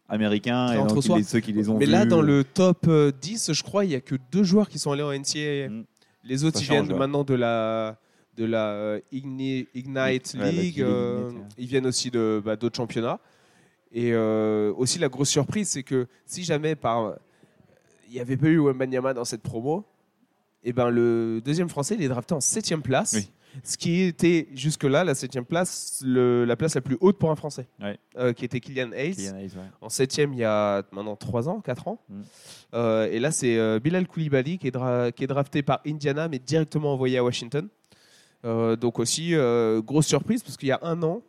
Speaker 3: américain.
Speaker 1: Très
Speaker 3: et donc,
Speaker 1: entre
Speaker 3: il-
Speaker 1: soi.
Speaker 3: les- ceux qui les ont
Speaker 1: Mais là,
Speaker 3: vus,
Speaker 1: dans
Speaker 3: euh,
Speaker 1: le top euh, 10, je crois, il n'y a que deux joueurs qui sont allés en NCAA.
Speaker 3: Mm.
Speaker 1: Les autres,
Speaker 3: Ça
Speaker 1: ils
Speaker 3: change,
Speaker 1: viennent
Speaker 3: ouais.
Speaker 1: maintenant de la, de la euh, Igni- Ignite
Speaker 3: Ouais, la
Speaker 1: League.
Speaker 3: G League
Speaker 1: euh,
Speaker 3: Ignite, ouais.
Speaker 1: Ils viennent aussi de, bah, d'autres championnats. Et euh, aussi, la grosse surprise, c'est que si jamais par, euh, il n'y avait pas eu Wembanyama dans cette promo, et ben, le deuxième français, il est drafté en 7 place.
Speaker 3: Oui.
Speaker 1: Ce qui était jusque-là, la 7 place, le- la place la plus haute pour un français,
Speaker 3: Ouais.
Speaker 1: Euh, qui était Kylian Hayes.
Speaker 3: Kylian Hayes, ouais.
Speaker 1: En septième, il y a maintenant 3 ans, 4 ans.
Speaker 3: Mm.
Speaker 1: Euh, et là, c'est euh, Bilal Koulibaly qui est, dra- qui est drafté par Indiana, mais directement envoyé à Washington. Euh, donc aussi, euh, grosse surprise, parce qu'il y a un an,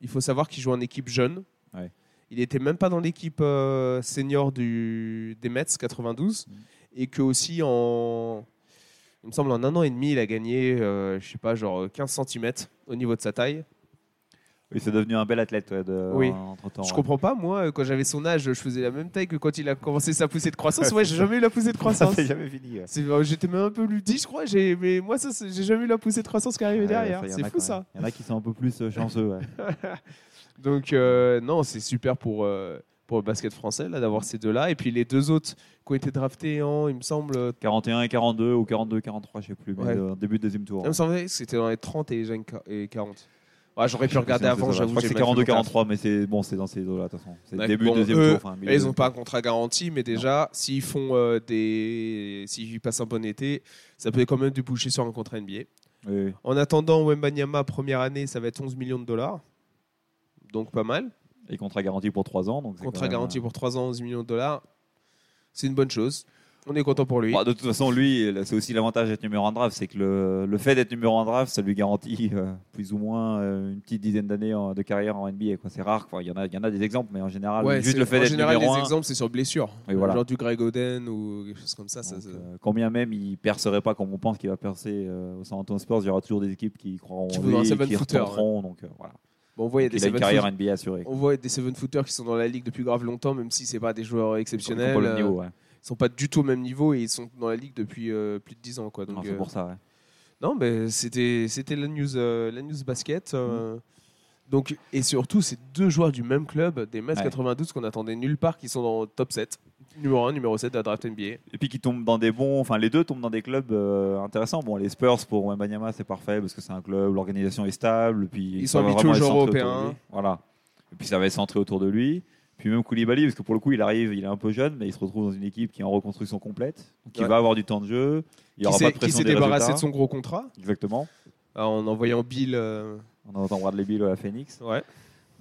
Speaker 1: il faut savoir qu'il joue en équipe jeune.
Speaker 3: Ouais.
Speaker 1: Il n'était même pas dans l'équipe euh, senior du, des Mets 92.
Speaker 3: Mm.
Speaker 1: Et que aussi, en, il me semble, en un an et demi, il a gagné, euh, je sais pas, genre 15 cm au niveau de sa taille.
Speaker 3: Oui, c'est devenu un bel athlète ouais, de,
Speaker 1: Oui.
Speaker 3: entre temps.
Speaker 1: Je comprends pas, moi, euh, quand j'avais son âge, je faisais la même taille que quand il a commencé sa poussée de croissance. Ouais, j'ai jamais eu la poussée de
Speaker 3: Ça,
Speaker 1: croissance.
Speaker 3: c'est jamais fini. ouais.
Speaker 1: C'est- euh, J'étais même un peu ludie, je crois. j'ai- Mais moi, ça, c'est- j'ai jamais eu la poussée de croissance qui arrivait
Speaker 3: Ouais,
Speaker 1: derrière.
Speaker 3: ça, il y en
Speaker 1: C'est
Speaker 3: a
Speaker 1: fou
Speaker 3: quand même.
Speaker 1: ça.
Speaker 3: Il y en a qui sont un peu plus euh, chanceux. ouais.
Speaker 1: Donc, euh, non, c'est super pour, euh, pour le basket français là, d'avoir ces deux-là. Et puis les deux autres qui ont été draftés en, il me semble, euh,
Speaker 3: 41 et 42 ou 42 43, je sais plus, mais
Speaker 1: Ouais.
Speaker 3: euh, début de deuxième tour.
Speaker 1: il me semblait que c'était dans les 30 et les jeunes ca- et 40. Ouais, J'aurais pu
Speaker 3: Je sais
Speaker 1: regarder
Speaker 3: pas
Speaker 1: avant,
Speaker 3: si c'est ça, ouais. Je
Speaker 1: j'avoue.
Speaker 3: crois que
Speaker 1: j'ai
Speaker 3: c'est
Speaker 1: mal fait mon
Speaker 3: 42
Speaker 1: taf.
Speaker 3: 43, mais c'est bon, c'est dans ces eaux-là, de toute façon. C'est
Speaker 1: Ouais,
Speaker 3: début
Speaker 1: bon,
Speaker 3: de deuxième
Speaker 1: eux,
Speaker 3: tour. enfin, milieu
Speaker 1: Et ils
Speaker 3: de
Speaker 1: n'ont pas un contrat garanti, mais déjà, s'ils font euh, des. S'ils passent un bon été, ça peut quand même déboucher sur un contrat NBA.
Speaker 3: deuxième tour. Oui, oui.
Speaker 1: En attendant, Wembanyama, première année, ça va être 11 millions de dollars. Donc pas mal.
Speaker 3: Et contrat garanti pour 3 ans. Donc c'est quand
Speaker 1: Contrat
Speaker 3: même,
Speaker 1: garanti
Speaker 3: euh,
Speaker 1: pour 3 ans, 11 millions de dollars. C'est une bonne chose. On est content pour lui.
Speaker 3: bah, de toute façon, lui, là, c'est aussi l'avantage d'être numéro 1 draft, c'est que le, le fait d'être numéro 1 draft, ça lui garantit euh, plus ou moins euh, une petite dizaine d'années en- de carrière en NBA. quoi. C'est rare, quoi. Il y, en a, il y en a des exemples, mais en général,
Speaker 1: Ouais,
Speaker 3: juste
Speaker 1: c'est-
Speaker 3: le fait
Speaker 1: en
Speaker 3: d'être
Speaker 1: général,
Speaker 3: numéro
Speaker 1: les
Speaker 3: 1.
Speaker 1: exemples, c'est sur blessure.
Speaker 3: Et voilà.
Speaker 1: Genre du Greg Oden ou quelque chose comme ça. ça,
Speaker 3: Donc,
Speaker 1: ça-
Speaker 3: euh, combien même il percerait pas comme on pense qu'il va percer euh, au San Antonio Spurs, il y aura toujours des équipes qui y croiront
Speaker 1: Qui
Speaker 3: en
Speaker 1: voudront un
Speaker 3: lui, et
Speaker 1: seven
Speaker 3: qui
Speaker 1: footer,
Speaker 3: retenteront. Donc euh, voilà.
Speaker 1: Bon, on voit, il y a
Speaker 3: Donc,
Speaker 1: des
Speaker 3: il a une
Speaker 1: seven
Speaker 3: carrière
Speaker 1: foot-
Speaker 3: NBA assurée.
Speaker 1: on voit des seven footers qui sont dans la ligue depuis grave longtemps, même si c'est pas des joueurs
Speaker 3: Ils
Speaker 1: exceptionnels.
Speaker 3: sont pas au même
Speaker 1: euh,
Speaker 3: niveau, ouais.
Speaker 1: Ils sont pas du tout au même niveau et ils sont dans la ligue depuis euh, plus de 10 ans. Quoi. Donc,
Speaker 3: Non,
Speaker 1: euh,
Speaker 3: c'est pour ça. ouais.
Speaker 1: Non, mais c'était c'était la news euh, la news basket. euh,
Speaker 3: Mm.
Speaker 1: Donc et surtout c'est deux joueurs du même club des Mets
Speaker 3: Ouais.
Speaker 1: 92 qu'on attendait nulle part qui sont dans le top 7. Numéro 1, numéro 7 de la draft NBA.
Speaker 3: Et puis qui tombent dans des bons, enfin les deux tombent dans des clubs euh, intéressants. Bon, les Spurs pour Wembanyama c'est parfait parce que c'est un club, l'organisation est stable, puis
Speaker 1: Ils
Speaker 3: ça
Speaker 1: sont
Speaker 3: va
Speaker 1: habitués
Speaker 3: vraiment
Speaker 1: aux
Speaker 3: être
Speaker 1: joueurs
Speaker 3: centré autour de
Speaker 1: européens.
Speaker 3: lui. Voilà. Et puis ça va être centré autour de lui. Puis même Koulibaly parce que pour le coup il arrive, il est un peu jeune, mais il se retrouve dans une équipe qui est en reconstruction complète, qui
Speaker 1: Ouais.
Speaker 3: va avoir du temps de jeu. Il n'y
Speaker 1: qui
Speaker 3: aura
Speaker 1: s'est-
Speaker 3: pas de
Speaker 1: qui
Speaker 3: pression
Speaker 1: s'est
Speaker 3: des
Speaker 1: débarrassé
Speaker 3: résultats.
Speaker 1: de son gros contrat
Speaker 3: Exactement.
Speaker 1: euh, en envoyant Bill. euh,
Speaker 3: On entend Bradley Beal à Phoenix.
Speaker 1: Ouais.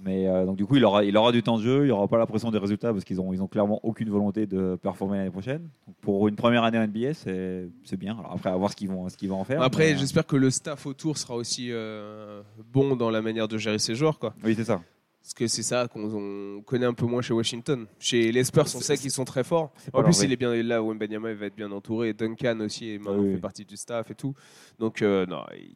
Speaker 3: Mais euh, donc du coup, il aura, il aura du temps de jeu, il aura pas la pression des résultats parce qu'ils ont, ils ont clairement aucune volonté de performer l'année prochaine. Donc, pour une première année en NBA, c'est c'est bien. Alors après, à voir ce qu'ils vont, ce qu'ils vont en faire.
Speaker 1: Après,
Speaker 3: mais, euh,
Speaker 1: j'espère que le staff autour sera aussi euh, bon dans la manière de gérer ces joueurs quoi.
Speaker 3: euh, oui, c'est ça.
Speaker 1: Parce que c'est ça qu'on on connaît un peu moins chez Washington. Chez les Spurs, on sait qu'ils sont très forts.
Speaker 3: pas
Speaker 1: En
Speaker 3: leur
Speaker 1: plus,
Speaker 3: vrai.
Speaker 1: il est bien là, Wembanyama il va être bien entouré. Duncan aussi est maintenant
Speaker 3: Ah oui,
Speaker 1: fait
Speaker 3: oui.
Speaker 1: partie du staff et tout. Donc, euh, non, il-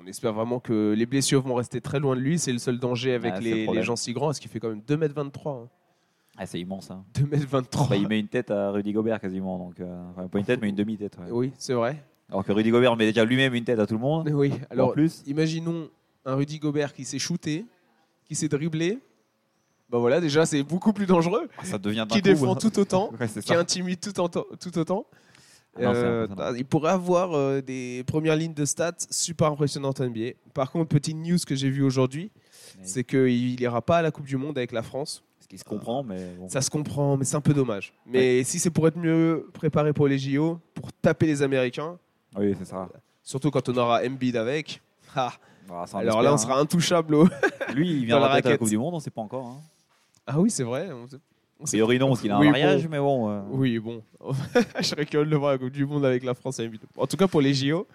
Speaker 1: on espère vraiment que les blessures vont rester très loin de lui. C'est le seul danger avec
Speaker 3: Ah, c'est le
Speaker 1: les, les
Speaker 3: problème.
Speaker 1: gens si grands, parce qu'il fait quand même 2m23. hein.
Speaker 3: Ah, c'est immense. hein.
Speaker 1: 2m23.
Speaker 3: Bah, il met une tête à Rudy Gobert quasiment. Donc, euh, enfin, pas une tête, mais une demi-tête. ouais.
Speaker 1: Oui, c'est vrai.
Speaker 3: Alors que Rudy Gobert met déjà lui-même une tête à tout le monde.
Speaker 1: Oui,
Speaker 3: Alors, en
Speaker 1: alors
Speaker 3: plus,
Speaker 1: imaginons un Rudy Gobert qui s'est shooté, qui s'est dribblé. Ben voilà, déjà, c'est beaucoup plus dangereux.
Speaker 3: ça devient d'un
Speaker 1: Qui
Speaker 3: coup,
Speaker 1: défend
Speaker 3: hein.
Speaker 1: tout autant.
Speaker 3: Ouais, c'est
Speaker 1: qui
Speaker 3: ça.
Speaker 1: intimide tout, en- tout autant.
Speaker 3: Ah non, c'est
Speaker 1: Euh,
Speaker 3: impressionnant.
Speaker 1: il pourrait avoir euh, des premières lignes de stats super impressionnantes NBA. Par contre, petite news que j'ai vue aujourd'hui,
Speaker 3: Mais-
Speaker 1: c'est qu'il n'ira pas à la Coupe du Monde avec la France.
Speaker 3: Ce qui se comprend, mais bon.
Speaker 1: Ça se comprend, mais c'est un peu dommage. Mais si c'est pour être mieux préparé pour les JO, pour taper les Américains,
Speaker 3: Oui, c'est ça.
Speaker 1: surtout quand on aura Embiid avec, ah,
Speaker 3: Ah, c'est un
Speaker 1: alors là on
Speaker 3: expert,
Speaker 1: sera intouchable. au-
Speaker 3: hein. Lui, il
Speaker 1: dans la
Speaker 3: viendra peut-être à la
Speaker 1: raquette.
Speaker 3: Coupe du Monde, on sait pas encore. hein.
Speaker 1: Ah oui, c'est vrai. on sait-
Speaker 3: A priori, non, parce qu'il a un
Speaker 1: Oui, bon.
Speaker 3: mariage, mais bon. euh,
Speaker 1: Oui, bon, je serais curieux de le voir à la Coupe du Monde avec la France et Embiid. En tout cas pour les JO,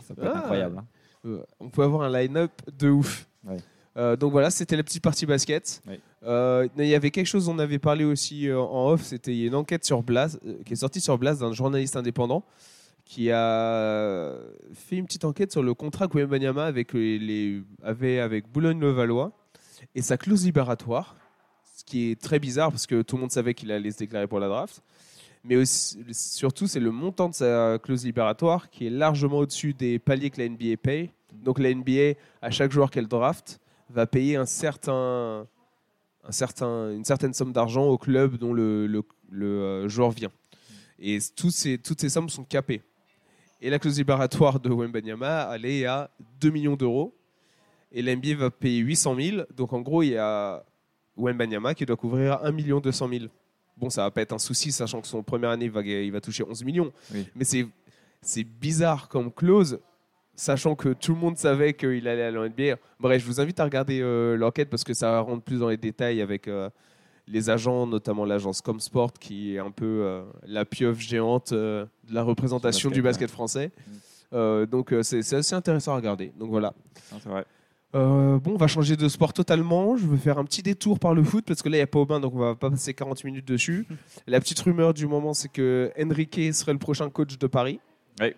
Speaker 3: Ça peut être
Speaker 1: Ah.
Speaker 3: incroyable. hein.
Speaker 1: Euh, on peut avoir un line-up de ouf.
Speaker 3: Ouais.
Speaker 1: Euh, donc voilà, c'était la petite partie basket.
Speaker 3: Ouais.
Speaker 1: Euh, mais il y avait quelque chose dont on avait parlé aussi euh, en off, c'était une enquête sur Blaz, euh, qui est sortie sur Blaz d'un journaliste indépendant qui a fait une petite enquête sur le contrat que Wembanyama avec les, les- avait avec Boulogne-le-Valois et sa clause libératoire, ce qui est très bizarre parce que tout le monde savait qu'il allait se déclarer pour la draft. Mais aussi- surtout, c'est le montant de sa clause libératoire qui est largement au-dessus des paliers que la NBA paye. Donc la NBA, à chaque joueur qu'elle draft, va payer un certain, un certain, une certaine somme d'argent au club dont le, le- le, euh, joueur vient. Et tous ces, toutes ces sommes sont capées. Et la clause libératoire de Wembanyama, elle est à 2 millions d'euros. Et la NBA va payer 800 000. Donc en gros, il y a Wembanyama qui doit couvrir 1 million 200 000. Bon, ça va pas être un souci, sachant que son première année, il va, il va toucher 11 millions.
Speaker 3: Oui.
Speaker 1: Mais c'est c'est bizarre comme clause, sachant que tout le monde savait qu'il allait à la NBA. Bref, je vous invite à regarder euh, l'enquête parce que ça rentre plus dans les détails avec euh, les agents, notamment l'agence Comsport, qui est un peu euh, la pieuvre géante euh, de la représentation
Speaker 3: Du
Speaker 1: du
Speaker 3: basket,
Speaker 1: basket français.
Speaker 3: Mm.
Speaker 1: Euh, donc euh, c'est c'est assez intéressant à regarder. Donc voilà.
Speaker 3: Non, C'est vrai.
Speaker 1: Euh, bon, on va changer de sport totalement. Je veux faire un petit détour par le foot parce que là, il n'y a pas Aubin, donc on va pas passer 40 minutes dessus. La petite rumeur du moment, c'est que Enrique serait le prochain coach de Paris.
Speaker 3: Oui.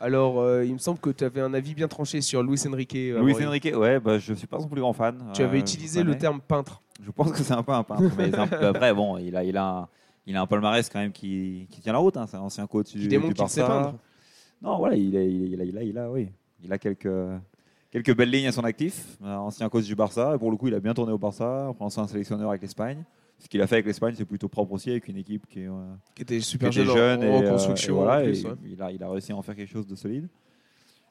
Speaker 1: Alors, euh, il me semble que tu avais un avis bien tranché sur Luis Enrique. euh,
Speaker 3: Luis
Speaker 1: Maurice.
Speaker 3: Enrique, ouais, bah, je suis pas son plus grand fan.
Speaker 1: Tu
Speaker 3: Euh,
Speaker 1: avais
Speaker 3: je
Speaker 1: utilisé le
Speaker 3: connais.
Speaker 1: terme peintre.
Speaker 3: Je pense que c'est un peu un peintre, mais c'est un peu- après, bon, il a, il a, un- il a un palmarès quand même qui, qui tient la route. hein. C'est un ancien coach du,
Speaker 1: Qui démontre
Speaker 3: du
Speaker 1: qu'il sait
Speaker 3: Barça.
Speaker 1: peindre.
Speaker 3: Non, voilà, il a, il a, il a, il a, oui. il a quelques, quelques belles lignes à son actif. Un Ancien coach du Barça, et pour le coup, il a bien tourné au Barça. Après, ancien sélectionneur avec l'Espagne. Ce qu'il a fait avec l'Espagne, c'est plutôt propre aussi, avec une équipe qui est, euh,
Speaker 1: Qui était
Speaker 3: qui
Speaker 1: super
Speaker 3: était
Speaker 1: jeune, en-
Speaker 3: jeune
Speaker 1: en,
Speaker 3: et, euh,
Speaker 1: reconstruction.
Speaker 3: et voilà,
Speaker 1: en plus,
Speaker 3: et
Speaker 1: ouais.
Speaker 3: il, a, il a réussi à en faire quelque chose de solide.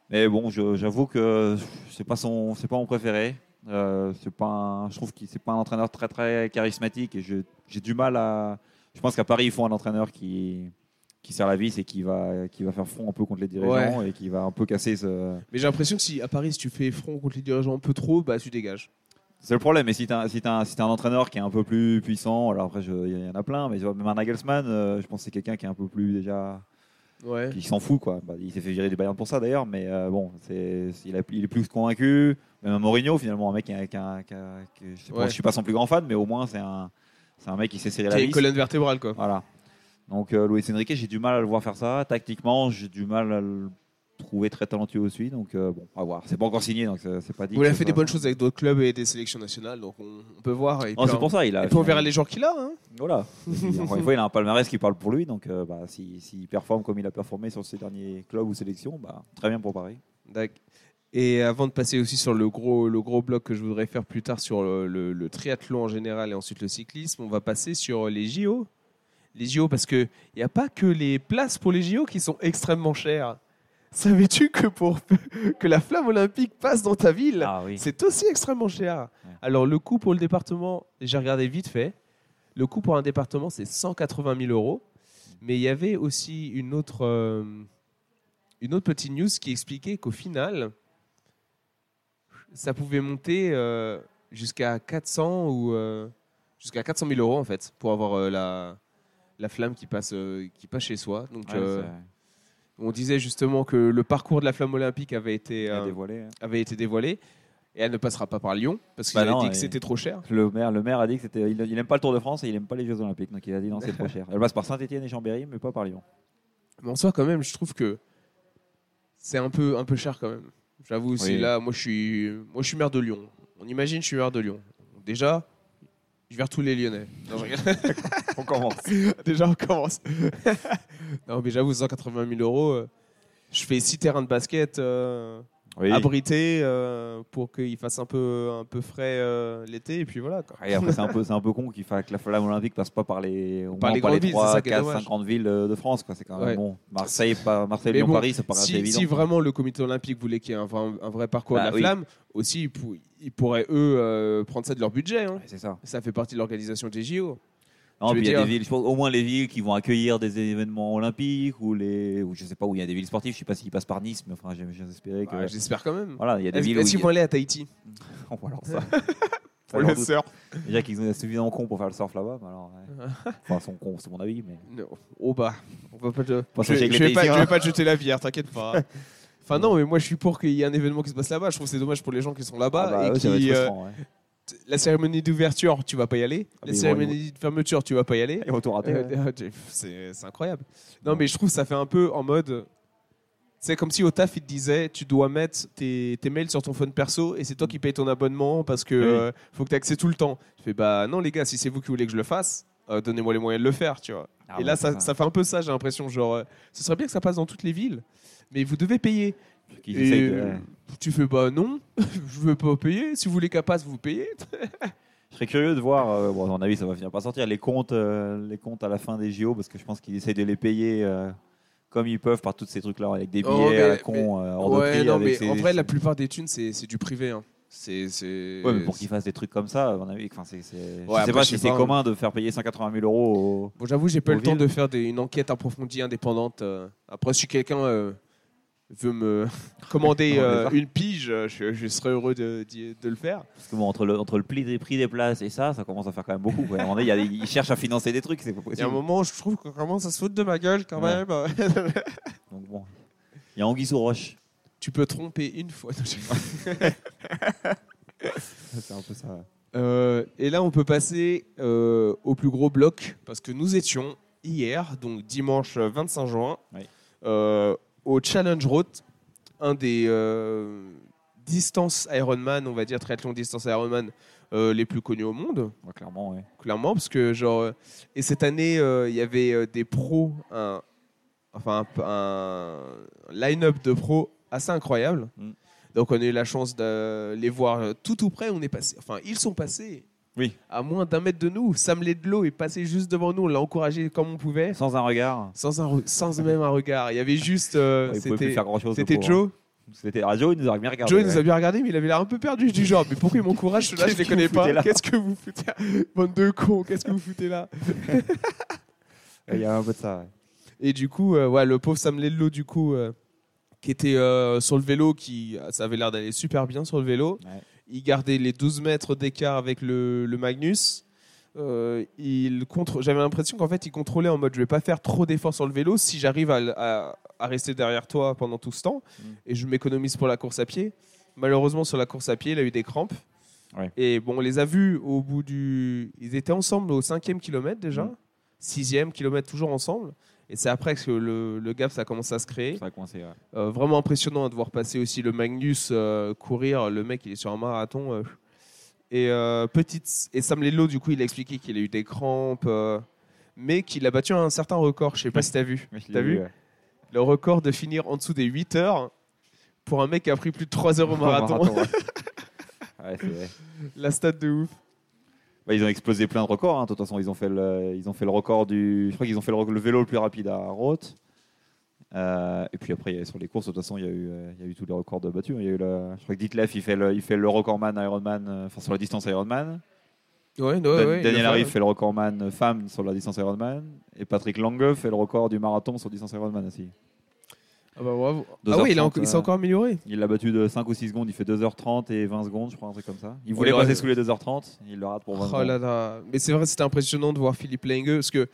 Speaker 3: Mais bon, je- j'avoue que c'est pas son, c'est pas mon préféré. Euh, c'est pas, un- je trouve qu'il c'est pas un entraîneur très très charismatique et je- j'ai du mal à. Je pense qu'à Paris, il faut un entraîneur qui qui sert la vis et qui va qui va faire front un peu contre les dirigeants et qui va un peu casser ce.
Speaker 1: Mais j'ai l'impression que si à Paris, si tu fais front contre les dirigeants un peu trop, bah tu dégages.
Speaker 3: C'est le problème. Et si t'as si t'as- si t'as un entraîneur qui est un peu plus puissant, alors après je- il y en a plein, mais tu vois, même un Nagelsmann, euh, je pense que c'est quelqu'un qui est un peu plus déjà.
Speaker 1: Ouais.
Speaker 3: Puis il s'en fout quoi. Bah, il s'est fait virer du Bayern pour ça d'ailleurs, mais euh, bon, c'est, il, a- il est plus convaincu. Même un Mourinho finalement, un mec qui, a- qui a- qui a- qui a- je, sais pas,
Speaker 1: Ouais.
Speaker 3: je suis pas son plus grand fan, mais au moins c'est un, c'est un mec qui s'est serré la
Speaker 1: T'as une
Speaker 3: vis.
Speaker 1: colonne vertébrale, quoi.
Speaker 3: Voilà. Donc euh, Luis Enrique, j'ai du mal à le voir faire ça. Tactiquement, j'ai du mal à le trouver très talentueux aussi. Donc euh, bon, à voir. C'est pas encore signé, donc c'est, c'est pas dit.
Speaker 1: Vous il a
Speaker 3: que
Speaker 1: fait
Speaker 3: ça-
Speaker 1: des bonnes choses avec d'autres clubs et des sélections nationales, donc on, on peut voir. Et
Speaker 3: Non,
Speaker 1: puis,
Speaker 3: c'est
Speaker 1: on-
Speaker 3: pour ça, il a.
Speaker 1: et puis on verra les joueurs qu'il a. hein.
Speaker 3: Voilà. Et puis, encore une fois, il a un palmarès qui parle pour lui, donc euh, bah, si- s'il performe comme il a performé sur ses derniers clubs ou sélections, bah, très bien pour Paris.
Speaker 1: D'accord. Et avant de passer aussi sur le gros, le gros bloc que je voudrais faire plus tard sur le, le- le triathlon en général et ensuite le cyclisme, on va passer sur les JO. Les JO, parce qu'il n'y a pas que les places pour les JO qui sont extrêmement chères. Savais-tu que pour que la flamme olympique passe dans ta ville,
Speaker 3: Ah oui.
Speaker 1: c'est aussi extrêmement cher.
Speaker 3: Ouais.
Speaker 1: Alors le coût pour le département, j'ai regardé vite fait, le coût pour un département c'est 180 000 euros, mais il y avait aussi une autre, euh, une autre petite news qui expliquait qu'au final, ça pouvait monter euh, jusqu'à 400 ou euh, jusqu'à 400 000 euros en fait pour avoir euh, la, la flamme qui passe, euh, qui passe chez soi. Donc
Speaker 3: Ouais,
Speaker 1: euh,
Speaker 3: c'est-
Speaker 1: on disait justement que le parcours de la flamme olympique avait été
Speaker 3: Il a
Speaker 1: euh,
Speaker 3: dévoilé, hein.
Speaker 1: avait été dévoilée et elle ne passera pas par Lyon parce qu'il
Speaker 3: Bah
Speaker 1: avait
Speaker 3: non,
Speaker 1: dit
Speaker 3: et-
Speaker 1: que c'était trop cher.
Speaker 3: Le maire, le maire a dit que c'était, il, il aime pas le Tour de France et il aime pas les Jeux Olympiques, donc il a dit non, c'est trop cher. Elle passe par Saint-Étienne et Chambéry, mais pas par Lyon.
Speaker 1: Mais en soi, quand même, je trouve que c'est un peu, un peu cher quand même. J'avoue, c'est
Speaker 3: Oui.
Speaker 1: là, moi je, suis, moi je suis maire de Lyon. On imagine, je suis maire de Lyon. Déjà, je vire tous les Lyonnais. Non, je rigole.
Speaker 3: On commence.
Speaker 1: Déjà, on commence. non, mais j'avoue, 180 000 euros, euh, je fais 6 terrains de basket. euh,
Speaker 3: Oui.
Speaker 1: abrité euh, pour qu'il fasse un peu, un peu frais euh, l'été. Et puis voilà. quoi.
Speaker 3: Et après, c'est un peu, c'est un peu con qu'il fa- que la flamme olympique passe pas par les, au
Speaker 1: Par
Speaker 3: moins
Speaker 1: les
Speaker 3: par
Speaker 1: grandes villes, c'est
Speaker 3: 3,
Speaker 1: ça qui est
Speaker 3: 4,
Speaker 1: dommage.
Speaker 3: 5 grandes villes euh, de France. quoi. C'est quand même
Speaker 1: Ouais.
Speaker 3: bon. Marseille, pas, Marseille
Speaker 1: Mais
Speaker 3: Lyon,
Speaker 1: bon,
Speaker 3: Paris, ça paraît assez
Speaker 1: Si,
Speaker 3: évident.
Speaker 1: si vraiment le comité olympique voulait qu'il y ait un vrai, un vrai parcours
Speaker 3: Bah
Speaker 1: de la
Speaker 3: oui.
Speaker 1: flamme, aussi, ils, pou- ils pourraient, eux, euh, prendre ça de leur budget. hein.
Speaker 3: Ouais, c'est ça.
Speaker 1: Ça fait partie de l'organisation des JO.
Speaker 3: Non,
Speaker 1: Je veux
Speaker 3: puis il y a
Speaker 1: dire-
Speaker 3: des villes, je pense, au moins les villes qui vont accueillir des événements olympiques ou les, ou je sais pas où il y a des villes sportives. Je sais pas s'ils passent par Nice, mais enfin, j'ai j'ai espéré que.
Speaker 1: Bah, J'espère quand même.
Speaker 3: voilà, il y a des
Speaker 1: Est-ce
Speaker 3: villes
Speaker 1: est-ce qu'ils
Speaker 3: où.
Speaker 1: vont aller à Tahiti
Speaker 3: il y a- Oh, alors ça.
Speaker 1: pour
Speaker 3: Alors,
Speaker 1: le
Speaker 3: doute.
Speaker 1: surf
Speaker 3: Il y a qu'ils sont suffisamment cons pour faire le surf là-bas. mais Alors, ouais. enfin, ils sont cons, c'est mon avis, mais.
Speaker 1: Non. Oh bah, on va pas te-
Speaker 3: Pas
Speaker 1: je,
Speaker 3: sortir
Speaker 1: je
Speaker 3: avec les
Speaker 1: vais pas,
Speaker 3: Tahitiens.
Speaker 1: je vais pas te jeter la bière, t'inquiète pas. Enfin non, mais moi je suis pour qu'il y ait un événement qui se passe là-bas. Je trouve que c'est dommage pour les gens qui sont là-bas
Speaker 3: Ah bah,
Speaker 1: et
Speaker 3: eux, ça va être
Speaker 1: qui, euh,
Speaker 3: frustrant, ouais.
Speaker 1: t- la cérémonie d'ouverture, tu vas pas y aller.
Speaker 3: Ah, mais
Speaker 1: la
Speaker 3: ils vont-
Speaker 1: cérémonie de fermeture, tu vas pas y aller.
Speaker 3: Ils vont tout rater. ouais.
Speaker 1: Euh, euh, c'est c'est incroyable. Non, mais je trouve que ça fait un peu en mode. C'est comme si au taf, il te disait tu dois mettre tes, tes mails sur ton phone perso et c'est toi qui payes ton abonnement parce que
Speaker 3: Oui.
Speaker 1: euh, faut que tu accès tout le temps. Je fais bah non, les gars, si c'est vous qui voulez que je le fasse, euh, donnez-moi les moyens de le faire, tu vois.
Speaker 3: Ah
Speaker 1: et
Speaker 3: ouais,
Speaker 1: là,
Speaker 3: c'est
Speaker 1: ça, ça fait un peu ça, j'ai l'impression. Genre, euh, ce serait bien que ça passe dans toutes les villes, mais vous devez payer.
Speaker 3: Qu'ils
Speaker 1: Et,
Speaker 3: essayent de-
Speaker 1: euh,
Speaker 3: ouais.
Speaker 1: Tu fais bah non, je veux pas payer. Si vous voulez qu'elle passe, vous payez.
Speaker 3: Je serais curieux de voir, euh, bon, à mon avis, ça va finir par sortir, les comptes, euh, les comptes à la fin des JO, parce que je pense qu'ils essayent de les payer euh, comme ils peuvent par tous ces trucs-là, avec des billets
Speaker 1: Oh, mais-
Speaker 3: à la con, euh, hors de
Speaker 1: ouais,
Speaker 3: prix,
Speaker 1: non,
Speaker 3: avec
Speaker 1: mais
Speaker 3: ces-
Speaker 1: en vrai, la plupart des thunes, c'est c'est du privé. hein. C'est. c'est-
Speaker 3: Ouais, mais pour qu'ils fassent des trucs comme ça, à mon avis, enfin, c'est, c'est-
Speaker 1: euh, Ouais,
Speaker 3: je sais
Speaker 1: après,
Speaker 3: pas
Speaker 1: je sais
Speaker 3: si c'est
Speaker 1: pas.
Speaker 3: commun de faire payer 180 000 euros.
Speaker 1: Bon, j'avoue, j'ai pas eu le
Speaker 3: Pour
Speaker 1: temps
Speaker 3: Ville.
Speaker 1: de faire des- une enquête approfondie indépendante. euh. Après, si quelqu'un euh, veut me commander
Speaker 3: On va
Speaker 1: euh,
Speaker 3: voir.
Speaker 1: une pige, euh, je, je serais heureux de, d'y- de le faire.
Speaker 3: Parce que bon, entre le, entre le prix des, prix des places et ça, ça commence à faire quand même beaucoup. quoi. À un moment donné, il y a des- ils cherchent à financer des trucs, c'est
Speaker 1: Il y a
Speaker 3: pas possible.
Speaker 1: un moment, je trouve qu'on commence à se foutre de ma gueule quand
Speaker 3: Ouais.
Speaker 1: même.
Speaker 3: Donc bon, il y a Anguille sous roche.
Speaker 1: tu peux tromper une fois. Non, je-
Speaker 3: c'est un peu ça.
Speaker 1: Euh, et là, on peut passer euh, au plus gros bloc parce que nous étions hier, donc dimanche euh, 25 juin,
Speaker 3: Oui.
Speaker 1: euh, au Challenge Road, un des euh, distances Ironman, on va dire triathlon distance Ironman euh, les plus connus au monde,
Speaker 3: Ouais, clairement, ouais.
Speaker 1: clairement, parce que genre euh, et cette année, euh, il y avait euh, des pros, un, enfin un, un line-up de pros assez incroyable.
Speaker 3: Mm.
Speaker 1: Donc on a eu la chance de les voir euh, tout tout près. On est passé, enfin ils sont passés.
Speaker 3: Oui.
Speaker 1: À moins d'un mètre de nous, Sam Ledlow est passé juste devant nous. On l'a encouragé comme on pouvait,
Speaker 3: Sans un regard.
Speaker 1: sans un, re- sans même un regard. Il y avait juste, euh,
Speaker 3: Ouais, il pouvait plus
Speaker 1: c'était,
Speaker 3: faire grand chose.
Speaker 1: c'était Joe.
Speaker 3: C'était ah, Joe, il nous aurait bien regardé.
Speaker 1: Joe il nous
Speaker 3: ouais.
Speaker 1: a bien regardé, mais il avait l'air un peu perdu. Du genre, mais pourquoi il m'encourage ceux-là Je
Speaker 3: Qu'est-ce
Speaker 1: les
Speaker 3: que
Speaker 1: connais
Speaker 3: vous foutez
Speaker 1: pas.
Speaker 3: là
Speaker 1: Qu'est-ce que vous foutez Bande de cons, qu'est-ce que vous foutez là
Speaker 3: Il y a un peu de ça. ouais.
Speaker 1: Et du coup, euh, ouais, le pauvre Sam Lello, du coup, euh, qui était euh, sur le vélo, qui ça avait l'air d'aller super bien sur le vélo.
Speaker 3: Ouais.
Speaker 1: Il gardait les 12 mètres d'écart avec le, le Magnus. Euh, il contre... J'avais l'impression qu'en fait, il contrôlait en mode je vais pas faire trop d'efforts sur le vélo si j'arrive à, l- à- à rester derrière toi pendant tout ce temps
Speaker 3: Mm.
Speaker 1: et je m'économise pour la course à pied. Malheureusement, sur la course à pied, il a eu des crampes.
Speaker 3: Ouais.
Speaker 1: Et bon, on les a vus au bout du. Ils étaient ensemble au cinquième kilomètre déjà,
Speaker 3: Mm.
Speaker 1: sixième kilomètre toujours ensemble. Et c'est après que le, le gap, ça a commencé à se créer.
Speaker 3: Ça a coincé, ouais.
Speaker 1: Euh, vraiment impressionnant de voir passer aussi le Magnus euh, courir. Le mec, il est sur un marathon. euh. Et, euh, petite, et Sam Lello, du coup, il a expliqué qu'il a eu des crampes, euh, mais qu'il a battu un certain record. Je sais pas si tu as vu.
Speaker 3: Mais je l'ai
Speaker 1: T'as vu
Speaker 3: ouais.
Speaker 1: Le record de finir en dessous des 8 heures pour un mec qui a pris plus de 3 heures au marathon.
Speaker 3: ouais. Ouais, c'est vrai.
Speaker 1: La stat de ouf.
Speaker 3: Bah, ils ont explosé plein de records. hein. De toute façon, ils ont fait le, ils ont fait le record du. Je crois qu'ils ont fait le, rec- le vélo le plus rapide à Roth. Euh, et puis après, il y a- sur les courses, de toute façon, il y a eu, euh, il y a eu tous les records de battus. Il y a eu le- je crois que Ditlev, il fait le, il fait le recordman Ironman, euh, enfin sur la distance Ironman.
Speaker 1: Ouais,
Speaker 3: Dan- Daniel Harry fait le recordman femme sur la distance Ironman. Et Patrick Lange fait le record du marathon sur distance Ironman aussi.
Speaker 1: Ah, bah, bravo.
Speaker 3: Deux
Speaker 1: Ah oui,
Speaker 3: heures
Speaker 1: il, a
Speaker 3: trente,
Speaker 1: encore- il s'est
Speaker 3: euh,
Speaker 1: encore amélioré.
Speaker 3: Il l'a battu de 5 ou 6 secondes, il fait 2h30 et 20 secondes, je crois, un truc comme ça. Il voulait
Speaker 1: Ouais, ouais.
Speaker 3: passer sous les 2h30, il le rate pour 20
Speaker 1: Oh
Speaker 3: secondes.
Speaker 1: là là. Mais c'est vrai, c'était impressionnant de voir Philippe Lange. Parce que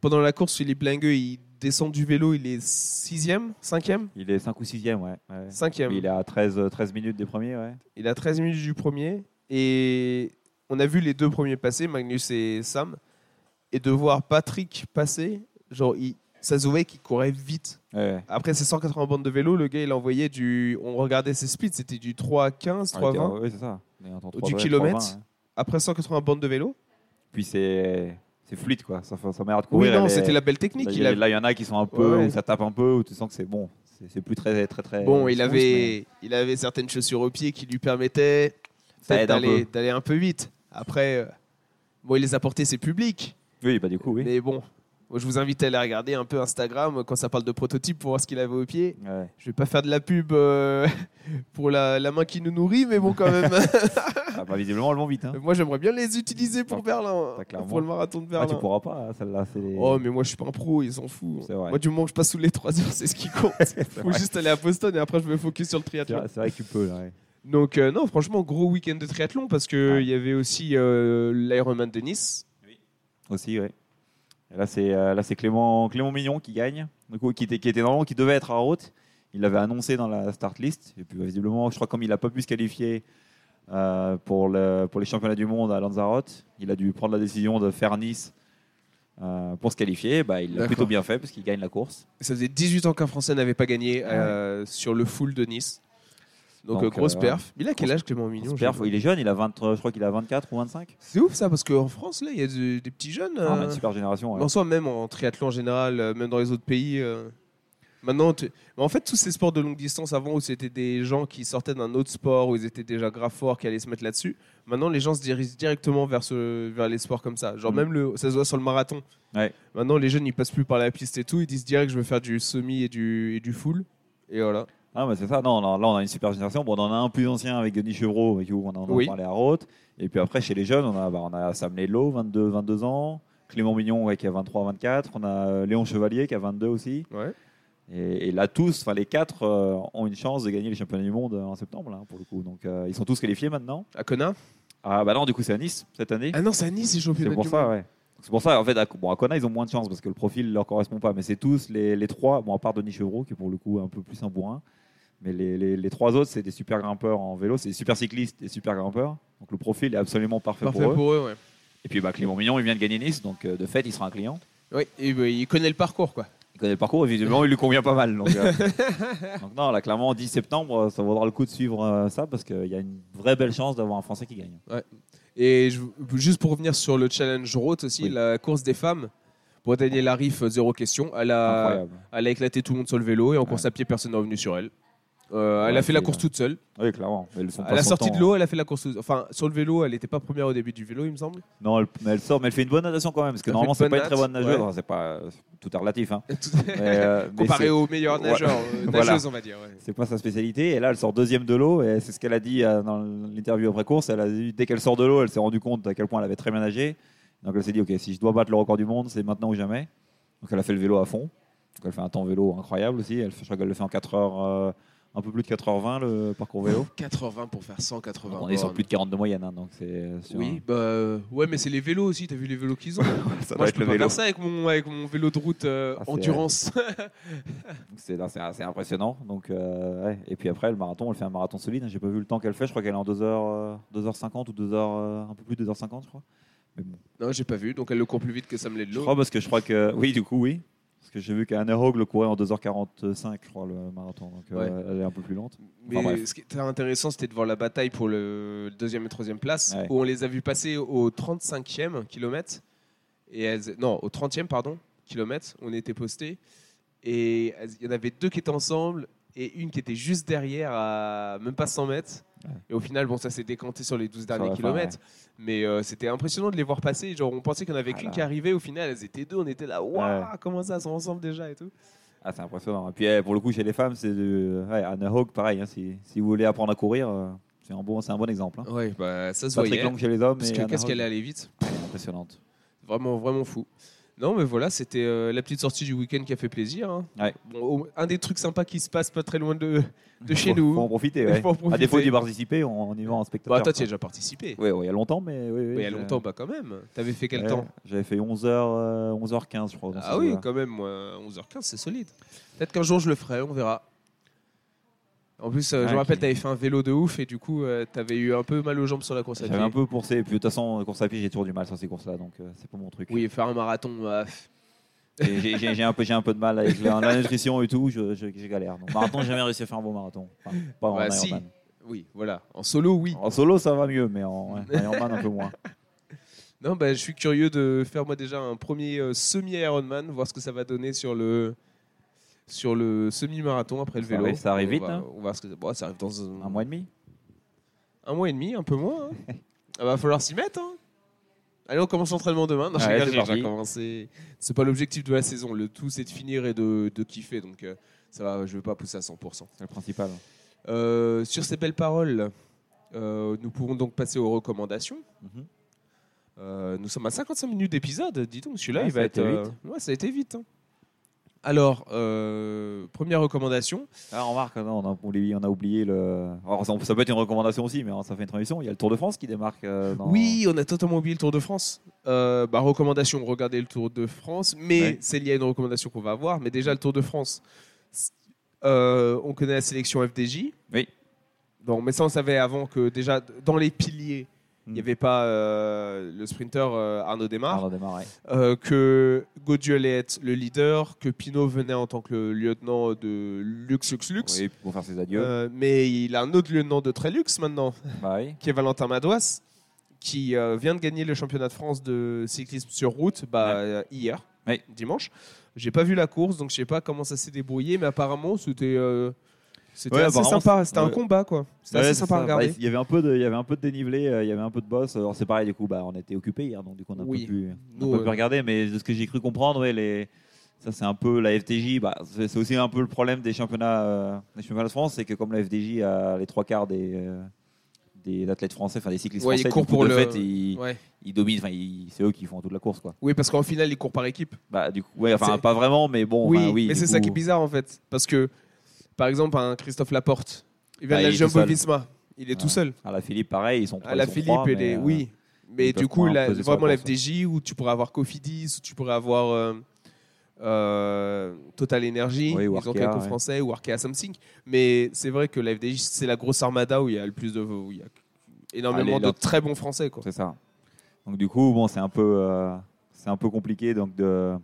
Speaker 1: pendant la course, Philippe Lange, il descend du vélo, il est 6ème, 5ème
Speaker 3: Il est 5 ou 6ème, ouais. ouais.
Speaker 1: 5ème.
Speaker 3: Mais Il est à 13, euh, 13 minutes des premiers, ouais.
Speaker 1: Il a 13 minutes du premier. Et on a vu les deux premiers passer, Magnus et Sam. Et de voir Patrick passer, genre, il, ça se voyait qu'il courait vite.
Speaker 3: Ouais,
Speaker 1: Après ses 180 bandes de vélo, le gars, il envoyait du. On regardait ses speeds, c'était du 3 à 15, 3 à 20.
Speaker 3: Oui, c'est ça. On est entre 3,
Speaker 1: Du
Speaker 3: 20,
Speaker 1: kilomètre.
Speaker 3: 3, 20, ouais.
Speaker 1: Après 180 bandes de vélo.
Speaker 3: Puis c'est c'est fluide, quoi. Ça, fait- ça m'a l'air de
Speaker 1: Oui,
Speaker 3: courir.
Speaker 1: non,
Speaker 3: elle est-
Speaker 1: c'était la belle technique.
Speaker 3: Là, bah, il
Speaker 1: Il
Speaker 3: y, a-
Speaker 1: a-
Speaker 3: là, il y en a qui sont un peu
Speaker 1: Ouais.
Speaker 3: où ça tape un peu, où tu sens que c'est bon. c'est- c'est plus très très très.
Speaker 1: Bon, il
Speaker 3: intense, mais
Speaker 1: avait, il avait certaines chaussures au pied qui lui permettaient
Speaker 3: ça
Speaker 1: peut-être
Speaker 3: aide un
Speaker 1: d'aller
Speaker 3: peu.
Speaker 1: d'aller un peu vite. Après, euh, bon, il les a portées, c'est public.
Speaker 3: Oui, bah du coup, oui.
Speaker 1: Mais bon, moi, je vous invite à aller regarder un peu Instagram euh, quand ça parle de prototype pour voir ce qu'il avait au pied.
Speaker 3: Ouais.
Speaker 1: Je vais pas faire de la pub euh, pour la, la main qui nous nourrit, mais bon, quand même.
Speaker 3: Ah, bah, visiblement, elles vont vite. Hein.
Speaker 1: moi, j'aimerais bien les utiliser pour
Speaker 3: Ah,
Speaker 1: Berlin, hein,
Speaker 3: t'as clairement-
Speaker 1: pour le marathon de
Speaker 3: Ah,
Speaker 1: Berlin.
Speaker 3: tu pourras pas, hein, celle-là. c'est les-
Speaker 1: Oh, mais moi, je suis pas un pro, ils s'en foutent.
Speaker 3: C'est vrai.
Speaker 1: Moi, du moment que je passe sous les 3 heures, c'est ce qui compte.
Speaker 3: C'est
Speaker 1: Faut
Speaker 3: vrai.
Speaker 1: juste aller à Boston et après, je me focus sur le
Speaker 3: C'est
Speaker 1: triathlon.
Speaker 3: vrai- c'est vrai que tu peux, là. ouais.
Speaker 1: Donc, euh, non, franchement, gros week-end de triathlon parce qu'il
Speaker 3: Ouais.
Speaker 1: il y avait aussi euh, l'Ironman de Nice.
Speaker 3: Aussi, ouais. Et là, c'est euh, là, c'est Clément, Clément Mignon qui gagne, du coup, qui était, qui était normalement, qui devait être à route. Il l'avait annoncé dans la start list. Et puis, bah, visiblement, je crois comme il n'a pas pu se qualifier euh, pour, le, pour les championnats du monde à Lanzarote, il a dû prendre la décision de faire Nice euh, pour se qualifier. Bah, il l'a
Speaker 1: D'accord.
Speaker 3: plutôt bien fait parce qu'il gagne la course.
Speaker 1: Ça faisait 18 ans qu'un Français n'avait pas gagné euh, sur le full de Nice. Donc,
Speaker 3: Ah Donc,
Speaker 1: euh, grosse
Speaker 3: euh,
Speaker 1: perf. Il a quel âge, Clément Mignon
Speaker 3: Super,
Speaker 1: je-
Speaker 3: il est jeune, il a 20, euh, je crois qu'il a 24 ou 25.
Speaker 1: C'est ouf ça, parce qu'en France, là, il y a de- des petits jeunes.
Speaker 3: Ah, on a
Speaker 1: euh,
Speaker 3: une super génération. ouais.
Speaker 1: En soi, même en triathlon en général, euh, même dans les autres pays. euh, Maintenant, tu- mais en fait, tous ces sports de longue distance avant où c'était des gens qui sortaient d'un autre sport, où ils étaient déjà grave forts, qui allaient se mettre là-dessus. Maintenant, les gens se dirigent directement vers, ce... vers les sports comme ça. Genre,
Speaker 3: Mhm.
Speaker 1: même le... ça se voit sur le marathon.
Speaker 3: Ouais.
Speaker 1: Maintenant, les jeunes, ils passent plus par la piste et tout. Ils disent direct, je veux faire du semi et du, et du full. Et voilà.
Speaker 3: Ah, mais c'est ça. Non, non, là, on a une super génération. Bon, on en a un plus ancien avec Denis Chevreau, avec qui on en a
Speaker 1: Oui.
Speaker 3: parlé à Roth. Et puis après, chez les jeunes, on a, bah, on a Sam Lello, 22, 22 ans. Clément Mignon, ouais, qui a 23, 24. On a euh, Léon Chevalier, qui a 22 aussi.
Speaker 1: Ouais.
Speaker 3: Et, et là, tous, enfin, les quatre euh, ont une chance de gagner les championnats du monde euh, en septembre, là, pour le coup. Donc, euh, ils sont tous qualifiés maintenant.
Speaker 1: À Kona
Speaker 3: Ah, bah non, du coup, c'est à Nice cette année.
Speaker 1: Ah non, c'est à Nice, les
Speaker 3: C'est
Speaker 1: championnats
Speaker 3: pour
Speaker 1: du
Speaker 3: ça, hein.
Speaker 1: monde.
Speaker 3: ouais. C'est pour ça, en fait, à, bon, à Kona, ils ont moins de chance parce que le profil ne leur correspond pas. Mais c'est tous les, les trois, bon, à part Denis Chevreau, qui est pour le coup un peu plus un bourrin. Mais les, les- les trois autres, c'est des super grimpeurs en vélo, c'est des super cyclistes, des super grimpeurs. Donc le profil est absolument parfait,
Speaker 1: Parfait
Speaker 3: pour eux.
Speaker 1: pour eux, ouais.
Speaker 3: Et puis bah, Clément Mignon, il vient de gagner Nice, donc euh, de fait, il sera un client.
Speaker 1: Oui, et ben, il connaît le parcours, quoi.
Speaker 3: Il connaît le parcours, évidemment, il lui convient pas mal. Donc, euh, donc non, là, clairement, 10 septembre, ça vaudra le coup de suivre euh, ça parce qu'il y a une vraie belle chance d'avoir un Français qui gagne.
Speaker 1: Et je- juste pour revenir sur le challenge route aussi,
Speaker 3: Oui.
Speaker 1: la course des femmes. Pour Daniel Arif, euh, zéro question. Elle a,
Speaker 3: Incroyable.
Speaker 1: elle a éclaté tout le monde sur le vélo et en
Speaker 3: Ouais.
Speaker 1: course à pied, personne n'est revenu sur elle. Euh, elle
Speaker 3: Ouais,
Speaker 1: a fait la
Speaker 3: c'est-
Speaker 1: course toute seule.
Speaker 3: Oui, clairement. Mais elles font
Speaker 1: À
Speaker 3: pas
Speaker 1: la
Speaker 3: son
Speaker 1: sortie
Speaker 3: temps, hein.
Speaker 1: de l'eau, elle a fait la course. toute- Enfin, sur le vélo, elle n'était pas première au début du vélo, il me semble.
Speaker 3: Non, elle, mais elle sort, mais elle fait une bonne natation quand même, parce que
Speaker 1: Elle fait
Speaker 3: normalement
Speaker 1: une
Speaker 3: c'est
Speaker 1: bonne
Speaker 3: pas une très bonne
Speaker 1: natte,
Speaker 3: nageuse.
Speaker 1: ouais.
Speaker 3: Enfin, c'est pas euh, tout est relatif, hein.
Speaker 1: Tout-
Speaker 3: Mais, euh, mais
Speaker 1: Comparé
Speaker 3: c'est-
Speaker 1: aux meilleurs
Speaker 3: Ouais.
Speaker 1: nageurs, euh,
Speaker 3: Voilà.
Speaker 1: nageuses, on va dire. ouais.
Speaker 3: c'est pas sa spécialité. Et là, elle sort deuxième de l'eau, et c'est ce qu'elle a dit euh, dans l'interview après course. Elle a dit dès qu'elle sort de l'eau, elle s'est rendue compte à quel point elle avait très bien nagé. Donc elle s'est dit, ok, si je dois battre le record du monde, c'est maintenant ou jamais. Donc elle a fait le vélo à fond. Donc elle fait un temps vélo incroyable aussi. Elle, fait- je crois qu'elle le fait en 4 heures, euh, un peu plus de 4h20 le parcours vélo.
Speaker 1: 80 pour faire 180.
Speaker 3: on est sur
Speaker 1: bornes.
Speaker 3: plus de 40 de moyenne, hein, donc c'est sur
Speaker 1: Oui, bah, euh, ouais, mais c'est les vélos aussi. T'as vu les vélos qu'ils ont
Speaker 3: un- ça doit
Speaker 1: Moi, je
Speaker 3: être
Speaker 1: peux
Speaker 3: le
Speaker 1: pas
Speaker 3: vélo.
Speaker 1: faire ça avec mon, avec mon vélo de route euh,
Speaker 3: Ah, c'est-
Speaker 1: endurance.
Speaker 3: Donc C'est non, c'est assez impressionnant. Donc, euh, ouais. Et puis après, le marathon, elle fait un marathon solide. hein. J'ai pas vu le temps qu'elle fait. Je crois qu'elle est en euh, 2h, 2h50 ou 2h, euh, un peu plus de 2h50, je crois.
Speaker 1: non, j'ai pas vu. Donc elle le court plus vite que Sam
Speaker 3: Je
Speaker 1: Ledlow.
Speaker 3: crois parce que je crois que. Oui, du coup, oui. Parce que j'ai vu qu'Anna Hogg le courait en 2h45, je crois, le marathon. Donc euh, elle est un peu plus lente.
Speaker 1: Mais
Speaker 3: Enfin, bref.
Speaker 1: ce qui était intéressant, c'était de voir la bataille pour le deuxième et troisième place,
Speaker 3: Ouais.
Speaker 1: où on les a vus passer au 35e kilomètre. Et elles- non, au 30e, pardon, kilomètre, on était postés. Et elles- il y en avait deux qui étaient ensemble et une qui était juste derrière, à même pas 100 mètres.
Speaker 3: Ouais.
Speaker 1: Et au final, bon, ça s'est décanté sur les 12 derniers
Speaker 3: la fin,
Speaker 1: kilomètres. Mais euh, c'était impressionnant de les voir passer. Genre, on pensait qu'il y en avait
Speaker 3: Ah
Speaker 1: qu'une
Speaker 3: là.
Speaker 1: qui arrivait. Au final, elles étaient deux. On était là, waouh, comment ça, elles sont ensemble déjà et tout.
Speaker 3: Ah, c'est impressionnant. Et puis eh, pour le coup, chez les femmes, c'est de. Ouais, Anna Hogg, pareil. hein, si, si vous voulez apprendre à courir, euh, c'est un, bon, c'est un bon exemple. hein.
Speaker 1: Ouais, bah, ça se
Speaker 3: Patrick
Speaker 1: voyait.
Speaker 3: Lang chez les hommes.
Speaker 1: Parce
Speaker 3: et
Speaker 1: que
Speaker 3: Anna
Speaker 1: qu'est-ce
Speaker 3: Hogg,
Speaker 1: qu'elle est allée vite
Speaker 3: Impressionnante.
Speaker 1: Vraiment, vraiment fou. Non, mais voilà, c'était euh, la petite sortie du week-end qui a fait plaisir. hein.
Speaker 3: Ouais.
Speaker 1: Bon, au- un des trucs sympas qui se passe pas très loin de, de chez
Speaker 3: Faut-
Speaker 1: nous.
Speaker 3: Faut en profiter, ouais.
Speaker 1: Faut en profiter.
Speaker 3: À défaut d'y participer, on, on y va en spectateur.
Speaker 1: Bah, toi, tu y
Speaker 3: quoi.
Speaker 1: as déjà participé.
Speaker 3: Oui, oui, il y a longtemps, mais oui,
Speaker 1: Mais
Speaker 3: oui,
Speaker 1: il y a
Speaker 3: je-
Speaker 1: longtemps, bah quand même. T'avais fait quel
Speaker 3: Ouais,
Speaker 1: temps
Speaker 3: J'avais fait 11h, euh, 11h15, je crois. dans
Speaker 1: Ah
Speaker 3: ces
Speaker 1: oui,
Speaker 3: eaux-là.
Speaker 1: quand même, moi, 11h15, c'est solide. Peut-être qu'un jour je le ferai, on verra. En plus, euh, je
Speaker 3: Ouais,
Speaker 1: me rappelle,
Speaker 3: qui-
Speaker 1: t'avais fait un vélo de ouf et du coup, euh, t'avais eu un peu mal aux jambes sur la course à pied.
Speaker 3: J'avais un peu coursé. Et puis, de toute façon, euh, course à pied, j'ai toujours du mal sur ces courses-là, donc euh, c'est pas mon truc.
Speaker 1: Oui, faire un marathon, euh,
Speaker 3: Et j'ai- J'ai j'ai un, peu- j'ai un peu de mal avec la, la nutrition et tout, je, je- je galère. Donc, marathon, j'ai jamais réussi à faire un bon marathon. Enfin, pas en
Speaker 1: Bah,
Speaker 3: Ironman.
Speaker 1: si. oui, voilà. En solo, oui.
Speaker 3: En solo, ça va mieux, mais en ouais, Ironman, un peu moins.
Speaker 1: Non, bah, je suis curieux de faire moi déjà un premier euh, semi-Ironman, voir ce que ça va donner sur le sur le semi-marathon après le
Speaker 3: Ça
Speaker 1: vélo.
Speaker 3: arrive- ça arrive
Speaker 1: On
Speaker 3: vite,
Speaker 1: va-
Speaker 3: hein.
Speaker 1: on va se- bon, ça arrive dans un,
Speaker 3: Un mois et demi
Speaker 1: un mois et demi, un peu moins. Il va falloir s'y mettre. hein. Allez, on commence l'entraînement demain. Non, je
Speaker 3: Ouais,
Speaker 1: rigole,
Speaker 3: c'est
Speaker 1: j'ai
Speaker 3: parti.
Speaker 1: déjà commencé. C'est pas l'objectif de la saison. Le tout, c'est de finir et de, de kiffer. Donc, euh, ça va, je vais pas pousser à 100%.
Speaker 3: C'est le principal.
Speaker 1: Euh, sur ces belles paroles, euh, nous pourrons donc passer aux recommandations.
Speaker 3: Mhm.
Speaker 1: Euh, nous sommes à 55 minutes d'épisode, dis donc, celui-là,
Speaker 3: Ouais,
Speaker 1: il
Speaker 3: ça
Speaker 1: va
Speaker 3: a
Speaker 1: être. euh,
Speaker 3: été
Speaker 1: ouais, ça a été vite. hein. Alors, euh, première recommandation.
Speaker 3: Ah, remarque, non, on, a, on l'a- on a oublié le. Alors, ça, ça peut être une recommandation aussi, mais hein, ça fait une transition. Il y a le Tour de France qui démarque. euh, dans-
Speaker 1: Oui, on a totalement oublié le Tour de France. Euh, bah, recommandation, regardez le Tour de France, mais
Speaker 3: Ouais.
Speaker 1: c'est lié à une recommandation qu'on va avoir. Mais déjà, le Tour de France, c- euh, on connaît la sélection FDJ.
Speaker 3: Oui.
Speaker 1: Bon, mais ça, on savait avant que déjà, dans les piliers, il
Speaker 3: Mm.
Speaker 1: n'y avait pas euh, le sprinter euh, Arnaud Demar,
Speaker 3: Ah, on démarre, ouais.
Speaker 1: euh, que Gaudieu allait être le leader, que Pinot venait en tant que le lieutenant de Lux Lux Lux.
Speaker 3: Oui, pour faire ses adieux.
Speaker 1: Euh, mais il a un autre lieutenant de très luxe maintenant
Speaker 3: Bah oui.
Speaker 1: qui est Valentin Madouas, qui euh, vient de gagner le championnat de France de cyclisme sur route bah,
Speaker 3: Ouais.
Speaker 1: euh, hier,
Speaker 3: Ouais.
Speaker 1: dimanche. J'ai pas vu la course, donc je sais pas comment ça s'est débrouillé, mais apparemment c'était euh, c'était
Speaker 3: Ouais,
Speaker 1: assez
Speaker 3: apparemment,
Speaker 1: sympa. C'était un
Speaker 3: ouais.
Speaker 1: combat, quoi. C'était
Speaker 3: Ouais,
Speaker 1: assez
Speaker 3: c'est
Speaker 1: sympa à
Speaker 3: ça.
Speaker 1: regarder.
Speaker 3: Bah, il y avait un peu de, il y avait un peu de dénivelé, euh, il y avait un peu de boss. Alors c'est pareil du coup, bah on était occupé hier, donc du coup on a
Speaker 1: Oui.
Speaker 3: pas pu, on a
Speaker 1: Nous,
Speaker 3: pas
Speaker 1: euh,
Speaker 3: pu regarder. Mais de ce que j'ai cru comprendre, ouais, les, ça c'est un peu la FTJ. Bah c'est c'est aussi un peu le problème des championnats, euh, des championnats de France, c'est que comme la FTJ a les trois quarts des euh, des athlètes français, enfin des cyclistes
Speaker 1: Ouais, ils
Speaker 3: français, du
Speaker 1: courent
Speaker 3: coup,
Speaker 1: pour
Speaker 3: de
Speaker 1: le-
Speaker 3: fait, ils,
Speaker 1: Ouais.
Speaker 3: ils dominent. Enfin, ils- c'est eux qui font toute la course, quoi.
Speaker 1: Oui, parce qu'en final, ils courent par équipe.
Speaker 3: Bah du coup, ouais, enfin
Speaker 1: C'est-
Speaker 3: pas vraiment, mais bon,
Speaker 1: oui,
Speaker 3: bah, oui.
Speaker 1: mais
Speaker 3: du
Speaker 1: c'est ça
Speaker 3: coup,
Speaker 1: qui est bizarre en fait. Parce que, par exemple, un Christophe Laporte, il vient
Speaker 3: Ah,
Speaker 1: de la
Speaker 3: il est tout
Speaker 1: Jumbo
Speaker 3: seul.
Speaker 1: Visma, il est tout
Speaker 3: Ouais.
Speaker 1: seul.
Speaker 3: À la Philippe, pareil, ils sont.
Speaker 1: à Ah, la
Speaker 3: ils sont
Speaker 1: Philippe
Speaker 3: trois,
Speaker 1: et
Speaker 3: mais,
Speaker 1: les-
Speaker 3: euh,
Speaker 1: oui mais
Speaker 3: ils
Speaker 1: du
Speaker 3: peuvent
Speaker 1: coup
Speaker 3: pas
Speaker 1: la-
Speaker 3: imposer sur la
Speaker 1: vraiment la
Speaker 3: course, ouais.
Speaker 1: FDJ où tu pourrais avoir Cofidis où tu pourrais avoir euh, euh, Total Energy
Speaker 3: Oui, ou
Speaker 1: ils ont
Speaker 3: Arkea,
Speaker 1: quelques
Speaker 3: ouais.
Speaker 1: français ou Arkea Something mais c'est vrai que la FDJ c'est la grosse armada où il y a le plus de où il y a énormément
Speaker 3: Allez,
Speaker 1: de
Speaker 3: là.
Speaker 1: très bons français quoi
Speaker 3: C'est ça. Donc du coup, bon, c'est un peu, euh, c'est un peu compliqué donc de,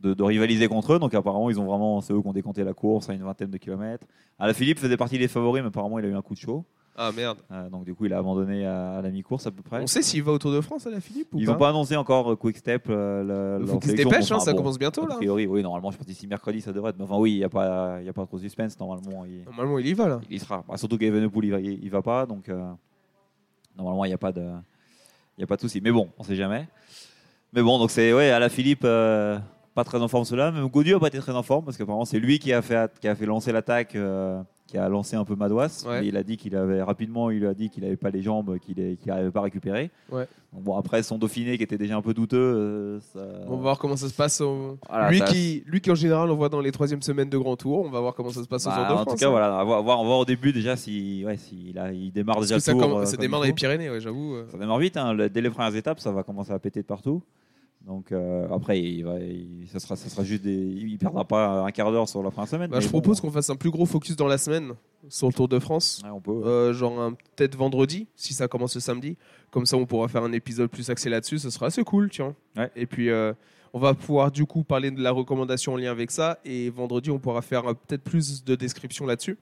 Speaker 3: de, de rivaliser contre eux. Donc apparemment, ils ont vraiment, c'est eux qui ont décompté la course à une vingtaine de kilomètres. Alain Philippe faisait partie des favoris, mais apparemment, il a eu un coup de chaud.
Speaker 1: ah merde
Speaker 3: Euh, donc du coup, il a abandonné à, à la mi-course à peu près.
Speaker 1: on sait s'il va au Tour de France à la Philippe ou
Speaker 3: Ils
Speaker 1: pas,
Speaker 3: n'ont pas annoncé encore euh, Quick Step. euh, le-
Speaker 1: il
Speaker 3: leur
Speaker 1: faut qu'ils se
Speaker 3: sélection.
Speaker 1: dépêchent hein,
Speaker 3: Enfin,
Speaker 1: ça
Speaker 3: bon,
Speaker 1: commence bientôt
Speaker 3: A
Speaker 1: là
Speaker 3: priori, oui, normalement, je pense d'ici mercredi, ça devrait être. Mais enfin, oui, il n'y a pas, il y a pas trop de suspense normalement. Il,
Speaker 1: normalement il y va là
Speaker 3: il y sera. Bah, surtout qu'Evenepoel, il va, il va pas, donc euh, normalement, il n'y a pas de, il y a pas de souci. Mais bon, on ne sait jamais. Mais bon, donc c'est ouais, à la Philippe, euh, pas très en forme cela. Même Gaudieu n'a pas été très en forme parce qu'apparemment, c'est lui qui a fait, qui a fait lancer l'attaque, euh, qui a lancé un peu Madouas.
Speaker 1: Ouais.
Speaker 3: Mais il a dit qu'il avait rapidement, il lui a dit qu'il n'avait pas les jambes, qu'il est- qu'il n'arrivait pas à récupérer.
Speaker 1: Ouais.
Speaker 3: Donc bon, après son Dauphiné qui était déjà un peu douteux. euh, ça-
Speaker 1: on va voir comment ça se passe au-
Speaker 3: Voilà,
Speaker 1: lui
Speaker 3: ça-
Speaker 1: qui lui qui en général on voit dans les troisièmes semaines de Grand Tour on va voir comment ça se passe au
Speaker 3: Bah,
Speaker 1: Tour de
Speaker 3: en
Speaker 1: France
Speaker 3: tout cas,
Speaker 1: hein.
Speaker 3: voilà, on va voir, on va voir au début déjà si, ouais, si il, a- il démarre
Speaker 1: Parce
Speaker 3: déjà
Speaker 1: que
Speaker 3: le
Speaker 1: ça,
Speaker 3: tour,
Speaker 1: commence-
Speaker 3: euh,
Speaker 1: ça
Speaker 3: comme il
Speaker 1: démarre dans les
Speaker 3: faut.
Speaker 1: Pyrénées ouais, j'avoue euh.
Speaker 3: Ça démarre vite, hein. Le- dès les premières étapes, ça va commencer à péter de partout. Donc euh, après, il va, il- ça, sera, ça sera juste des. Il perdra pas un quart d'heure sur la première semaine.
Speaker 1: Bah, je propose qu'on fasse un plus gros focus dans la semaine sur le Tour de France.
Speaker 3: qu'on. on peut.
Speaker 1: Euh, genre un- peut-être vendredi, si ça commence le samedi. Comme ça, on pourra faire un épisode plus axé là-dessus. Ce sera assez cool, tiens.
Speaker 3: Ouais.
Speaker 1: Et puis, euh, on va pouvoir du coup parler de la recommandation en lien avec ça. Et vendredi, on pourra faire euh, peut-être plus de description là-dessus.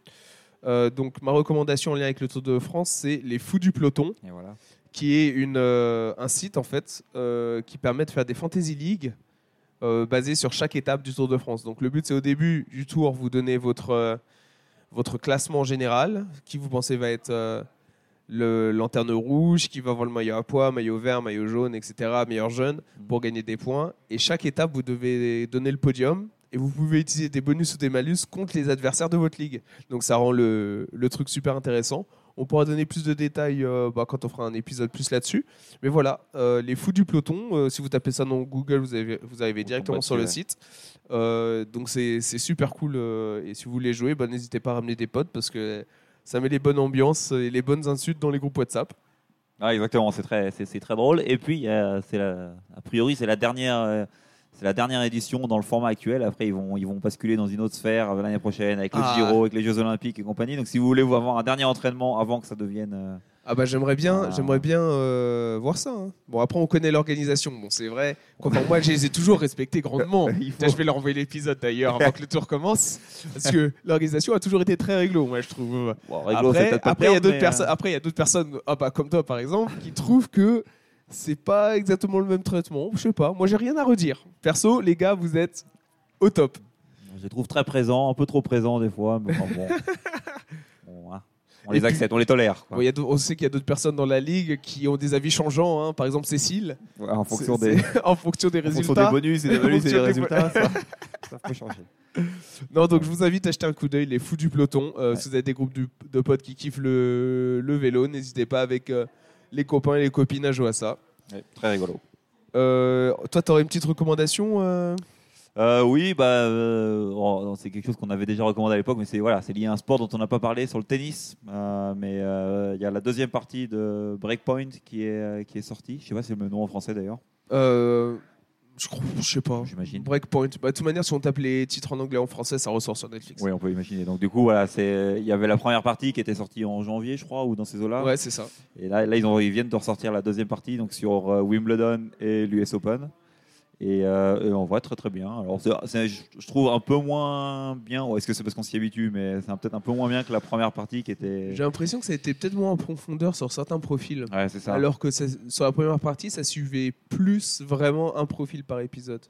Speaker 1: Euh, donc, ma recommandation en lien avec le Tour de France, c'est Les Fous du Peloton
Speaker 3: Et voilà.
Speaker 1: qui est une, euh, un site en fait euh, qui permet de faire des fantasy leagues euh, basées sur chaque étape du Tour de France. Donc le but c'est au début du tour vous donnez votre euh, votre classement général, qui vous pensez va être euh, le lanterne rouge, qui va avoir le maillot à poids, maillot vert, maillot jaune, etc., meilleur jeune, pour gagner des points. Et chaque étape, vous devez donner le podium, et vous pouvez utiliser des bonus ou des malus contre les adversaires de votre ligue. Donc ça rend le, le truc super intéressant. On pourra donner plus de détails euh, bah, quand on fera un épisode plus là-dessus. Mais voilà, euh, les fous du peloton, euh, si vous tapez ça dans Google, vous avez, vous arrivez
Speaker 3: On
Speaker 1: directement
Speaker 3: tombe
Speaker 1: sur le
Speaker 3: dessus,
Speaker 1: site. Euh, donc c'est c'est super cool. euh, et si vous voulez jouer, bah, n'hésitez pas à ramener des potes parce que ça met les bonnes ambiances et les bonnes insultes dans les groupes WhatsApp.
Speaker 3: Ah, exactement, c'est très, c'est, c'est très drôle. Et puis, euh, c'est la- a priori, c'est la dernière. euh, c'est la dernière édition dans le format actuel. Après, ils vont, ils vont basculer dans une autre sphère euh, l'année prochaine avec le
Speaker 1: Ah.
Speaker 3: Giro, avec les Jeux Olympiques et compagnie. Donc, si vous voulez vous avoir un dernier entraînement avant que ça devienne. euh,
Speaker 1: Ah bah j'aimerais bien,
Speaker 3: Ah.
Speaker 1: j'aimerais bien euh, voir ça. hein. Bon après on connaît l'organisation, bon c'est vrai. Quant à moi, je les ai toujours respectés grandement.
Speaker 3: il faut-
Speaker 1: Tiens, je vais leur envoyer l'épisode d'ailleurs avant que le tour commence, parce que l'organisation a toujours été très réglo, moi je trouve.
Speaker 3: bon, réglo, c'est
Speaker 1: Après,
Speaker 3: peut-être pas
Speaker 1: après, il y a
Speaker 3: le terme,
Speaker 1: d'autres
Speaker 3: mais,
Speaker 1: personnes,
Speaker 3: euh,
Speaker 1: après il y a d'autres personnes, ah bah, comme toi par exemple, qui trouvent que c'est pas exactement le même traitement. Je sais pas, moi j'ai rien à redire. Perso, les gars, vous êtes au top.
Speaker 3: Je les trouve très présents, un peu trop présents des fois, mais enfin bon. Bon, hein. On
Speaker 1: Et
Speaker 3: les
Speaker 1: puis-
Speaker 3: accepte, on les tolère. quoi.
Speaker 1: Bon, il y a d'au- on sait qu'il y a d'autres personnes dans la ligue qui ont des avis changeants, hein. par exemple Cécile,
Speaker 3: Ouais, en fonction
Speaker 1: C'est-
Speaker 3: des,
Speaker 1: c'est- en fonction des
Speaker 3: en fonction
Speaker 1: résultats.
Speaker 3: des bonus et des
Speaker 1: En
Speaker 3: bonus et des
Speaker 1: fonction des
Speaker 3: résultats, ça, ça peut changer.
Speaker 1: Non, donc je vous invite à jeter un coup d'œil, les fous du peloton. Euh,
Speaker 3: Ouais.
Speaker 1: Si vous avez des groupes du- de potes qui kiffent le, le vélo, n'hésitez pas avec euh, les copains et les copines à jouer à ça.
Speaker 3: Ouais, très rigolo.
Speaker 1: Euh, toi, t'aurais une petite recommandation euh
Speaker 3: Euh, oui, bah, euh, oh, c'est quelque chose qu'on avait déjà recommandé à l'époque, mais c'est voilà, c'est lié à un sport dont on n'a pas parlé sur le tennis. Euh, mais euh, il y a la deuxième partie de Breakpoint qui est euh, qui est sortie. Je sais pas si c'est le nom en français d'ailleurs.
Speaker 1: Euh, je, crois- je sais pas.
Speaker 3: J'imagine.
Speaker 1: Breakpoint. Bah, de toute manière, si on tape les titres en anglais et en français, ça ressort sur Netflix.
Speaker 3: Oui, on peut imaginer. Donc du coup, voilà, c'est il y avait la première partie qui était sortie en janvier, je crois, ou dans ces eaux-là.
Speaker 1: Ouais, c'est ça.
Speaker 3: Et là, là ils, ont- ils viennent de ressortir la deuxième partie donc sur euh, Wimbledon et l'US Open. Et, euh, et on voit très très bien. Alors, c'est- c'est- je je trouve un peu moins bien. ou Est-ce que c'est parce qu'on s'y habitue Mais c'est un- peut-être un peu moins bien que la première partie qui était.
Speaker 1: J'ai l'impression que ça a été peut-être moins en profondeur sur certains profils.
Speaker 3: Ouais, c'est Ah, ça.
Speaker 1: Alors que ça- sur la première partie, ça suivait plus vraiment un profil par épisode.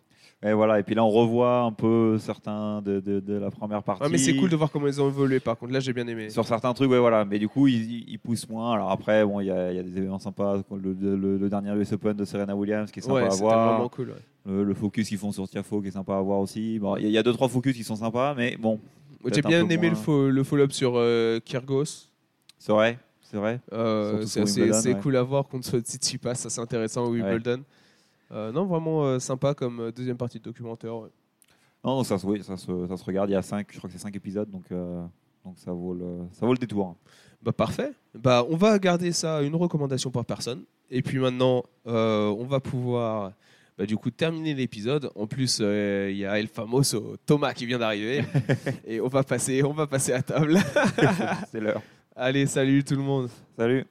Speaker 3: Et voilà. Et puis là, on revoit un peu certains de, de- de la première partie.
Speaker 1: Ouais, Ah, mais c'est cool de voir comment ils ont évolué. Par contre, là, j'ai bien aimé.
Speaker 3: Sur certains trucs, ouais, voilà. Mais du coup, ils, ils- ils poussent moins. Alors après, bon, il y, a il y a des événements sympas. Le, le- le dernier US Open de Serena Williams qui est sympa
Speaker 1: ouais,
Speaker 3: à
Speaker 1: c'était
Speaker 3: voir.
Speaker 1: vraiment cool. ouais.
Speaker 3: Le, le focus qu'ils font sur Tiafo qui est sympa à voir aussi. Bon, Il y, a- il y a deux trois focus qui sont sympas, mais bon,
Speaker 1: J'ai
Speaker 3: Peut-être un
Speaker 1: bien
Speaker 3: peu
Speaker 1: aimé le,
Speaker 3: moins.
Speaker 1: fo- le follow-up sur euh, Kyrgos.
Speaker 3: c'est vrai, c'est vrai.
Speaker 1: Euh,
Speaker 3: Surtout
Speaker 1: c'est
Speaker 3: pour
Speaker 1: assez-
Speaker 3: Wimbledon,
Speaker 1: c'est
Speaker 3: ouais.
Speaker 1: cool à voir contre Tsitsipas, ça c'est intéressant au Wimbledon. Euh, non, vraiment euh, sympa comme euh, deuxième partie de documentaire. ouais.
Speaker 3: Non, non, ça, se- oui, ça, se, ça se regarde. Il y a cinq, je crois que c'est cinq épisodes, donc euh, donc ça vaut le ça vaut le détour.
Speaker 1: Bah parfait. Bah on va garder ça une recommandation par personne. Et puis maintenant, euh, on va pouvoir bah, du coup terminer l'épisode. En plus, euh, il y a El Famoso Thomas qui vient d'arriver et on va passer, on va passer à table.
Speaker 3: c'est l'heure.
Speaker 1: Allez, salut tout le monde.
Speaker 3: Salut.